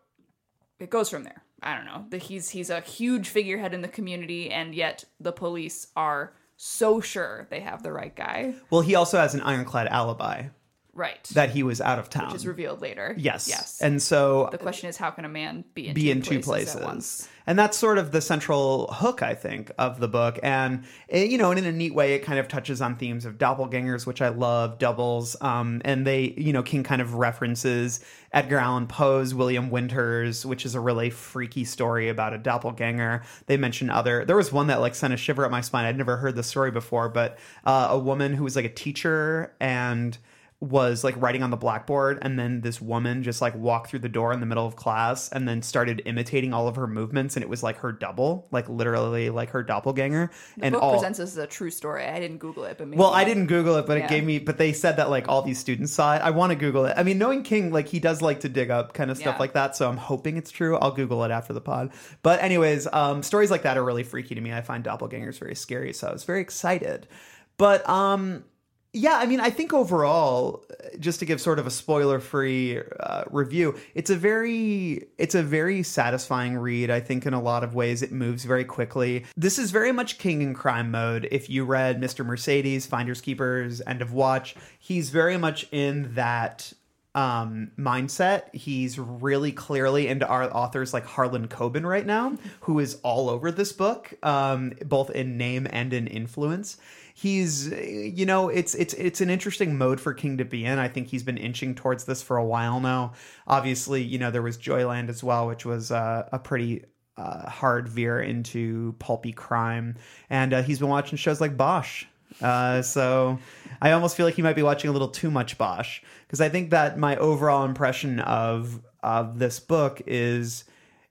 Speaker 9: it goes from there. I don't know. The, he's he's a huge figurehead in the community, and yet the police are so sure they have the right guy,
Speaker 7: Well, he also has an ironclad alibi
Speaker 9: right?
Speaker 7: that he was out of town,
Speaker 9: which is revealed later.
Speaker 7: Yes,
Speaker 9: yes.
Speaker 7: and so
Speaker 9: the question is, how can a man be in
Speaker 7: be
Speaker 9: two
Speaker 7: in two
Speaker 9: places?
Speaker 7: places,
Speaker 9: At once?
Speaker 7: and that's sort of the central hook i think of the book and eh, you know and in a neat way it kind of touches on themes of doppelgangers which i love doubles um, and they you know king kind of references edgar allan poe's william winters which is a really freaky story about a doppelganger they mention other there was one that like sent a shiver up my spine i'd never heard the story before but uh, a woman who was like a teacher and was like writing on the blackboard and then this woman just like walked through the door in the middle of class and then started imitating all of her movements and it was like her double like literally like her doppelganger
Speaker 9: The
Speaker 7: and
Speaker 9: book
Speaker 7: all
Speaker 9: presents this as a true story. I didn't Google it, but maybe
Speaker 7: well i didn't google it but
Speaker 9: Yeah.
Speaker 7: it gave me but they said that like all these students saw it i want to google it i mean knowing king like he does like to dig up kind of stuff
Speaker 9: Yeah.
Speaker 7: like that so i'm hoping it's true i'll google it after the pod but anyways um stories like that are really freaky to me i find doppelgangers very scary so i was very excited but um yeah, I mean, I think overall, uh, just to give sort of a spoiler-free uh, review, it's a very it's a very satisfying read. I think in a lot of ways, it moves very quickly. This is very much King in crime mode. If you read Mister Mercedes, Finders Keepers, End of Watch, he's very much in that um mindset he's really clearly into our authors like harlan coben right now who is all over this book um both in name and in influence he's uh, you know it's it's it's an interesting mode for king to be in i think he's been inching towards this for a while now obviously you know there was joyland as well which was uh, a pretty uh, hard veer into pulpy crime and uh, he's been watching shows like bosch uh, so I almost feel like he might be watching a little too much Bosch because I think that my overall impression of of this book is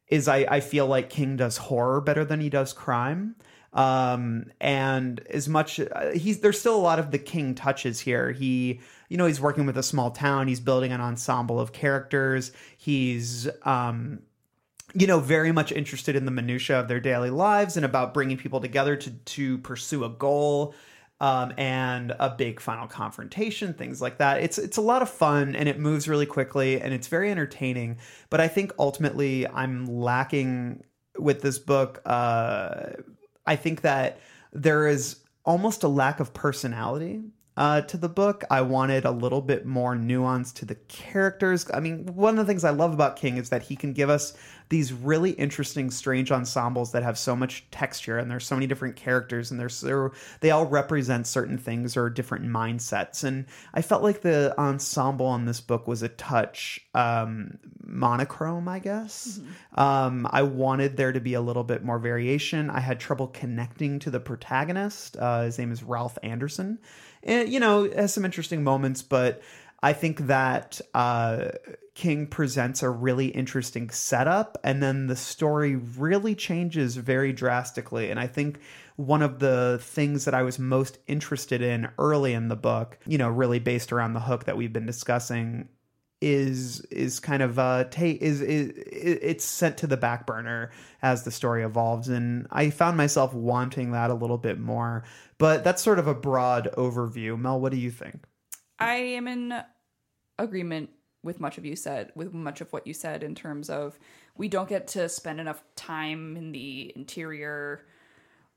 Speaker 7: is I, I feel like King does horror better than he does crime. Um, and as much uh, he's there's still a lot of the King touches here. He you know he's working with a small town. He's building an ensemble of characters. He's um, you know very much interested in the minutia of their daily lives and about bringing people together to to pursue a goal um, and a big final confrontation things like that it's it's a lot of fun and it moves really quickly and it's very entertaining but i think ultimately i'm lacking with this book uh i think that there is almost a lack of personality uh, to the book. I wanted a little bit more nuance to the characters. I mean, one of the things I love about King is that he can give us these really interesting, strange ensembles that have so much texture, and there's so many different characters, and there's so, they all represent certain things or different mindsets. And I felt like the ensemble on this book was a touch um, monochrome, I guess. Um, I wanted there to be a little bit more variation. I had trouble connecting to the protagonist. Uh, his name is Ralph Anderson. And, you know, it has some interesting moments, but I think that uh, King presents a really interesting setup, and then the story really changes very drastically. And I think one of the things that I was most interested in early in the book, you know, really based around the hook that we've been discussing, is is kind of uh ta- is, is i- it's sent to the back burner as the story evolves and i found myself wanting that a little bit more but that's sort of a broad overview mel what do you think
Speaker 9: I am in agreement with much of you said with much of what you said in terms of we don't get to spend enough time in the interior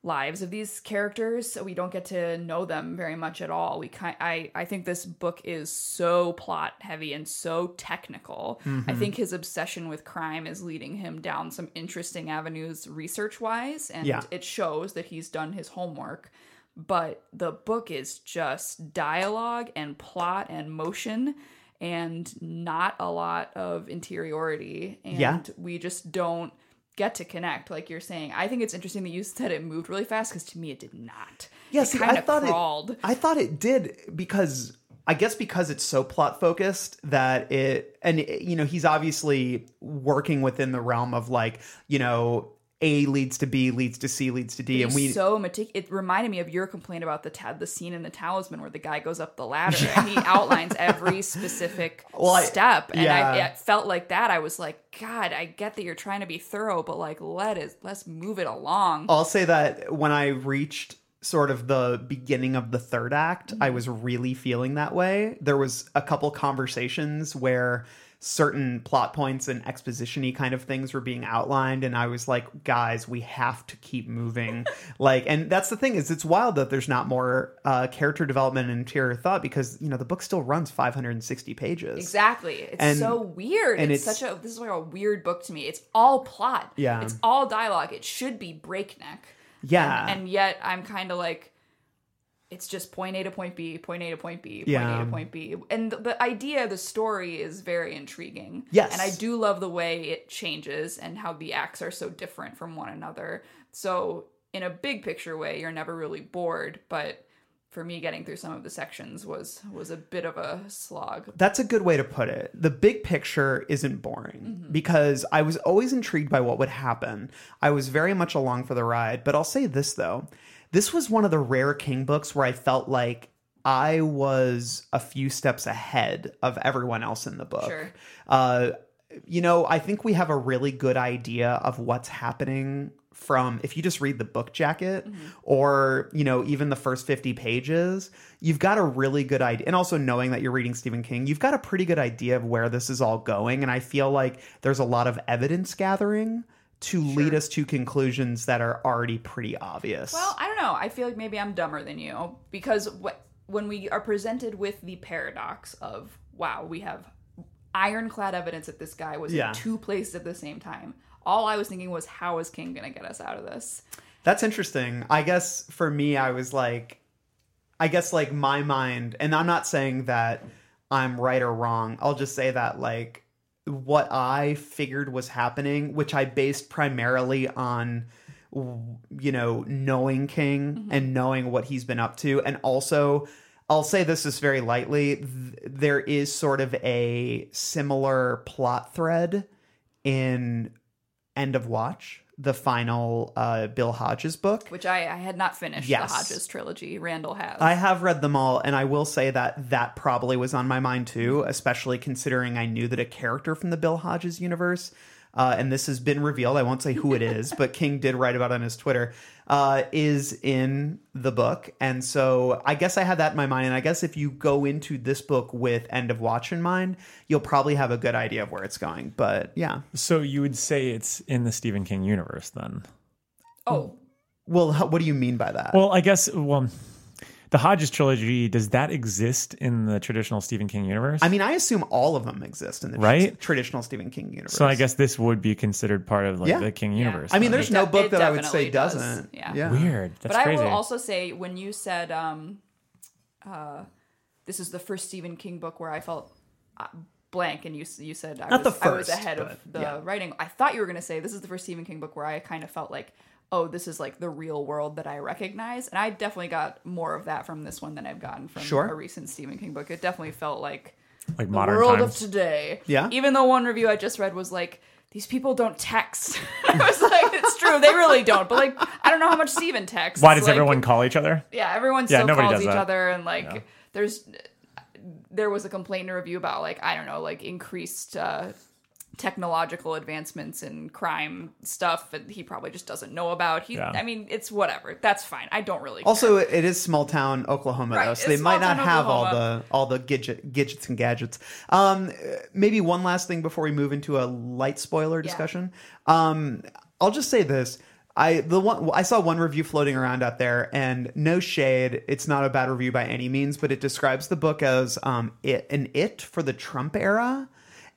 Speaker 9: lives of these characters. So we don't get to know them very much at all. We kind I I think this book is so plot heavy and so technical.
Speaker 12: Mhm.
Speaker 9: I think his obsession with crime is leading him down some interesting avenues research wise, and
Speaker 12: Yeah.
Speaker 9: it shows that he's done his homework. But the book is just dialogue and plot and motion and not a lot of interiority and
Speaker 7: Yeah.
Speaker 9: we just don't get to connect like you're saying i think it's interesting that you said it moved really fast because to me it did not
Speaker 7: Yeah,
Speaker 9: It
Speaker 7: see,
Speaker 9: kinda
Speaker 7: I thought
Speaker 9: crawled.
Speaker 7: it. I thought it did because I guess because it's so plot focused that it, and it- you know, he's obviously working within the realm of like, you know, A leads to B, leads to C, leads to D,
Speaker 9: He's
Speaker 7: and we.
Speaker 9: so meticulous. It reminded me of your complaint about the ta- the scene in the Talisman where the guy goes up the ladder and he outlines every specific
Speaker 7: Well, I-
Speaker 9: step. And
Speaker 7: yeah.
Speaker 9: I it felt like that. I was like, God, I get that you're trying to be thorough, but like, let it let's move it along.
Speaker 7: I'll say that when I reached sort of the beginning of the third act,
Speaker 9: Mm-hmm.
Speaker 7: I was really feeling that way. There was a couple conversations where certain plot points and exposition-y kind of things were being outlined and I was like, guys, we have to keep moving. like and that's the thing is it's wild that there's not more uh, character development and interior thought because you know the book still runs 560 pages.
Speaker 9: Exactly. It's
Speaker 7: And-
Speaker 9: so weird.
Speaker 7: and
Speaker 9: it's,
Speaker 7: it's-
Speaker 9: such a this is like a weird book to me. It's all plot.
Speaker 7: Yeah.
Speaker 9: It's all dialogue. It should be breakneck.
Speaker 7: Yeah.
Speaker 9: And, and yet I'm kind of like it's just point A to point B, point A to point B, point A
Speaker 7: Yeah.
Speaker 9: to point B. And the, the idea, the story is very intriguing.
Speaker 7: Yes.
Speaker 9: And I do love the way it changes and how the acts are so different from one another. So in a big picture way, you're never really bored, but for me getting through some of the sections was was a bit of a slog.
Speaker 7: That's a good way to put it. The big picture isn't boring because I was always intrigued by what would happen. I was very much along for the ride, but I'll say this though. This was one of the rare King books where I felt like I was a few steps ahead of everyone else in the book.
Speaker 9: Sure.
Speaker 7: Uh, you know, I think we have a really good idea of what's happening from if you just read the book jacket
Speaker 9: Mm-hmm.
Speaker 7: or, you know, even the first 50 pages, you've got a really good idea. And also knowing that you're reading Stephen King, you've got a pretty good idea of where this is all going. And I feel like there's a lot of evidence gathering to lead us to conclusions that are already pretty obvious.
Speaker 9: Well, I don't know. I feel like maybe I'm dumber than you because wh- when we are presented with the paradox of, wow, we have ironclad evidence that this guy was
Speaker 7: Yeah.
Speaker 9: in two places at the same time, all I was thinking was, how is King going to get us out of this?
Speaker 7: That's interesting. I guess for me, I was like, I guess like my mind, and I'm not saying that I'm right or wrong. I'll just say that like what I figured was happening, which I based primarily on, w- you know, knowing King and knowing what he's been up to. And also, I'll say this just very lightly th- there is sort of a similar plot thread in End of Watch, the final uh, Bill Hodges book.
Speaker 9: Which I, I had not finished
Speaker 7: Yes.
Speaker 9: the Hodges trilogy. Randall has.
Speaker 7: I have read them all, and I will say that that probably was on my mind too, especially considering I knew that a character from the Bill Hodges universe, uh, and this has been revealed, I won't say who it is, but King did write about it on his Twitter, uh, is in the book. And so I guess I had that in my mind. And I guess if you go into this book with End of Watch in mind, you'll probably have a good idea of where it's going. But yeah.
Speaker 8: So you would say it's in the Stephen King universe then?
Speaker 9: Oh.
Speaker 7: Well, how, what do you mean by that?
Speaker 8: Well, I guess well the Hodges trilogy does that exist in the traditional Stephen King universe?
Speaker 7: I mean, I assume all of them exist in the tr-
Speaker 8: Right?
Speaker 7: traditional Stephen King universe.
Speaker 8: so I guess this would be considered part of like
Speaker 7: Yeah.
Speaker 8: the King
Speaker 7: Yeah.
Speaker 8: universe.
Speaker 7: I mean,
Speaker 8: then.
Speaker 7: there's no
Speaker 9: de-
Speaker 7: book
Speaker 9: it
Speaker 7: that I would say
Speaker 9: definitely does.
Speaker 7: doesn't.
Speaker 9: Yeah.
Speaker 8: Weird. That's
Speaker 9: but
Speaker 8: crazy.
Speaker 9: I will also say when you said um, uh, this is the first Stephen King book where I felt uh, blank, and you s- you said I,
Speaker 7: Not
Speaker 9: was,
Speaker 7: the
Speaker 9: I was
Speaker 7: first,
Speaker 9: ahead of
Speaker 7: but,
Speaker 9: the
Speaker 7: yeah.
Speaker 9: writing. I thought you were going to say this is the first Stephen King book where I kind of felt like oh this is like the real world that I recognize, and I definitely got more of that from this one than I've gotten from
Speaker 8: Sure.
Speaker 9: a recent Stephen King book. It definitely felt like
Speaker 8: like
Speaker 9: the
Speaker 8: modern
Speaker 9: world
Speaker 8: times.
Speaker 9: of today.
Speaker 8: Yeah.
Speaker 9: Even though one review I just read was like, these people don't text. I was like, it's true, they really don't. But like, I don't know how much Steven texts.
Speaker 8: Why does
Speaker 9: Like,
Speaker 8: everyone call each other?
Speaker 9: Yeah, everyone
Speaker 8: Yeah,
Speaker 9: still
Speaker 8: nobody
Speaker 9: calls
Speaker 8: does
Speaker 9: each
Speaker 8: that.
Speaker 9: other, and like, there's there was a complaint in a review about like I don't know, like increased. uh technological advancements and crime stuff that he probably just doesn't know about he
Speaker 7: Yeah.
Speaker 9: i mean it's whatever that's fine i don't really
Speaker 7: Also, it is small town Oklahoma,
Speaker 9: Right,
Speaker 7: though, so
Speaker 9: it's
Speaker 7: they might
Speaker 9: small
Speaker 7: not
Speaker 9: town
Speaker 7: have all
Speaker 9: Oklahoma.
Speaker 7: the all the gadget, gadgets and gadgets. Um, uh, maybe one last thing before we move into a light spoiler discussion. Um, I'll just say this: I the one I saw one review floating around out there, and no shade, it's not a bad review by any means, but it describes the book as um, it, an it for the Trump era.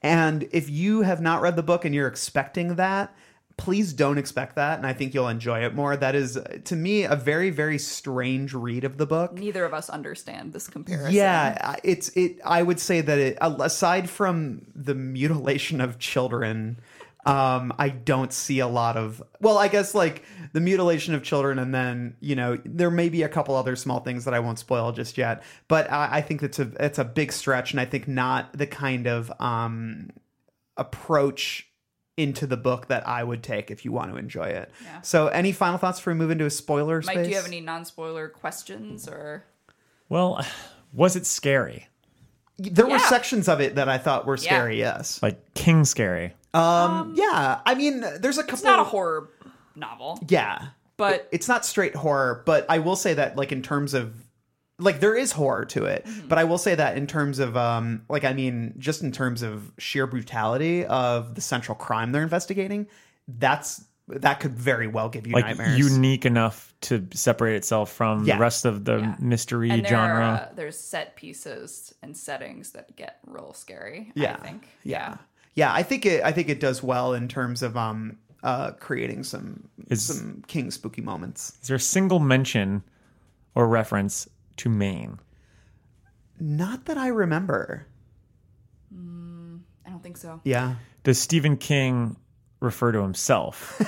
Speaker 7: And if you have not read the book and you're expecting that, please don't expect that. And I think you'll enjoy it more. That is, to me, a very very strange read of the book.
Speaker 9: Neither of us understand this comparison.
Speaker 7: Yeah, I- it's it. I would say that it, aside from the mutilation of children, um, I don't see a lot of. Well, I guess like the mutilation of children, and then you know there may be a couple other small things that I won't spoil just yet. But I, I think that's a it's a big stretch, and I think not the kind of um, approach into the book that I would take if you want to enjoy it.
Speaker 9: Yeah.
Speaker 7: So, any final thoughts before we move into a spoiler
Speaker 9: Mike,
Speaker 7: space?
Speaker 9: do you have any non-spoiler questions or?
Speaker 8: Well, was it scary?
Speaker 7: There were
Speaker 9: Yeah.
Speaker 7: sections of it that I thought were
Speaker 9: Yeah.
Speaker 7: scary. Yes.
Speaker 8: Like king scary.
Speaker 7: Um, Yeah. I mean, there's a couple.
Speaker 9: It's not a horror novel.
Speaker 7: Yeah.
Speaker 9: But-
Speaker 7: It- it's not straight horror, but I will say that like in terms of like there is horror to it,
Speaker 9: Mm-hmm.
Speaker 7: but I will say that in terms of um like I mean just in terms of sheer brutality of the central crime they're investigating, that's that could very well give you
Speaker 8: like
Speaker 7: nightmares.
Speaker 8: unique enough to separate itself from
Speaker 7: Yeah.
Speaker 8: the rest of the mystery
Speaker 9: And there
Speaker 8: genre.
Speaker 9: are, uh, there's set pieces and settings that get real scary.
Speaker 7: yeah.
Speaker 9: I think.
Speaker 7: Yeah. Yeah, I think it I think it does well in terms of um uh creating some
Speaker 8: Is-
Speaker 7: some king spooky moments.
Speaker 8: Is there a single mention or reference to Maine?
Speaker 7: Not that I remember.
Speaker 9: I don't think so.
Speaker 7: Yeah.
Speaker 8: Does Stephen King refer to himself?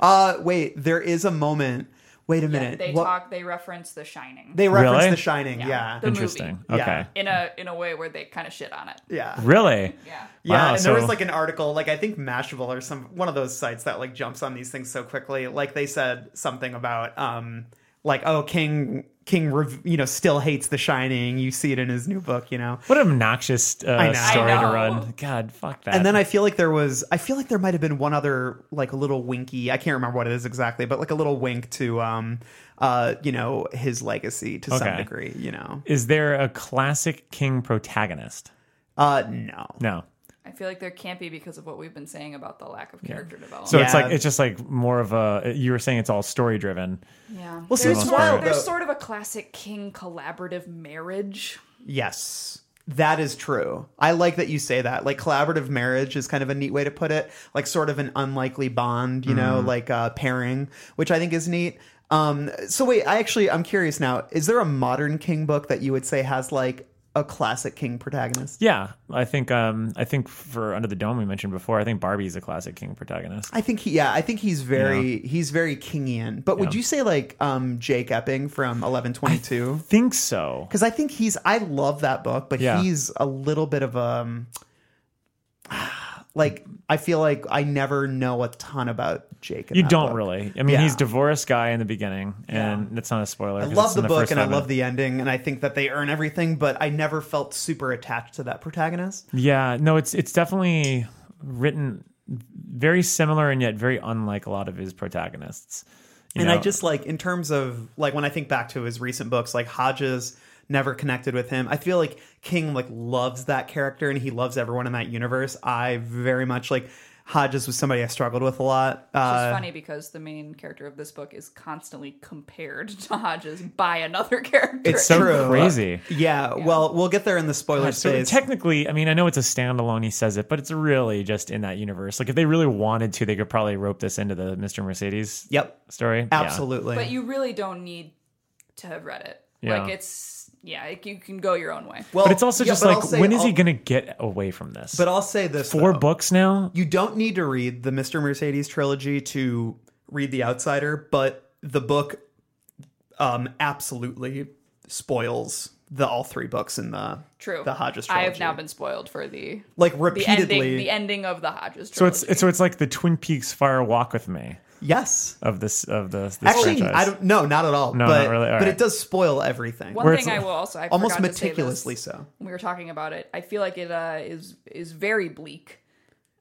Speaker 7: Uh wait, there is a moment. Wait a minute.
Speaker 9: They
Speaker 7: What-
Speaker 9: talk. They reference The Shining.
Speaker 7: They reference
Speaker 8: Really?
Speaker 7: The Shining. Yeah.
Speaker 9: The
Speaker 8: Interesting.
Speaker 9: movie.
Speaker 8: Okay.
Speaker 9: In a in a way where they kind of shit on it.
Speaker 7: Yeah.
Speaker 8: Really?
Speaker 9: Yeah.
Speaker 7: Yeah,
Speaker 8: Wow,
Speaker 7: and
Speaker 8: so
Speaker 7: there was like an article, like I think Mashable or some one of those sites that like jumps on these things so quickly. Like they said something about um like oh King King rev- you know still hates The Shining. You see it in his new book, you know.
Speaker 8: what an obnoxious
Speaker 7: I know.
Speaker 8: uh, story
Speaker 7: I
Speaker 8: to
Speaker 7: know.
Speaker 8: run. God, fuck that.
Speaker 7: And then I feel like there was I feel like there might have been one other like little winky. I can't remember what it is exactly, but like a little wink to um uh you know his legacy to some
Speaker 8: Okay.
Speaker 7: degree, you know.
Speaker 8: Is there a classic King protagonist?
Speaker 7: Uh no.
Speaker 8: No.
Speaker 9: I feel like there can't be because of what we've been saying about the lack of character development.
Speaker 8: So it's like it's just like more of a. You were saying it's all story driven.
Speaker 9: Yeah.
Speaker 7: Well, see,
Speaker 9: there's
Speaker 7: it's
Speaker 9: sort,
Speaker 7: wild,
Speaker 9: There's
Speaker 7: though.
Speaker 9: sort of a classic king collaborative marriage.
Speaker 7: Yes, that is true. I like that you say that. Like collaborative marriage is kind of a neat way to put it. Like sort of an unlikely bond, you know,
Speaker 8: Mhm.
Speaker 7: like uh, pairing, which I think is neat. Um, so wait, I actually I'm curious now. Is there a modern King book that you would say has like a classic King protagonist?
Speaker 8: Yeah, I think um I think for Under the Dome we mentioned before, I think Barbie's a classic King protagonist.
Speaker 7: I think he, yeah, I think he's very he's very Kingian. But would
Speaker 8: Yeah.
Speaker 7: you say like um, Jake Epping from 1122? I
Speaker 8: think so.
Speaker 7: Because I think he's I love that book, but
Speaker 8: Yeah.
Speaker 7: he's a little bit of um like I feel like I never know a ton about Jake. in
Speaker 8: You
Speaker 7: that
Speaker 8: don't
Speaker 7: book.
Speaker 8: really. I mean,
Speaker 7: Yeah.
Speaker 8: he's divorced guy in the beginning, and that's not a spoiler.
Speaker 7: I
Speaker 8: 'cause
Speaker 7: love
Speaker 8: it's
Speaker 7: the,
Speaker 8: in
Speaker 7: book
Speaker 8: first
Speaker 7: and I
Speaker 8: five
Speaker 7: love the ending, and I think that they earn everything, but I never felt super attached to that protagonist.
Speaker 8: Yeah, no, it's it's definitely written very similar and yet very unlike a lot of his protagonists. You
Speaker 7: and I
Speaker 8: know,
Speaker 7: just like in terms of like when I think back to his recent books, like Hodges never connected with him. I feel like King like loves that character and he loves everyone in that universe. I very much like Hodges was somebody I struggled with a lot.
Speaker 9: Which
Speaker 7: Uh,
Speaker 9: is funny because the main character of this book is constantly compared to Hodges by another character.
Speaker 7: It's
Speaker 8: So
Speaker 7: true.
Speaker 8: crazy.
Speaker 7: Yeah, Well, we'll get there in the spoiler
Speaker 8: God, Uh, so
Speaker 7: space.
Speaker 8: technically, I mean, I know it's a standalone. He says it, but it's really just in that universe. Like, if they really wanted to, they could probably rope this into the Mister Mercedes.
Speaker 7: Yep.
Speaker 8: Story. Yeah.
Speaker 7: Absolutely.
Speaker 9: But you really don't need to have read it.
Speaker 8: Yeah.
Speaker 9: Like it's yeah, like you can go your own way.
Speaker 7: Well,
Speaker 8: but it's also
Speaker 7: yeah,
Speaker 8: just
Speaker 7: but I'll
Speaker 8: like,
Speaker 7: say
Speaker 8: when is he
Speaker 7: I'll-
Speaker 8: going to get away from this?
Speaker 7: But I'll say this:
Speaker 8: Four
Speaker 7: though.
Speaker 8: books now.
Speaker 7: You don't need to read the Mister Mercedes trilogy to read The Outsider, but the book um, absolutely spoils the all three books in the
Speaker 9: True.
Speaker 7: the Hodges
Speaker 9: I
Speaker 7: trilogy.
Speaker 9: have now been spoiled for the
Speaker 7: Like,
Speaker 9: the ending,
Speaker 7: repeatedly-
Speaker 9: the ending of the Hodges.
Speaker 8: So it's,
Speaker 9: trilogy.
Speaker 8: it's so it's like the Twin Peaks Fire Walk with Me.
Speaker 7: Yes.
Speaker 8: Of this of this, this
Speaker 7: Actually,
Speaker 8: franchise.
Speaker 7: I don't. No, not at all.
Speaker 8: No,
Speaker 7: but,
Speaker 8: not really. All
Speaker 7: but
Speaker 8: right.
Speaker 7: it does spoil everything.
Speaker 9: One thing I will also I
Speaker 7: almost
Speaker 9: forgot to say this.
Speaker 7: meticulously so.
Speaker 9: we were talking about it. I feel like it uh, is is very bleak.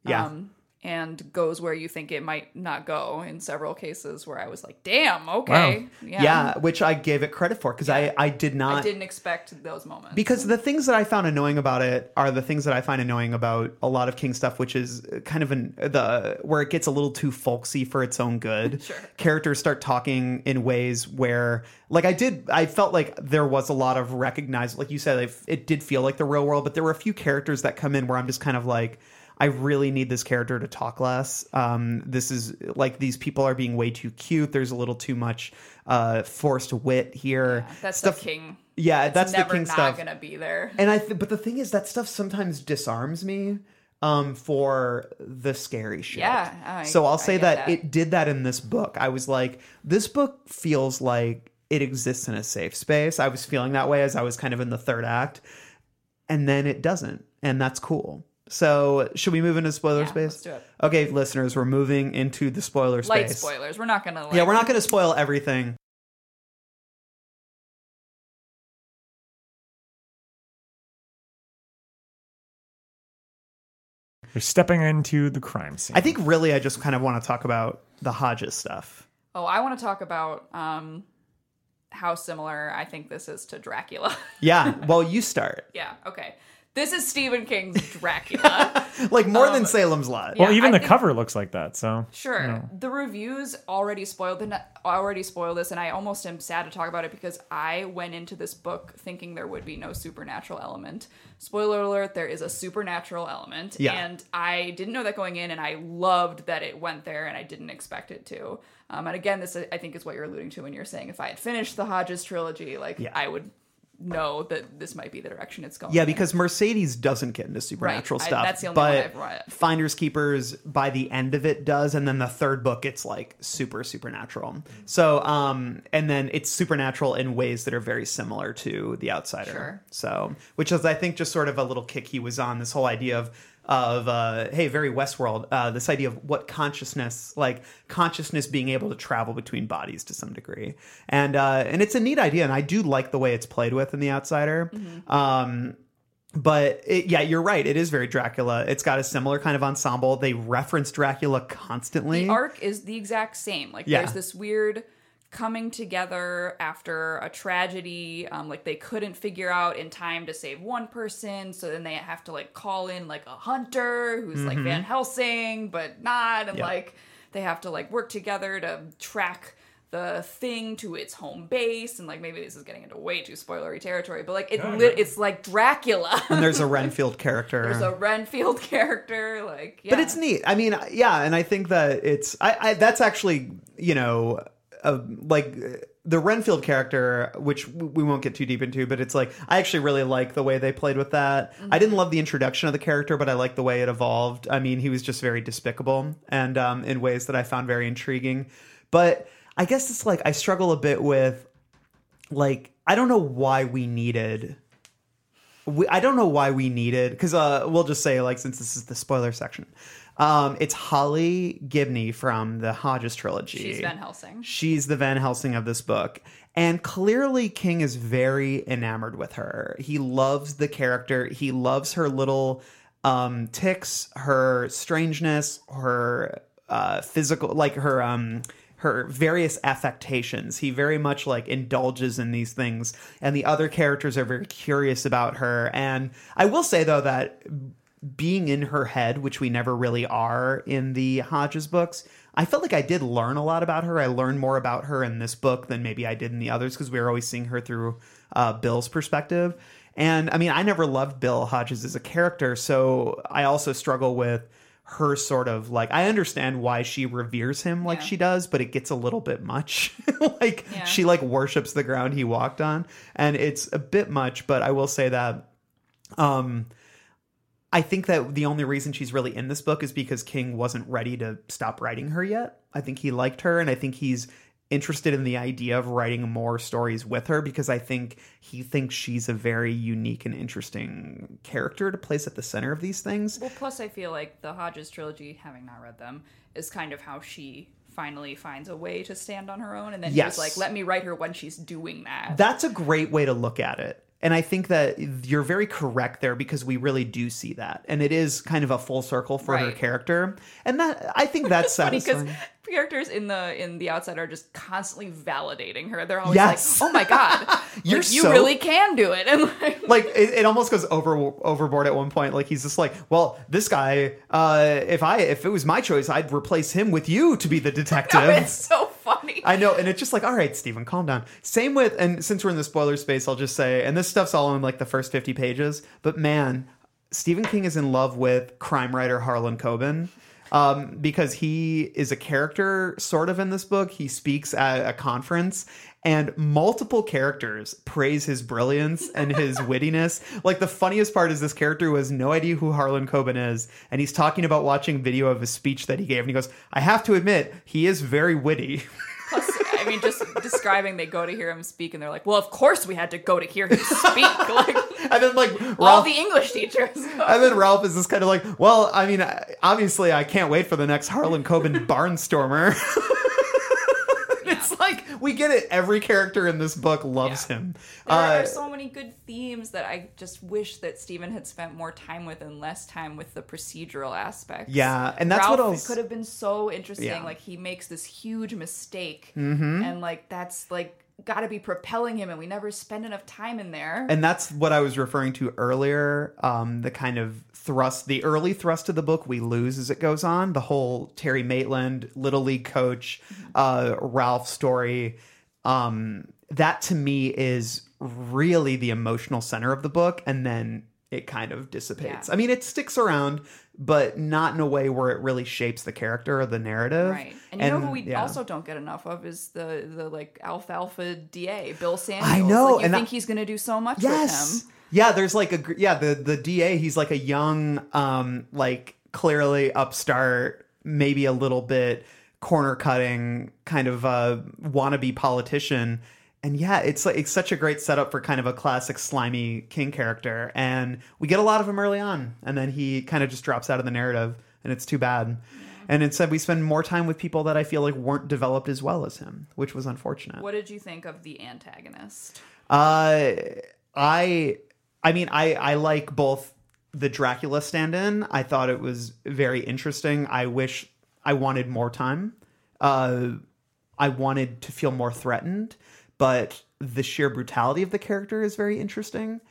Speaker 7: Yeah.
Speaker 9: Um, and goes where you think it might not go in several cases where I was like, damn, okay.
Speaker 7: Wow. Yeah. which I gave it credit for because I, I did not.
Speaker 9: I didn't expect those moments.
Speaker 7: Because the things that I found annoying about it are the things that I find annoying about a lot of King stuff, which is kind of an the where it gets a little too folksy for its own good.
Speaker 9: Sure.
Speaker 7: Characters start talking in ways where, like, I did, I felt like there was a lot of recognized, like you said, it, it did feel like the real world, but there were a few characters that come in where I'm just kind of like. I really need this character to talk less. Um, this is like these people are being way too cute. There's a little too much uh, forced wit here.
Speaker 9: That's the king.
Speaker 7: Yeah,
Speaker 9: It's
Speaker 7: that's the
Speaker 9: never
Speaker 7: king
Speaker 9: not
Speaker 7: stuff.
Speaker 9: gonna be there.
Speaker 7: And I, th- but the thing is, that stuff sometimes disarms me um, for the scary shit.
Speaker 9: Yeah, I-
Speaker 7: so I'll
Speaker 9: I
Speaker 7: say
Speaker 9: get
Speaker 7: that,
Speaker 9: that.
Speaker 7: it did that in this book. I was like, this book feels like it exists in a safe space. I was feeling that way as I was kind of in the third act, and then it doesn't, and that's cool. So should we move into spoiler space?
Speaker 9: let's do it.
Speaker 7: Okay, listeners, we're moving into the spoiler
Speaker 9: Light
Speaker 7: space.
Speaker 9: spoilers. We're not gonna. Like,
Speaker 7: Yeah, we're not going to spoil everything.
Speaker 8: You're stepping into the crime scene.
Speaker 7: I think really, I just kind of want to talk about the Hodges stuff.
Speaker 9: Oh, I want to talk about um, how similar I think this is to Dracula.
Speaker 7: Yeah. Well, you start.
Speaker 9: yeah. Okay. This is Stephen King's Dracula.
Speaker 7: Like more than Salem's Lot.
Speaker 9: Well, yeah, even I the think-
Speaker 8: cover looks like that. So
Speaker 9: Sure. The reviews already spoiled the already spoiled this, and I almost am sad to talk about it because I went into this book thinking there would be no supernatural element. Spoiler alert: there is a supernatural element,
Speaker 12: Yeah.
Speaker 9: and I didn't know that going in, and I loved that it went there, and I didn't expect it to. Um, and again, this I think is what you're alluding to when you're saying if I had finished the Hodges trilogy, like
Speaker 7: Yeah.
Speaker 9: I would know that this might be the direction it's going.
Speaker 7: Yeah,
Speaker 9: in.
Speaker 7: because Mercedes doesn't get into supernatural
Speaker 9: Right, I-
Speaker 7: stuff.
Speaker 9: that's the only
Speaker 7: but
Speaker 9: one I've read.
Speaker 7: Finders Keepers by the end of it does, and then the third book it's like super supernatural. So, um, and then it's supernatural in ways that are very similar to The Outsider.
Speaker 9: Sure.
Speaker 7: So, which is I think just sort of a little kick he was on this whole idea of of uh, hey, very Westworld. Uh, this idea of what consciousness, like consciousness, being able to travel between bodies to some degree, and uh, and it's a neat idea, and I do like the way it's played with in The Outsider. Um, but it, yeah, you're right. It is very Dracula. It's got a similar kind of ensemble. They reference Dracula constantly.
Speaker 9: The arc is the exact same. Like
Speaker 7: Yeah.
Speaker 9: there's this weird coming together after a tragedy. Um, like they couldn't figure out in time to save one person, so then they have to like call in like a hunter who's like
Speaker 7: Mm-hmm.
Speaker 12: Mhm.
Speaker 9: Van Helsing, but not, and
Speaker 12: Yeah.
Speaker 9: like they have to like work together to track the thing to its home base and like maybe this is getting into way too spoilery territory but like it
Speaker 7: No,
Speaker 9: lit- it's like dracula
Speaker 7: and there's a Renfield character.
Speaker 9: there's a renfield character like yeah
Speaker 7: But it's neat. I mean, yeah, and I think that it's I, I that's actually you know uh, like uh, the Renfield character, which w- we won't get too deep into, but it's like I actually really like the way they played with that. I
Speaker 9: Mm-hmm.
Speaker 7: didn't love the introduction of the character, but I like the way it evolved. I mean, he was just very despicable and um, in ways that I found very intriguing. But I guess it's like I struggle a bit with like I don't know why we needed we, I don't know why we needed because uh, we'll just say like since this is the spoiler section, um, it's Holly Gibney from the Hodges trilogy.
Speaker 9: she's van helsing
Speaker 7: She's the Van Helsing of this book. And clearly, King is very enamored with her. He loves the character, he loves her little um, ticks, her strangeness, her uh, physical, like her. Um, her various affectations. He very much like indulges in these things, and the other characters are very curious about her. And I will say though that being in her head, which we never really are in the Hodges books, I felt like I did learn a lot about her. I learned more about her in this book than maybe I did in the others because we were always seeing her through uh, Bill's perspective. And I mean, I never loved Bill Hodges as a character, so I also struggle with her sort of like I understand why she reveres him like she does, but it gets a little bit much. like she like worships the ground he walked on, and it's a bit much. But I will say that um I think that the only reason she's really in this book is because King wasn't ready to stop writing her yet. I think he liked her and I think he's interested in the idea of writing more stories with her because I think he thinks she's a very unique and interesting character to place at the center of these things.
Speaker 9: Well, plus I feel like the Hodges trilogy, having not read them, is kind of how she finally finds a way to stand on her own, and then he's
Speaker 7: Yes.
Speaker 9: like, "Let me write her when she's doing that."
Speaker 7: That's a great way to look at it. And I think that you're very correct there because we really do see that. And it is kind of a full circle for her
Speaker 9: Right.
Speaker 7: character. And that I think that's
Speaker 9: because
Speaker 7: satisfying.
Speaker 9: characters in the in the outside are just constantly validating her. They're always
Speaker 7: Yes.
Speaker 9: like, "Oh my god,
Speaker 7: You're
Speaker 9: like, you
Speaker 7: so-
Speaker 9: really can do it." And like,
Speaker 7: like it, it almost goes over overboard at one point. Like he's just like, well, this guy. Uh, if I if it was my choice, I'd replace him with you to be the detective.
Speaker 9: it's so funny.
Speaker 7: I know, and it's just like, all right, Stephen, calm down. Same with, and since we're in the spoiler space, I'll just say, and this stuff's all in like the first fifty pages. But man, Stephen King is in love with crime writer Harlan Coben. Um, because he is a character sort of in this book. He speaks at a conference and multiple characters praise his brilliance and his wittiness. Like the funniest part is this character who has no idea who Harlan Coben is, and he's talking about watching video of a speech that he gave, and he goes, I have to admit, he is very witty.
Speaker 9: I mean, just describing they go to hear him speak, and they're like, "Well, of course we had to go to hear him speak." Like,
Speaker 7: and then like
Speaker 9: all
Speaker 7: Ralph-
Speaker 9: the English teachers.
Speaker 7: And then Ralph is just kind of like, well, I mean, I- obviously, I can't wait for the next Harlan Coben barnstormer. It's like we get it. Every character in this book loves him.
Speaker 9: There
Speaker 7: Uh,
Speaker 9: are so many good themes that I just wish that Steven had spent more time with and less time with the procedural aspects.
Speaker 7: Yeah, and that's
Speaker 9: Ralph
Speaker 7: what I was-
Speaker 9: could have been so interesting.
Speaker 7: Yeah.
Speaker 9: Like he makes this huge mistake,
Speaker 7: Mhm.
Speaker 9: and like that's like got to be propelling him, and we never spend enough time in there.
Speaker 7: And that's what I was referring to earlier. Um, the kind of thrust, the early thrust of the book, we lose as it goes on. The whole Terry Maitland, Little League coach,
Speaker 9: Mm-hmm.
Speaker 7: uh, Ralph story. Um, that to me is really the emotional center of the book. And then it kind of dissipates.
Speaker 12: Yeah.
Speaker 7: I mean, it sticks around, but not in a way where it really shapes the character or the narrative.
Speaker 9: Right, and you know who we
Speaker 7: yeah.
Speaker 9: also don't get enough of is the the like alfalfa DA Bill Samuels.
Speaker 7: know,
Speaker 9: like, you
Speaker 7: and
Speaker 9: think
Speaker 7: I-
Speaker 9: he's going to do so much with him.
Speaker 7: Yes. Yeah, there's like a gr- yeah, the the DA, he's like a young um like clearly upstart, maybe a little bit corner cutting kind of uh wannabe politician. And yeah, it's like it's such a great setup for kind of a classic slimy king character and we get a lot of him early on and then he kind of just drops out of the narrative and it's too bad. And instead we spend more time with people that I feel like weren't developed as well as him, which was unfortunate.
Speaker 9: What did you think of the antagonist?
Speaker 7: Uh, I, I mean, I I like both the Dracula stand-in. I thought it was very interesting. I wish I wanted more time. Uh, I wanted to feel more threatened, but the sheer brutality of the character is very interesting.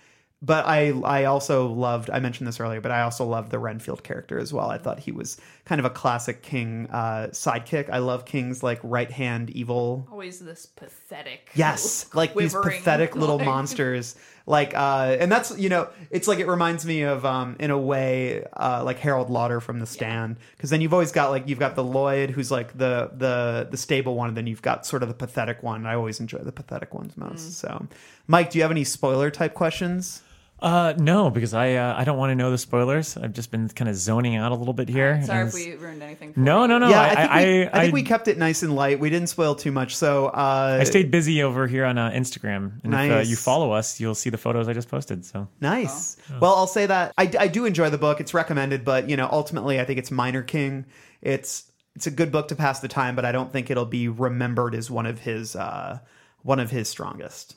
Speaker 7: But I I also loved I mentioned this earlier, but I also loved the Renfield character as well. I thought he was kind of a classic King uh, sidekick. I love King's like right hand evil
Speaker 9: Always this pathetic.
Speaker 7: Yes, like these
Speaker 9: quivering,
Speaker 7: pathetic little
Speaker 9: like-
Speaker 7: monsters. Like, uh, and that's you know, it's like it reminds me of, um, in a way, uh, like Harold Lauder from The Stand, because then you've always got like you've got the Lloyd who's like the the the stable one, and then you've got sort of the pathetic one. I always enjoy the pathetic ones most.
Speaker 8: Mm.
Speaker 7: So, Mike, do you have any spoiler type questions?
Speaker 8: Uh, no, because I uh, I don't want to know the spoilers. I've just been kind of zoning out a little bit here.
Speaker 9: Sorry
Speaker 8: and
Speaker 9: if
Speaker 8: it's-
Speaker 9: we ruined anything. For
Speaker 8: No,
Speaker 9: you.
Speaker 8: no, no.
Speaker 7: yeah,
Speaker 8: I,
Speaker 7: I, think, we,
Speaker 8: I,
Speaker 7: I think we kept it nice and light. We didn't spoil too much, so uh,
Speaker 8: I stayed busy over here on uh, Instagram, and if uh,
Speaker 7: Nice.
Speaker 8: you follow us, you'll see the photos I just posted. So
Speaker 7: Nice. Well, I'll say that I, I do enjoy the book. It's recommended, but you know, ultimately, I think it's Minor King. It's it's a good book to pass the time, but I don't think it'll be remembered as one of his uh, one of his strongest.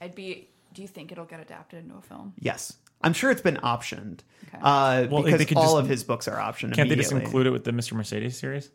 Speaker 9: I'd be. Do you think it'll get adapted into a film?
Speaker 7: Yes, I'm sure it's been optioned uh,
Speaker 8: Well, they
Speaker 7: because
Speaker 8: could
Speaker 7: all
Speaker 8: just-
Speaker 7: of his books are optioned.
Speaker 8: can't they just
Speaker 7: immediately.
Speaker 8: include it with the Mr. Mercedes series?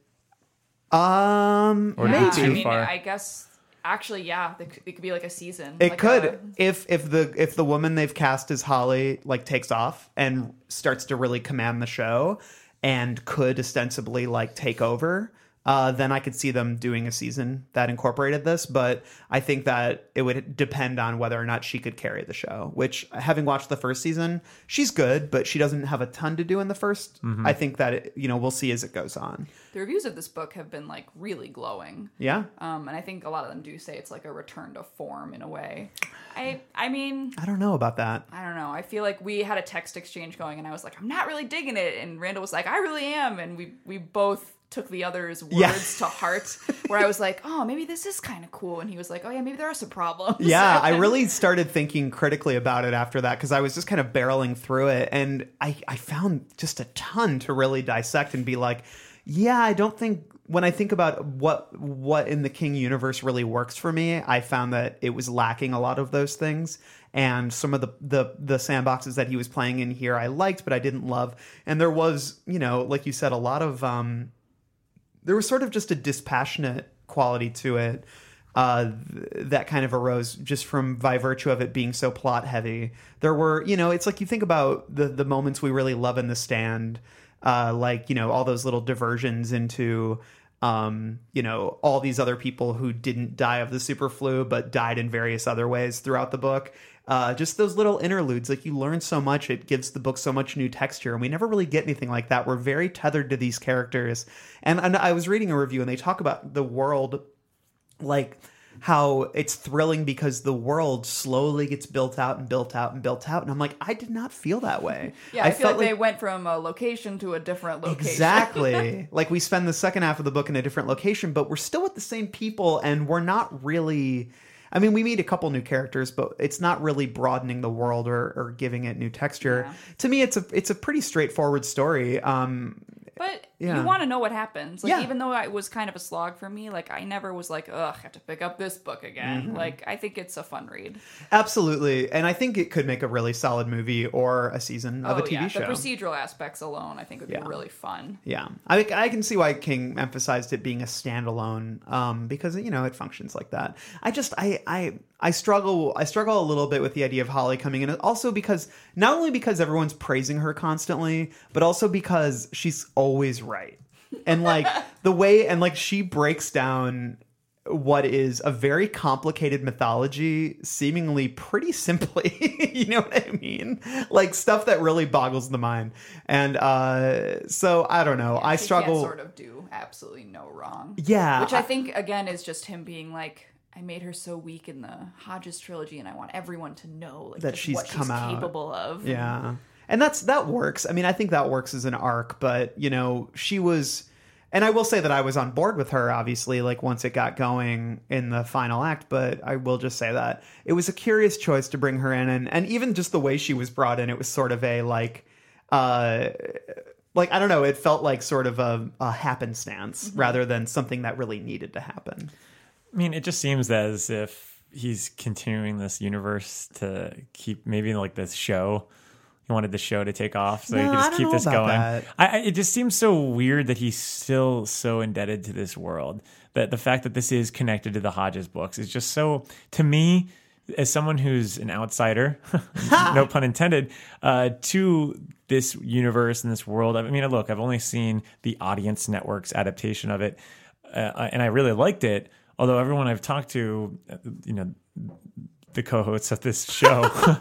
Speaker 7: Um,
Speaker 8: Or
Speaker 7: maybe.
Speaker 8: did too
Speaker 9: I mean,
Speaker 8: far?
Speaker 9: I guess actually, yeah, it could, it could be like a season.
Speaker 7: It
Speaker 9: like uh,
Speaker 7: could
Speaker 9: a-
Speaker 7: if if the if the woman they've cast as Holly like takes off and starts to really command the show and could ostensibly like take over. Uh, then I could see them doing a season that incorporated this, but I think that it would depend on whether or not she could carry the show. Which, having watched the first season, she's good, but she doesn't have a ton to do in the 1st
Speaker 8: Mhm.
Speaker 7: I think that it, you know we'll see as it goes on.
Speaker 9: the reviews of this book have been like really glowing.
Speaker 7: Yeah.
Speaker 9: Um, and I think a lot of them do say it's like a return to form in a way. I I mean
Speaker 7: I don't know about that.
Speaker 9: I don't know. I feel like we had a text exchange going, and I was like, I'm not really digging it, and Randall was like, I really am, and we we both took the other's words
Speaker 7: Yeah.
Speaker 9: to heart. Where I was like, oh, maybe this is kind of cool, and he was like, oh yeah, maybe there are some problems.
Speaker 7: yeah i really started thinking critically about it after that because i was just kind of barreling through it and I, I found just a ton to really dissect and be like Yeah, I don't think when I think about what what in the King universe really works for me, I found that it was lacking a lot of those things. And some of the the the sandboxes that he was playing in here, I liked, but I didn't love. And there was, you know, like you said, a lot of um, there was sort of just a dispassionate quality to it uh, th- that kind of arose just from by virtue of it being so plot heavy. There were, you know, it's like you think about the the moments we really love in the stand, uh, like you know all those little diversions into. Um, you know, all these other people who didn't die of the super flu, but died in various other ways throughout the book. Uh, just those little interludes, like you learn so much, it gives the book so much new texture, and we never really get anything like that. We're very tethered to these characters, and, and I was reading a review, and they talk about the world like how it's thrilling because the world slowly gets built out and built out and built out and i'm like i did not feel that way
Speaker 9: Yeah, I, feel like, they went from a location to a different location.
Speaker 7: exactly like we spend the second half of the book in a different location but we're still with the same people and we're not really i mean we meet a couple new characters but it's not really broadening the world or, or giving it new texture to me it's a it's a pretty straightforward story um
Speaker 9: But
Speaker 7: Yeah.
Speaker 9: you want to know what happens. Like,
Speaker 7: Yeah.
Speaker 9: even though it was kind of a slog for me, like, I never was like, ugh, I have to pick up this book again.
Speaker 7: Mhm.
Speaker 9: Like, I think it's a fun read.
Speaker 7: absolutely and i think it could make a really solid movie or a season of a tv
Speaker 9: Oh, yeah.
Speaker 7: show
Speaker 9: The procedural aspects alone, I think, would
Speaker 7: Yeah.
Speaker 9: be really fun.
Speaker 7: Yeah, I I can see why King emphasized it being a standalone, um, because you know it functions like that. I just I I I struggle I struggle a little bit with the idea of Holly coming in, also because not only because everyone's praising her constantly, but also because she's always right, and like the way and like she breaks down what is a very complicated mythology seemingly pretty simply you know what i mean like stuff that really boggles the mind and uh so i don't know i
Speaker 9: She
Speaker 7: struggle
Speaker 9: Can't sort of do absolutely no wrong.
Speaker 7: Yeah,
Speaker 9: Which I,
Speaker 7: I-
Speaker 9: think, again, is just him being like, I made her so weak in the Hodges trilogy, and I want everyone to know like,
Speaker 7: that
Speaker 9: just
Speaker 7: she's
Speaker 9: what
Speaker 7: come
Speaker 9: she's
Speaker 7: out
Speaker 9: capable of.
Speaker 7: Yeah, and that's that works. I mean, I think that works as an arc, but you know, she was, and I will say that I was on board with her. Obviously, like once it got going in the final act, but I will just say that it was a curious choice to bring her in, and and even just the way she was brought in, it was sort of a like. uh like I don't know, it felt like sort of a, a happenstance
Speaker 8: Mhm.
Speaker 7: rather than something that really needed to happen.
Speaker 8: I mean, it just seems as if he's continuing this universe to keep maybe like this show. He wanted the show to take off, so he
Speaker 7: No,
Speaker 8: could
Speaker 7: I
Speaker 8: just
Speaker 7: don't
Speaker 8: keep
Speaker 7: know
Speaker 8: this
Speaker 7: about
Speaker 8: going.
Speaker 7: that.
Speaker 8: I, I, it just seems so weird that he's still so indebted to this world. That the fact that this is connected to the Hodges books is just so, to me, as someone who's an outsider, no pun intended, uh, to this universe and this world. I mean, look, I've only seen the Audience Network's adaptation of it, uh, and I really liked it. Although everyone I've talked to, uh, you know, the co-hosts of this show.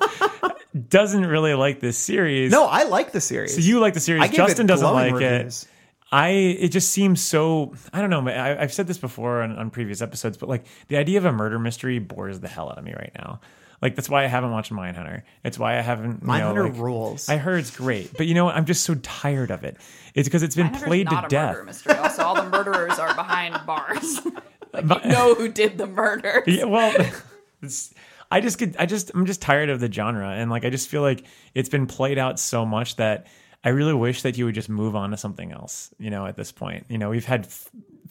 Speaker 8: doesn't really like this series.
Speaker 7: No, I like the series.
Speaker 8: So you like the
Speaker 7: I
Speaker 8: series.
Speaker 7: gave it
Speaker 8: Justin doesn't
Speaker 7: glowing
Speaker 8: like
Speaker 7: reviews.
Speaker 8: it. I it just seems so I don't know I, I've said this before on, on previous episodes but like the idea of a murder mystery bores the hell out of me right now like that's why I haven't watched Mindhunter it's why I haven't you know,
Speaker 7: Mindhunter
Speaker 8: like-
Speaker 7: rules.
Speaker 8: I heard it's great but you know what I'm just so tired of it it's because it's been
Speaker 9: Hunter's
Speaker 8: played
Speaker 9: not
Speaker 8: to
Speaker 9: a
Speaker 8: death
Speaker 9: murder mystery. Also, all the murderers are behind bars. like, you know who did the murder.
Speaker 8: yeah, well, it's, I just get, I just, I'm just tired of the genre, and like, I just feel like it's been played out so much that I really wish that you would just move on to something else. You know, at this point, you know, we've had f-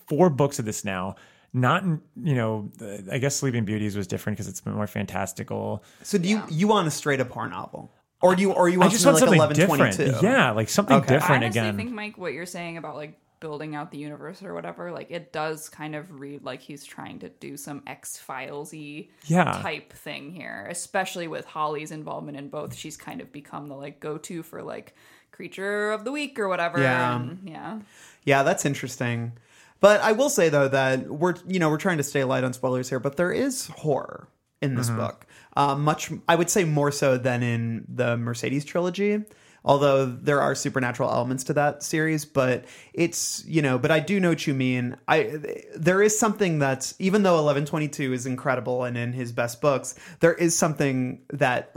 Speaker 8: four books of this now. Not, in- you know, uh, I guess Sleeping Beauties was different because it's been more fantastical.
Speaker 7: So do you you want a straight up horror novel, or do you or you want
Speaker 8: I just
Speaker 7: something
Speaker 8: want
Speaker 7: like
Speaker 8: something
Speaker 7: eleven twenty two?
Speaker 8: different. Yeah, like something different
Speaker 9: I honestly
Speaker 8: again.
Speaker 9: think, Mike, what you're saying about like building out the universe or whatever, like it does kind of read like he's trying to do some X Filesy
Speaker 8: Yeah.
Speaker 9: type thing here, especially with Holly's involvement in both. She's kind of become the like go to for like creature of the week or whatever.
Speaker 7: Yeah.
Speaker 9: and, yeah.
Speaker 7: Yeah, that's interesting. But I will say though that we're you know we're trying to stay light on spoilers here, but there is horror in this
Speaker 8: Mhm.
Speaker 7: book. Uh, much I would say more so than in the Mercedes trilogy. Although there are supernatural elements to that series, but it's you know, but I do know what you mean. I there is something that's even though eleven twenty two is incredible and in his best books, there is something that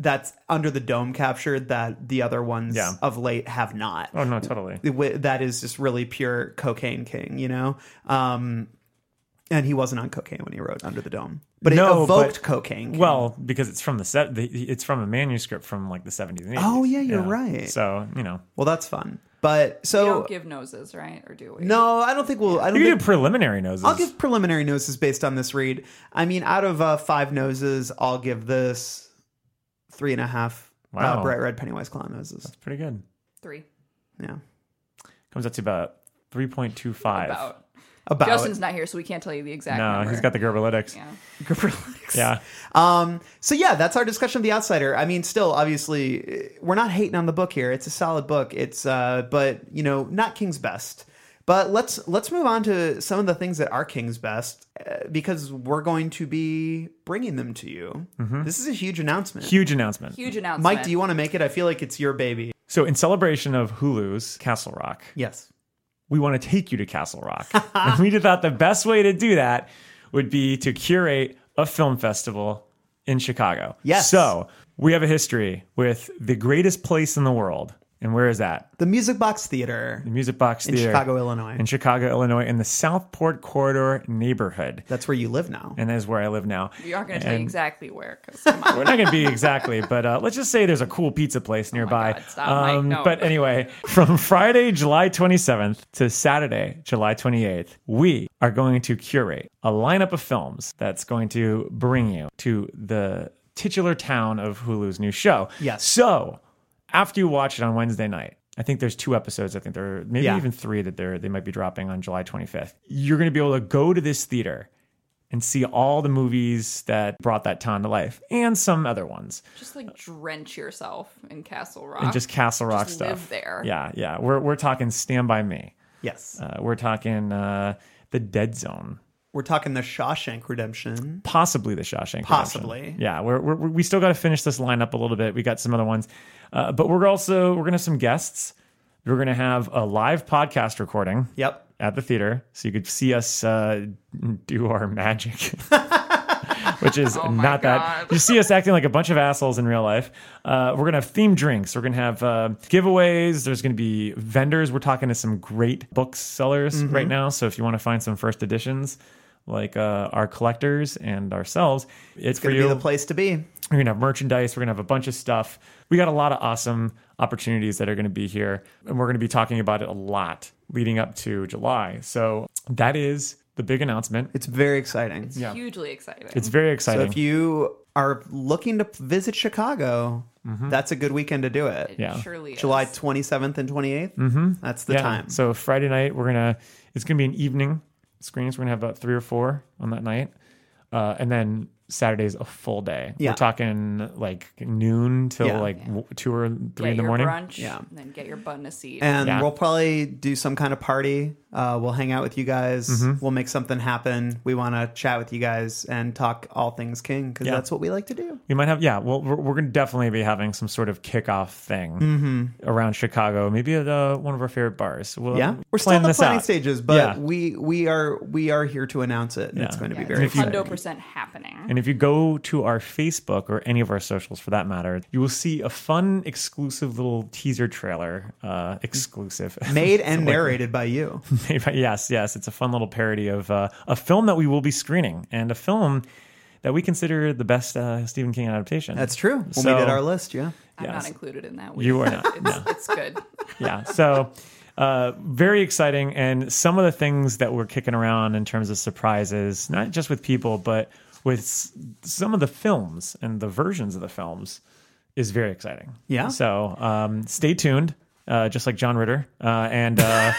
Speaker 7: that's under the dome captured that the other ones
Speaker 8: Yeah.
Speaker 7: of late have not.
Speaker 8: Oh, no, totally.
Speaker 7: Wi- That is just really pure cocaine king, you know. Um, and he wasn't on cocaine when he wrote Under the Dome, but it
Speaker 8: No, but-
Speaker 7: evoked cocaine.
Speaker 8: Well, because it's from the set, it's from a manuscript from like the 70s and 80s.
Speaker 7: Oh, yeah, you're right.
Speaker 8: So you know,
Speaker 7: Well, that's fun. But so
Speaker 9: we don't give noses, right? Or do we?
Speaker 7: no, I don't think we'll. I don't
Speaker 8: You
Speaker 7: think,
Speaker 8: do preliminary noses.
Speaker 7: I'll give preliminary noses based on this read. I mean, out of uh, five noses, I'll give this three and a half uh,
Speaker 8: Wow.
Speaker 7: bright red Pennywise clown noses. That's
Speaker 8: pretty good.
Speaker 9: Three.
Speaker 7: Yeah.
Speaker 8: Comes up to about 3.25.
Speaker 9: About.
Speaker 8: About.
Speaker 9: Justin's not here, so we can't tell you the exact.
Speaker 8: no,
Speaker 9: number.
Speaker 8: he's got the Gerberlytics.
Speaker 9: Yeah.
Speaker 8: Yeah.
Speaker 7: Um, so yeah, that's our discussion of the outsider. I mean, still, obviously, eh, we're not hating on the book here. It's a solid book. It's uh, but you know, not King's best. But let's let's move on to some of the things that are King's best uh, because we're going to be bringing them to you.
Speaker 8: Mhm.
Speaker 7: This is a huge announcement.
Speaker 8: Huge announcement.
Speaker 9: Huge announcement.
Speaker 7: Mike, do you want to make it? I feel like it's your baby.
Speaker 8: So, in celebration of Hulu's Castle Rock,
Speaker 7: yes,
Speaker 8: we want to take you to Castle Rock. and we thought the best way to do that would be to curate a film festival in Chicago. Yes. So, we have a history with the greatest place in the world. And where is that?
Speaker 7: The Music Box Theater.
Speaker 8: The Music Box
Speaker 7: In
Speaker 8: Theater.
Speaker 7: Chicago, Illinois.
Speaker 8: In Chicago, Illinois, in the Southport Corridor neighborhood.
Speaker 7: That's where you live now.
Speaker 8: And that is where I live now.
Speaker 9: We aren't going to tell you
Speaker 8: And-
Speaker 9: exactly where. 'cause-
Speaker 8: We're not going to be exactly, but uh, let's just say there's a cool pizza place nearby.
Speaker 9: Oh
Speaker 8: Um,
Speaker 9: stop, Mike, no.
Speaker 8: But anyway, from Friday, July 27th to Saturday, July 28th, we are going to curate a lineup of films that's going to bring you to the titular town of Hulu's new show.
Speaker 7: Yes.
Speaker 8: So after you watch it on Wednesday night, I think there's two episodes. I think there are maybe
Speaker 7: Yeah.
Speaker 8: even three that they're, they might be dropping on July 25th. You're going to be able to go to this theater and see all the movies that brought that town to life and some other ones
Speaker 9: Just like drench yourself in Castle Rock.
Speaker 8: and just Castle Rock
Speaker 9: Ah, Just
Speaker 8: stuff.
Speaker 9: Live there.
Speaker 8: Yeah, yeah. We're we're talking Stand by Me.
Speaker 7: Yes.
Speaker 8: Uh, we're talking uh, the Dead Zone,
Speaker 7: We're talking the Shawshank Redemption.
Speaker 8: possibly the Shawshank. Redemption.
Speaker 7: Possibly.
Speaker 8: Yeah, we're, we're we still got to finish this lineup a little bit. We got some other ones, uh, but we're also we're gonna have some guests. We're gonna have a live podcast recording.
Speaker 7: Yep.
Speaker 8: At the theater, so you could see us uh, do our magic. which is
Speaker 7: Oh
Speaker 8: not that. You see us acting like a bunch of assholes in real life. Uh, we're gonna have themed drinks. We're gonna have uh, giveaways. There's gonna be vendors. We're talking to some great booksellers
Speaker 7: Mhm.
Speaker 8: right now. So if you want to find some first editions, like uh, our collectors and ourselves, it's, for
Speaker 7: gonna be
Speaker 8: you.
Speaker 7: the place to be.
Speaker 8: We're gonna have merchandise. We're gonna have a bunch of stuff. We got a lot of awesome opportunities that are gonna be here, and we're gonna be talking about it a lot leading up to July. So that is the big announcement.
Speaker 7: It's very exciting. It's
Speaker 8: yeah.
Speaker 9: Hugely exciting.
Speaker 8: It's very exciting.
Speaker 7: So if you are looking to visit Chicago, that's a good weekend to do it.
Speaker 8: Mm-hmm. Yeah.
Speaker 9: surely is.
Speaker 7: July 27th and 28th.
Speaker 8: Mm-hmm.
Speaker 7: That's the time.
Speaker 8: So Friday night, we're gonna. It's gonna be an evening screenings. We're gonna have about three or four on that night, uh, and then Saturday's a full day.
Speaker 7: Yeah.
Speaker 8: We're talking like noon till
Speaker 7: Yeah.
Speaker 8: like w- two or three
Speaker 9: Get
Speaker 8: in the
Speaker 9: your
Speaker 8: morning.
Speaker 9: brunch. And then get your bun to seat.
Speaker 7: And we'll probably do some kind of party. Uh, we'll hang out with you guys.
Speaker 8: Mhm.
Speaker 7: We'll make something happen. We want to chat with you guys and talk all things King because
Speaker 8: Yeah.
Speaker 7: that's what we like to do.
Speaker 8: We might have, yeah. Well, we're, we're gonna definitely be having some sort of kickoff thing
Speaker 7: Mhm.
Speaker 8: around Chicago. Maybe at uh, one of our favorite bars. We'll,
Speaker 7: yeah,
Speaker 8: we're
Speaker 7: we're still in the
Speaker 8: this
Speaker 7: planning
Speaker 8: out.
Speaker 7: stages, but
Speaker 8: Yeah.
Speaker 7: we we are we are here to announce it, and
Speaker 8: Yeah.
Speaker 7: it's going to
Speaker 8: Yeah,
Speaker 7: be very
Speaker 8: it's a
Speaker 7: exciting.
Speaker 9: Hundo percent happening.
Speaker 8: And if you go to our Facebook or any of our socials for that matter, you will see a fun, exclusive little teaser trailer. Uh, exclusive.
Speaker 7: Made and
Speaker 8: Like-
Speaker 7: narrated by you.
Speaker 8: yes, yes. It's a fun little parody of uh, a film that we will be screening and a film that we consider the best uh, Stephen King adaptation.
Speaker 7: That's true. When
Speaker 8: So-
Speaker 7: we did our list, yeah.
Speaker 9: I'm
Speaker 8: Yes.
Speaker 9: not included in that.
Speaker 8: You
Speaker 9: week.
Speaker 8: are not,
Speaker 9: It's, it's good.
Speaker 8: yeah. So uh, very exciting. And some of the things that we're kicking around in terms of surprises, not just with people, but with s- some of the films and the versions of the films, is very exciting.
Speaker 7: Yeah.
Speaker 8: So um, stay tuned, uh, just like John Ritter. Uh, and uh,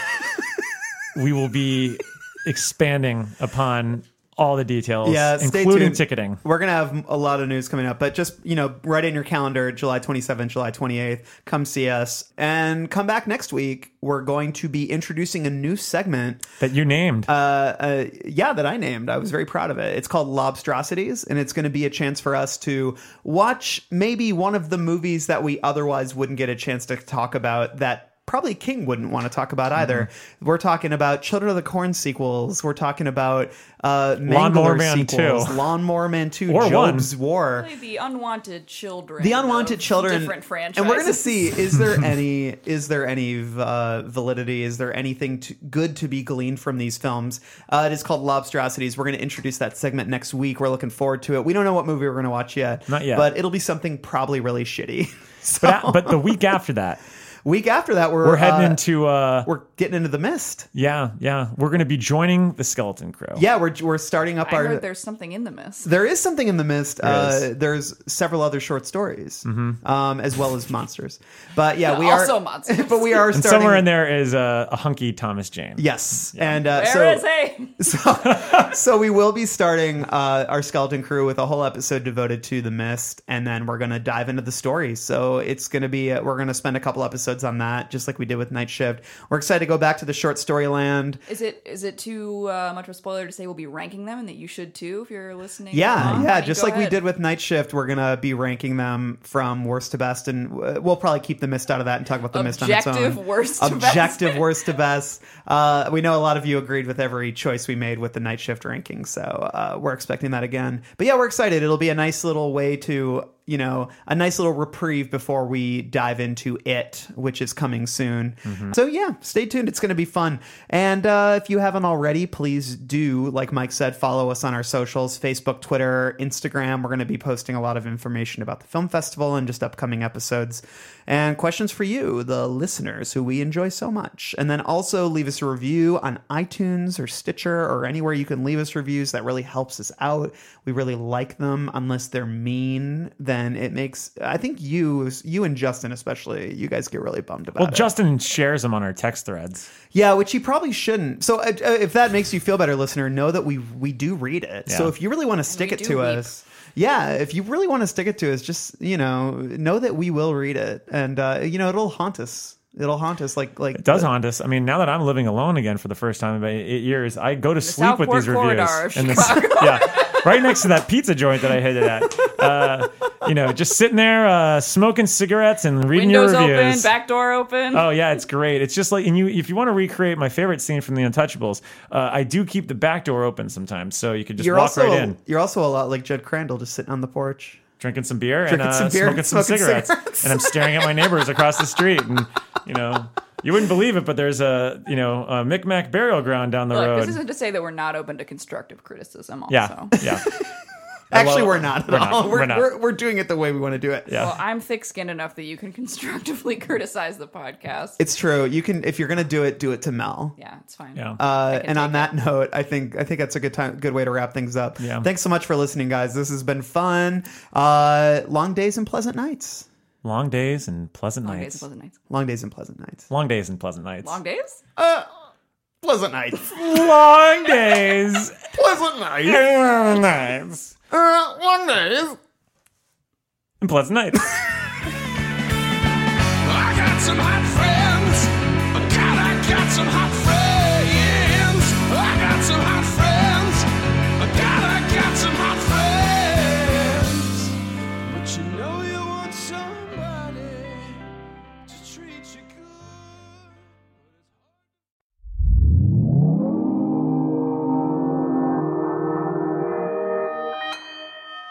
Speaker 8: we will be expanding upon all the details,
Speaker 7: yeah, stay
Speaker 8: including
Speaker 7: tuned.
Speaker 8: ticketing.
Speaker 7: We're gonna have a lot of news coming up, but just you know, write in your calendar, July 27th, July 28th. Come see us and come back next week. We're going to be introducing a new segment.
Speaker 8: That you named.
Speaker 7: Uh, uh, yeah, that I named. I was very proud of it. It's called Lobstrosities, and it's going to be a chance for us to watch maybe one of the movies that we otherwise wouldn't get a chance to talk about that. Probably King wouldn't want to talk about either.
Speaker 8: Mm-hmm.
Speaker 7: We're talking about Children of the Corn sequels. We're talking about uh,
Speaker 8: Lawnmower
Speaker 7: Mangler
Speaker 8: Man
Speaker 7: sequels,
Speaker 8: 2.
Speaker 7: Lawnmower Man 2,
Speaker 8: Or
Speaker 7: Job's War.
Speaker 9: Play the unwanted children.
Speaker 7: The unwanted
Speaker 9: of
Speaker 7: children,
Speaker 9: Different franchises.
Speaker 7: and we're going to see is there any is there any uh, validity? Is there anything to, good to be gleaned from these films? Uh, it is called Lobstrosities. We're going to introduce that segment next week. We're looking forward to it. We don't know what movie we're going to watch yet,
Speaker 8: Not yet.
Speaker 7: but it'll be something probably really shitty. So-
Speaker 8: But, a- but the week after that,
Speaker 7: Week after that, we're
Speaker 8: We're heading
Speaker 7: uh,
Speaker 8: into uh
Speaker 7: we're getting into the mist.
Speaker 8: Yeah, yeah. We're gonna be joining the skeleton crew.
Speaker 7: Yeah, we're we're starting
Speaker 9: I
Speaker 7: up our.
Speaker 9: heard there's something in the mist.
Speaker 7: There is something in the mist.
Speaker 8: There
Speaker 7: uh,
Speaker 8: is.
Speaker 7: there's several other short stories,
Speaker 8: Mhm.
Speaker 7: um, as well as monsters. But yeah, we
Speaker 9: Also
Speaker 7: are
Speaker 9: monsters.
Speaker 7: but we are
Speaker 8: and
Speaker 7: starting.
Speaker 8: somewhere in there is a, a hunky Thomas Jane.
Speaker 7: yes, and uh,
Speaker 9: Where
Speaker 7: so
Speaker 9: is he?
Speaker 7: so we will be starting uh, our skeleton crew with a whole episode devoted to the mist, and then we're gonna dive into the story. So it's gonna be uh, we're gonna spend a couple episodes on that, just like we did with Night Shift. We're excited to go back to the short story land.
Speaker 9: Is it is it too uh, much of a spoiler to say we'll be ranking them and that you should too if you're listening?
Speaker 7: Yeah,
Speaker 9: along?
Speaker 7: yeah.
Speaker 9: Like,
Speaker 7: Just
Speaker 9: go
Speaker 7: like we
Speaker 9: ahead.
Speaker 7: did with Night Shift, we're gonna be ranking them from worst to best, and uh, we'll probably keep the mist out of that and talk about the mist on its
Speaker 9: Objective
Speaker 7: own.
Speaker 9: worst to best.
Speaker 7: objective worst to best. Uh, we know a lot of you agreed with every choice we made with the Night Shift ranking, so uh, we're expecting that again. But yeah, we're excited. It'll be a nice little way to you know a nice little reprieve before we dive into it, which is coming soon. So yeah, stay tuned. It's going to be fun. And uh, if you haven't already, please do, like Mike said, follow us on our socials Facebook, Twitter, Instagram. We're going to be posting a lot of information about the film festival and just upcoming episodes and questions for you, the listeners who we enjoy so much. And then also leave us a review on iTunes or Stitcher or anywhere you can leave us reviews. That really helps us out. We really like them. Unless they're mean, then it makes, I think you, you and Justin especially, you guys get really bummed about
Speaker 8: Well,
Speaker 7: it.
Speaker 8: Justin shares them on our text threads.
Speaker 7: Yeah, which you probably shouldn't. So, uh, uh, if that makes you feel better, listener, know that we we do read it. So,
Speaker 8: Yeah.
Speaker 7: if you really want to stick it
Speaker 9: do
Speaker 7: to
Speaker 9: weep.
Speaker 7: us, yeah, if you really want to stick it to us, just you know, know that we will read it, and uh, you know, it'll haunt us. It'll haunt us like like
Speaker 8: It does haunt us. I mean, now that I'm living alone again for the first time in about eight years, I go to sleep with
Speaker 9: Southport
Speaker 8: these reviews.
Speaker 9: corridor of
Speaker 8: And this- yeah, right next to that pizza joint that I hit it at. Uh, you know, just sitting there uh, smoking cigarettes and reading
Speaker 9: Windows
Speaker 8: your reviews.
Speaker 9: open, back door open.
Speaker 8: Oh yeah, it's great. It's just like, and you if you want to recreate my favorite scene from The Untouchables, uh, I do keep the back door open sometimes, so you could just
Speaker 7: you're
Speaker 8: walk
Speaker 7: also
Speaker 8: right in,
Speaker 7: you're also a lot like Jed Crandall, just sitting on the porch.
Speaker 8: drinking some beer and
Speaker 7: Drinking
Speaker 8: uh,
Speaker 7: some beer
Speaker 8: smoking
Speaker 7: and
Speaker 8: some
Speaker 7: smoking
Speaker 8: cigarettes.
Speaker 7: cigarettes.
Speaker 8: and I'm staring at my neighbors across the street, and you know, you wouldn't believe it, but there's a you know a Micmac burial ground down the
Speaker 9: Look,
Speaker 8: road.
Speaker 9: this isn't to say that we're not open to constructive criticism. Also.
Speaker 8: yeah, yeah.
Speaker 7: Actually,
Speaker 8: love-
Speaker 7: we're not at
Speaker 8: we're not.
Speaker 7: all. We're,
Speaker 8: We're not.
Speaker 7: We're, we're doing it the way we want to do it.
Speaker 8: Yeah.
Speaker 9: Well, I'm thick-skinned enough that you can constructively criticize the podcast.
Speaker 7: It's true. You can if you're gonna do it, do it to Mel.
Speaker 9: yeah, it's fine.
Speaker 8: Yeah.
Speaker 7: Uh,
Speaker 9: can
Speaker 7: and on
Speaker 9: take
Speaker 7: that note, I think I think that's a good time, good way to wrap things up.
Speaker 8: Yeah.
Speaker 7: Thanks so much for listening, guys. This has been fun. Uh, long days and pleasant nights.
Speaker 8: Long days and pleasant
Speaker 9: Long days,
Speaker 8: nights.
Speaker 9: pleasant nights.
Speaker 7: Long days and pleasant nights.
Speaker 8: Long days and pleasant nights.
Speaker 9: Long days.
Speaker 7: Pleasant nights.
Speaker 8: Long days.
Speaker 7: pleasant nights.
Speaker 8: and nights.
Speaker 7: Uh, long days.
Speaker 8: And pleasant nights.
Speaker 6: I got some hot friends. God, I got some hot friends. I got some hot friends. God, I got some hot friends. But you know you want somebody to treat you good.